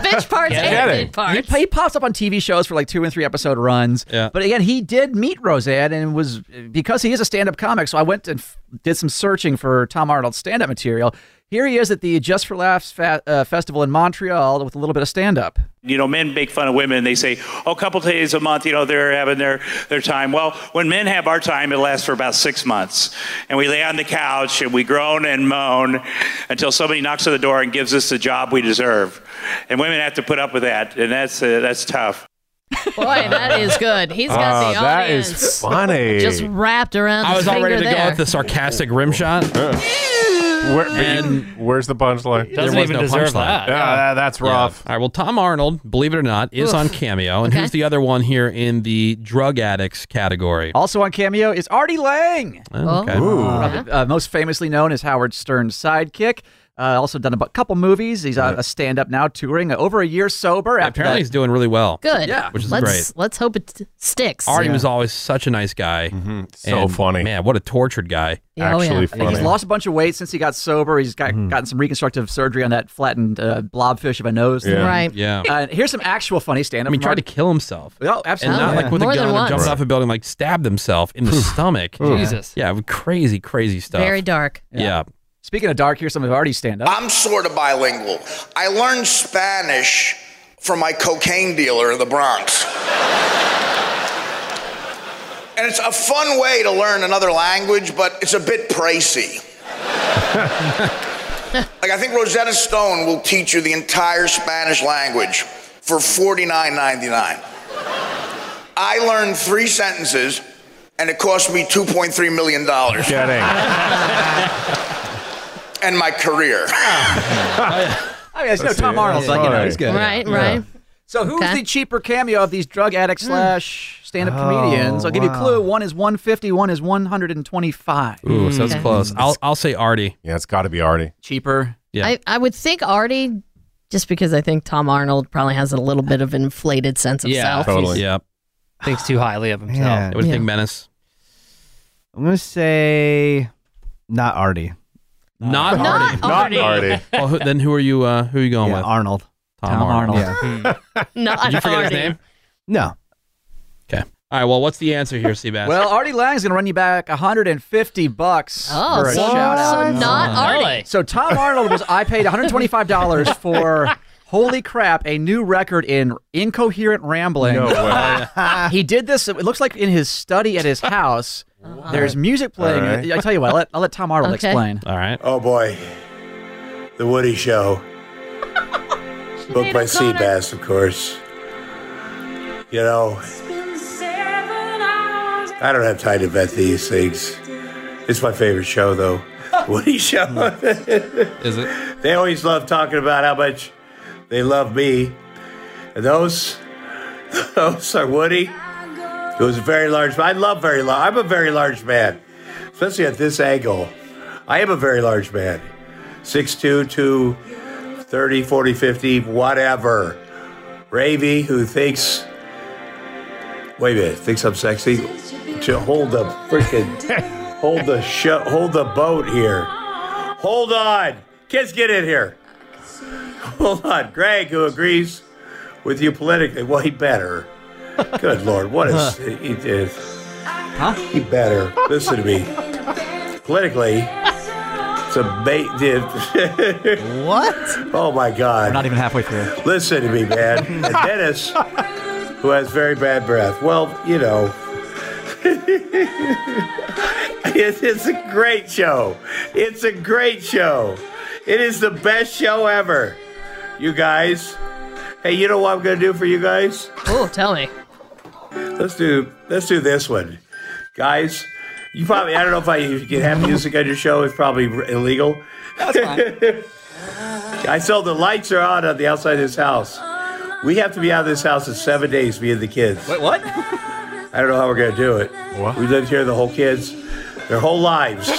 S13: bitch parts
S4: Get and it. bit
S13: parts. He, he pops up on TV shows for like two and three episode runs. Yeah. But again, he did meet Roseanne and was because he is a stand up comic. So I went and f- did some searching for Tom Arnold's stand up material. Here he is at the Just for Laughs fa- uh, festival in Montreal with a little bit of stand up.
S24: You know, men make fun of women. They say, oh, a couple days a month, you know, they're having their, their time. Well, when men have our time, it lasts for about six months. And we lay on the couch and we groan and moan until somebody knocks on the door and gives us the job we deserve. And women have to put up with that. And that's, uh, that's tough.
S10: Boy, that is good. He's got
S5: Ah,
S10: the
S5: that
S10: audience
S5: is funny.
S10: just wrapped around.
S4: I
S10: his
S4: was all ready to
S10: finger
S4: go
S10: there.
S4: with the sarcastic rim shot.
S5: Where, but you- where's the punchline?
S4: There was no punchline.
S5: Yeah, that- that's rough.
S4: All right. Well, Tom Arnold, believe it or not, is
S13: Oof.
S4: on Cameo, and
S13: Okay.
S4: who's the other one here in the drug addicts category?
S13: Also on Cameo is Artie Lang.
S4: Oh, okay. Ooh.
S13: Probably, uh, most famously known as Howard Stern's sidekick. Uh, also done a bu- couple movies. He's on a stand up now touring, uh, over a year sober. After
S4: Apparently,
S13: that.
S4: he's doing really well.
S10: Good.
S4: Yeah, which is
S10: let's,
S4: great.
S10: Let's hope it t- sticks.
S4: Artie was always such a nice guy.
S5: Mm-hmm. So
S4: funny. Man, what a tortured guy.
S10: Yeah, oh, yeah. Actually
S13: I think He's lost a bunch of weight since he got sober. He's got,
S4: Mm-hmm.
S13: gotten some reconstructive surgery on that flattened uh, blobfish of a nose.
S4: Yeah.
S13: thing.
S4: Right. Yeah.
S13: Uh, here's some actual funny stand up.
S4: I mean, tried to kill himself.
S13: Oh, absolutely.
S4: And not like with a gun or jumped off a building, like stabbed himself in the stomach.
S13: Jesus.
S4: Yeah, crazy, crazy stuff.
S10: Very dark.
S4: Yeah.
S13: Speaking of dark, here's some of Artie's stand up.
S11: I'm sort of bilingual. I learned Spanish from my cocaine dealer in the Bronx. and it's a fun way to learn another language, but it's a bit pricey. like, I think Rosetta Stone will teach you the entire Spanish language for $49.99. I learned three sentences, and it cost me $2.3 million. and my career.
S13: I mean, it's no
S11: Let's
S13: Tom
S11: see.
S13: Arnold, but you know,
S11: Right.
S13: he's good.
S11: Right, Yeah. right.
S13: So who's
S11: Okay.
S13: the cheaper cameo of these drug addict slash stand-up comedians? I'll give you a
S4: Hmm. Oh, wow.
S13: clue. One is 150, one is 125.
S4: Ooh, so
S13: Mm.
S4: that's close. I'll I'll say Artie.
S5: Yeah, it's got to be Artie.
S13: Cheaper.
S4: Yeah.
S10: I, I would think Artie, just because I think Tom Arnold probably has a little bit of inflated sense of self.
S4: Yeah.
S31: Thinks too highly of himself.
S4: I would think Menace.
S7: I'm gonna say not Artie.
S4: Not,
S7: Not
S4: Artie.
S7: Artie. Not Artie.
S4: well, who, then who are you? Uh, who are you going with?
S7: Arnold.
S4: Tom,
S7: Tom
S4: Arnold.
S7: Arnold.
S4: Yeah. Did you forget his name?
S7: No.
S4: Okay. All right. Well, what's the answer here, Seabass?
S13: Well, Artie Lang's gonna run you back 150 bucks
S10: Oh,
S13: for a
S10: so-
S13: shout out.
S10: so not Artie. Really?
S13: So Tom Arnold was I paid 125 dollars for. Holy crap! A new record in incoherent rambling.
S5: No
S13: way. he did this. It looks like in his study at his house.
S10: Uh-huh.
S13: There's music playing.
S28: All right.
S13: I tell you what. I'll let, I'll let Tom Arnold explain.
S4: All right.
S28: Oh boy, the Woody Show. Booked by Seabass, of course. You know, I don't have time to vet these things. It's my favorite show, though. Woody Show. Is
S4: it?
S28: They always love talking about how much they love me, and those, those are Woody. It was a very large. I love very large. I'm a very large man, especially at this angle. I am a very large man. 6'2", 2, 30, 40, 50, whatever. Ravy, who thinks, wait a minute, thinks I'm sexy, to hold the freaking, hold the show, hold the boat here. Hold on. Kids, get in here. Hold on. Greg, who agrees with you politically, well, he better. Good Lord, what is, he did. Huh? He better. Listen to me politically. It's a bait. what? Oh my God! We're
S13: not even halfway through.
S28: Listen to me, man. And Dennis, who has very bad breath. Well, you know, it's, it's a great show. It's a great show. It is the best show ever. You guys. Hey, you know what I'm gonna do for you guys?
S10: Oh, tell me.
S28: Let's do let's do this one, guys. You probably I don't know if I if you have music on your show. It's probably r- illegal. That's fine. I saw the lights are on on the outside of this house. We have to be out of this house in seven days. Me and the kids.
S13: Wait, what?
S28: I don't know how we're gonna do it. We lived here the whole kids, their whole lives.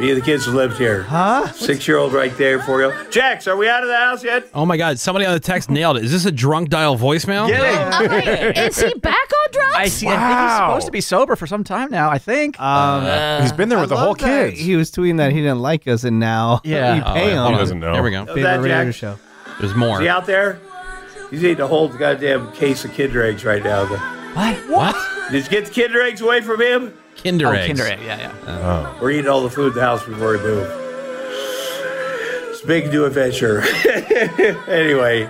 S28: Me and the kids have lived here. Huh? Six year old right there, four year old. Jax, are we out of the house yet?
S4: Oh my God! Somebody on the text nailed it. Is this a drunk dial voicemail?
S28: Get it.
S10: All right, Is he back on
S13: I see. I think he's supposed to be sober for some time now. I think.
S24: Um, I love that He was tweeting that he didn't like us, and now
S13: Yeah.
S24: we
S13: Oh,
S24: pay
S13: yeah,
S24: him.
S13: he doesn't know. There we go.
S24: Favorite
S28: That,
S24: radio
S28: Jack?
S24: show.
S4: There's more.
S28: Is he out there? You need to hold the goddamn case of Kinder Eggs right now.
S13: What?
S28: What? Did you get the Kinder Eggs away from him?
S4: Kinder
S28: Oh,
S4: eggs.
S28: Kinder Egg, yeah,
S13: yeah.
S28: Oh. We're eating all the food in the house before we move. It's a big new adventure. anyway,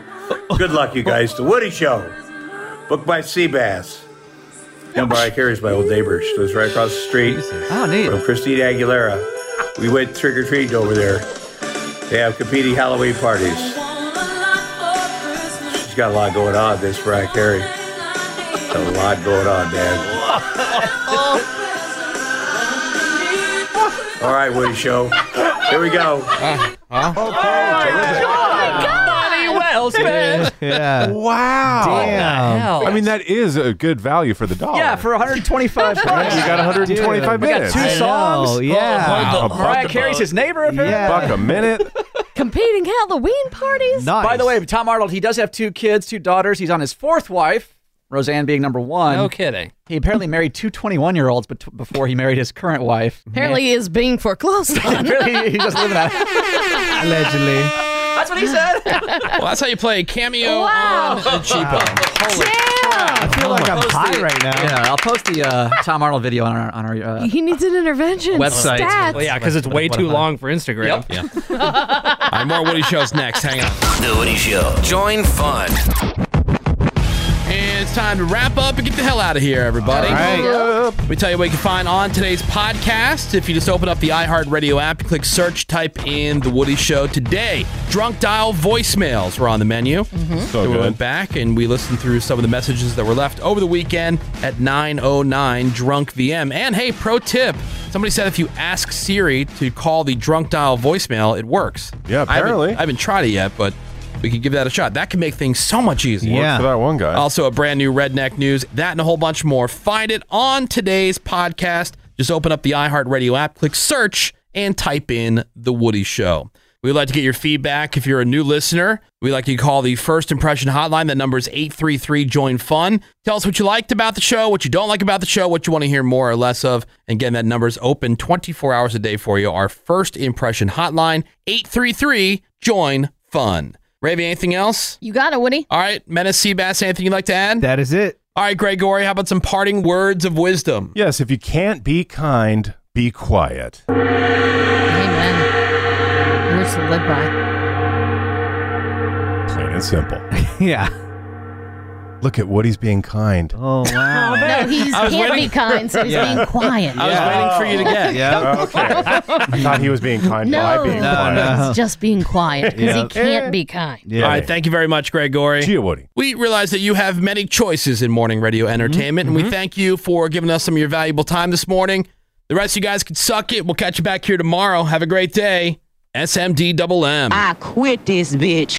S28: good luck, you guys. The Woody Show, booked by Seabass. Down by Carries by Old Neighbors. It was right across the street
S13: oh, neat.
S28: from Christina Aguilera. We went trick or treating over there. They have competing Halloween parties. She's got a lot going on, this Mariah Carey. A lot going on, man. All right, Woody Show. Here we go.
S11: well spent.
S24: yeah.
S5: Wow.
S11: Damn.
S5: I mean, that is a good value for the dollar.
S13: Yeah, for 125 bucks.
S5: Right, Oh. you got 125
S13: We got
S5: minutes.
S13: two
S5: I
S13: songs.
S5: know, yeah.
S13: Oh,
S5: Wow.
S13: Buck- Mariah Carey's his neighbor, apparently.
S5: Buck a minute.
S10: Competing Halloween parties?
S13: By the way, Tom Arnold, he does have two kids, two daughters. He's on his fourth wife, Roseanne being number one.
S10: No kidding.
S13: He apparently married two 21 year olds before he married his current wife.
S10: Apparently he is being foreclosed on.
S13: Apparently he's just living out.
S24: Allegedly.
S13: That's what he said.
S4: Well, that's how you play cameo
S13: Wow.
S4: on the cheapo. Holy crap.
S13: I feel
S4: like I'm high
S13: right now. Oh Yeah, I'll post the uh, Tom Arnold video on our on our uh,
S6: He needs an intervention.
S13: website.
S6: Stats.
S21: yeah, 'cause it's way too long for Instagram.
S13: Yep.
S4: Yeah. All right, more Woody shows next. Hang on.
S12: The Woody Show. Join fun.
S4: And It's time to wrap up and get the hell out of here, everybody.
S12: All right.
S4: We tell you what you can find on today's podcast. If you just open up the iHeartRadio app, click search, type in The Woody Show today. Drunk dial voicemails were on the menu. So, we
S5: Mm-hmm. good.
S4: went back and we listened through some of the messages that were left over the weekend at 909 Drunk VM. And hey, pro tip somebody said if you ask Siri to call the drunk dial voicemail, it works. Yeah, I
S5: apparently.
S4: haven't, I haven't tried it yet, but we could give that a shot. That can make things so much easier.
S5: Worked for that one guy.
S4: Also, a brand new redneck news, that and a whole bunch more. Find it on today's podcast. Just open up the iHeartRadio app, click search, and type in The Woody Show. We'd like to get your feedback if you're a new listener. We'd like you to call the First Impression Hotline. That number is 833 Join Fun. Tell us what you liked about the show, what you don't like about the show, what you want to hear more or less of. And again, that number is open 24 hours a day for you. Our First Impression Hotline, 833 Join Fun. Ravy, anything else?
S10: You got it, Woody.
S4: All right, Menace Seabass, anything you'd like to add? That is it. All right, Gregory, how about some parting words of wisdom?
S5: Yes, if you can't be kind, be quiet.
S6: Words to live by.
S5: Plain and simple.
S24: yeah.
S5: Look at Woody's being kind.
S24: Oh wow.
S10: No, he
S11: I was
S10: can't
S11: waiting-
S10: be kind, so he's
S5: Yeah.
S10: being quiet.
S5: I was Yeah. waiting for you to get. Yeah. Oh, I thought he was being kind
S10: No,
S5: by being quiet.
S10: no, it's just being quiet because
S4: Yeah.
S10: he can't be kind.
S4: All right, thank you very much, Gregory. See
S5: you, Woody. Mm-hmm,
S4: We realize that you have many choices in morning radio entertainment, and we thank you for giving us some of your valuable time this morning. The rest of you guys can suck it. We'll catch you back here tomorrow. Have a great day. SMD double M.
S1: I quit this bitch.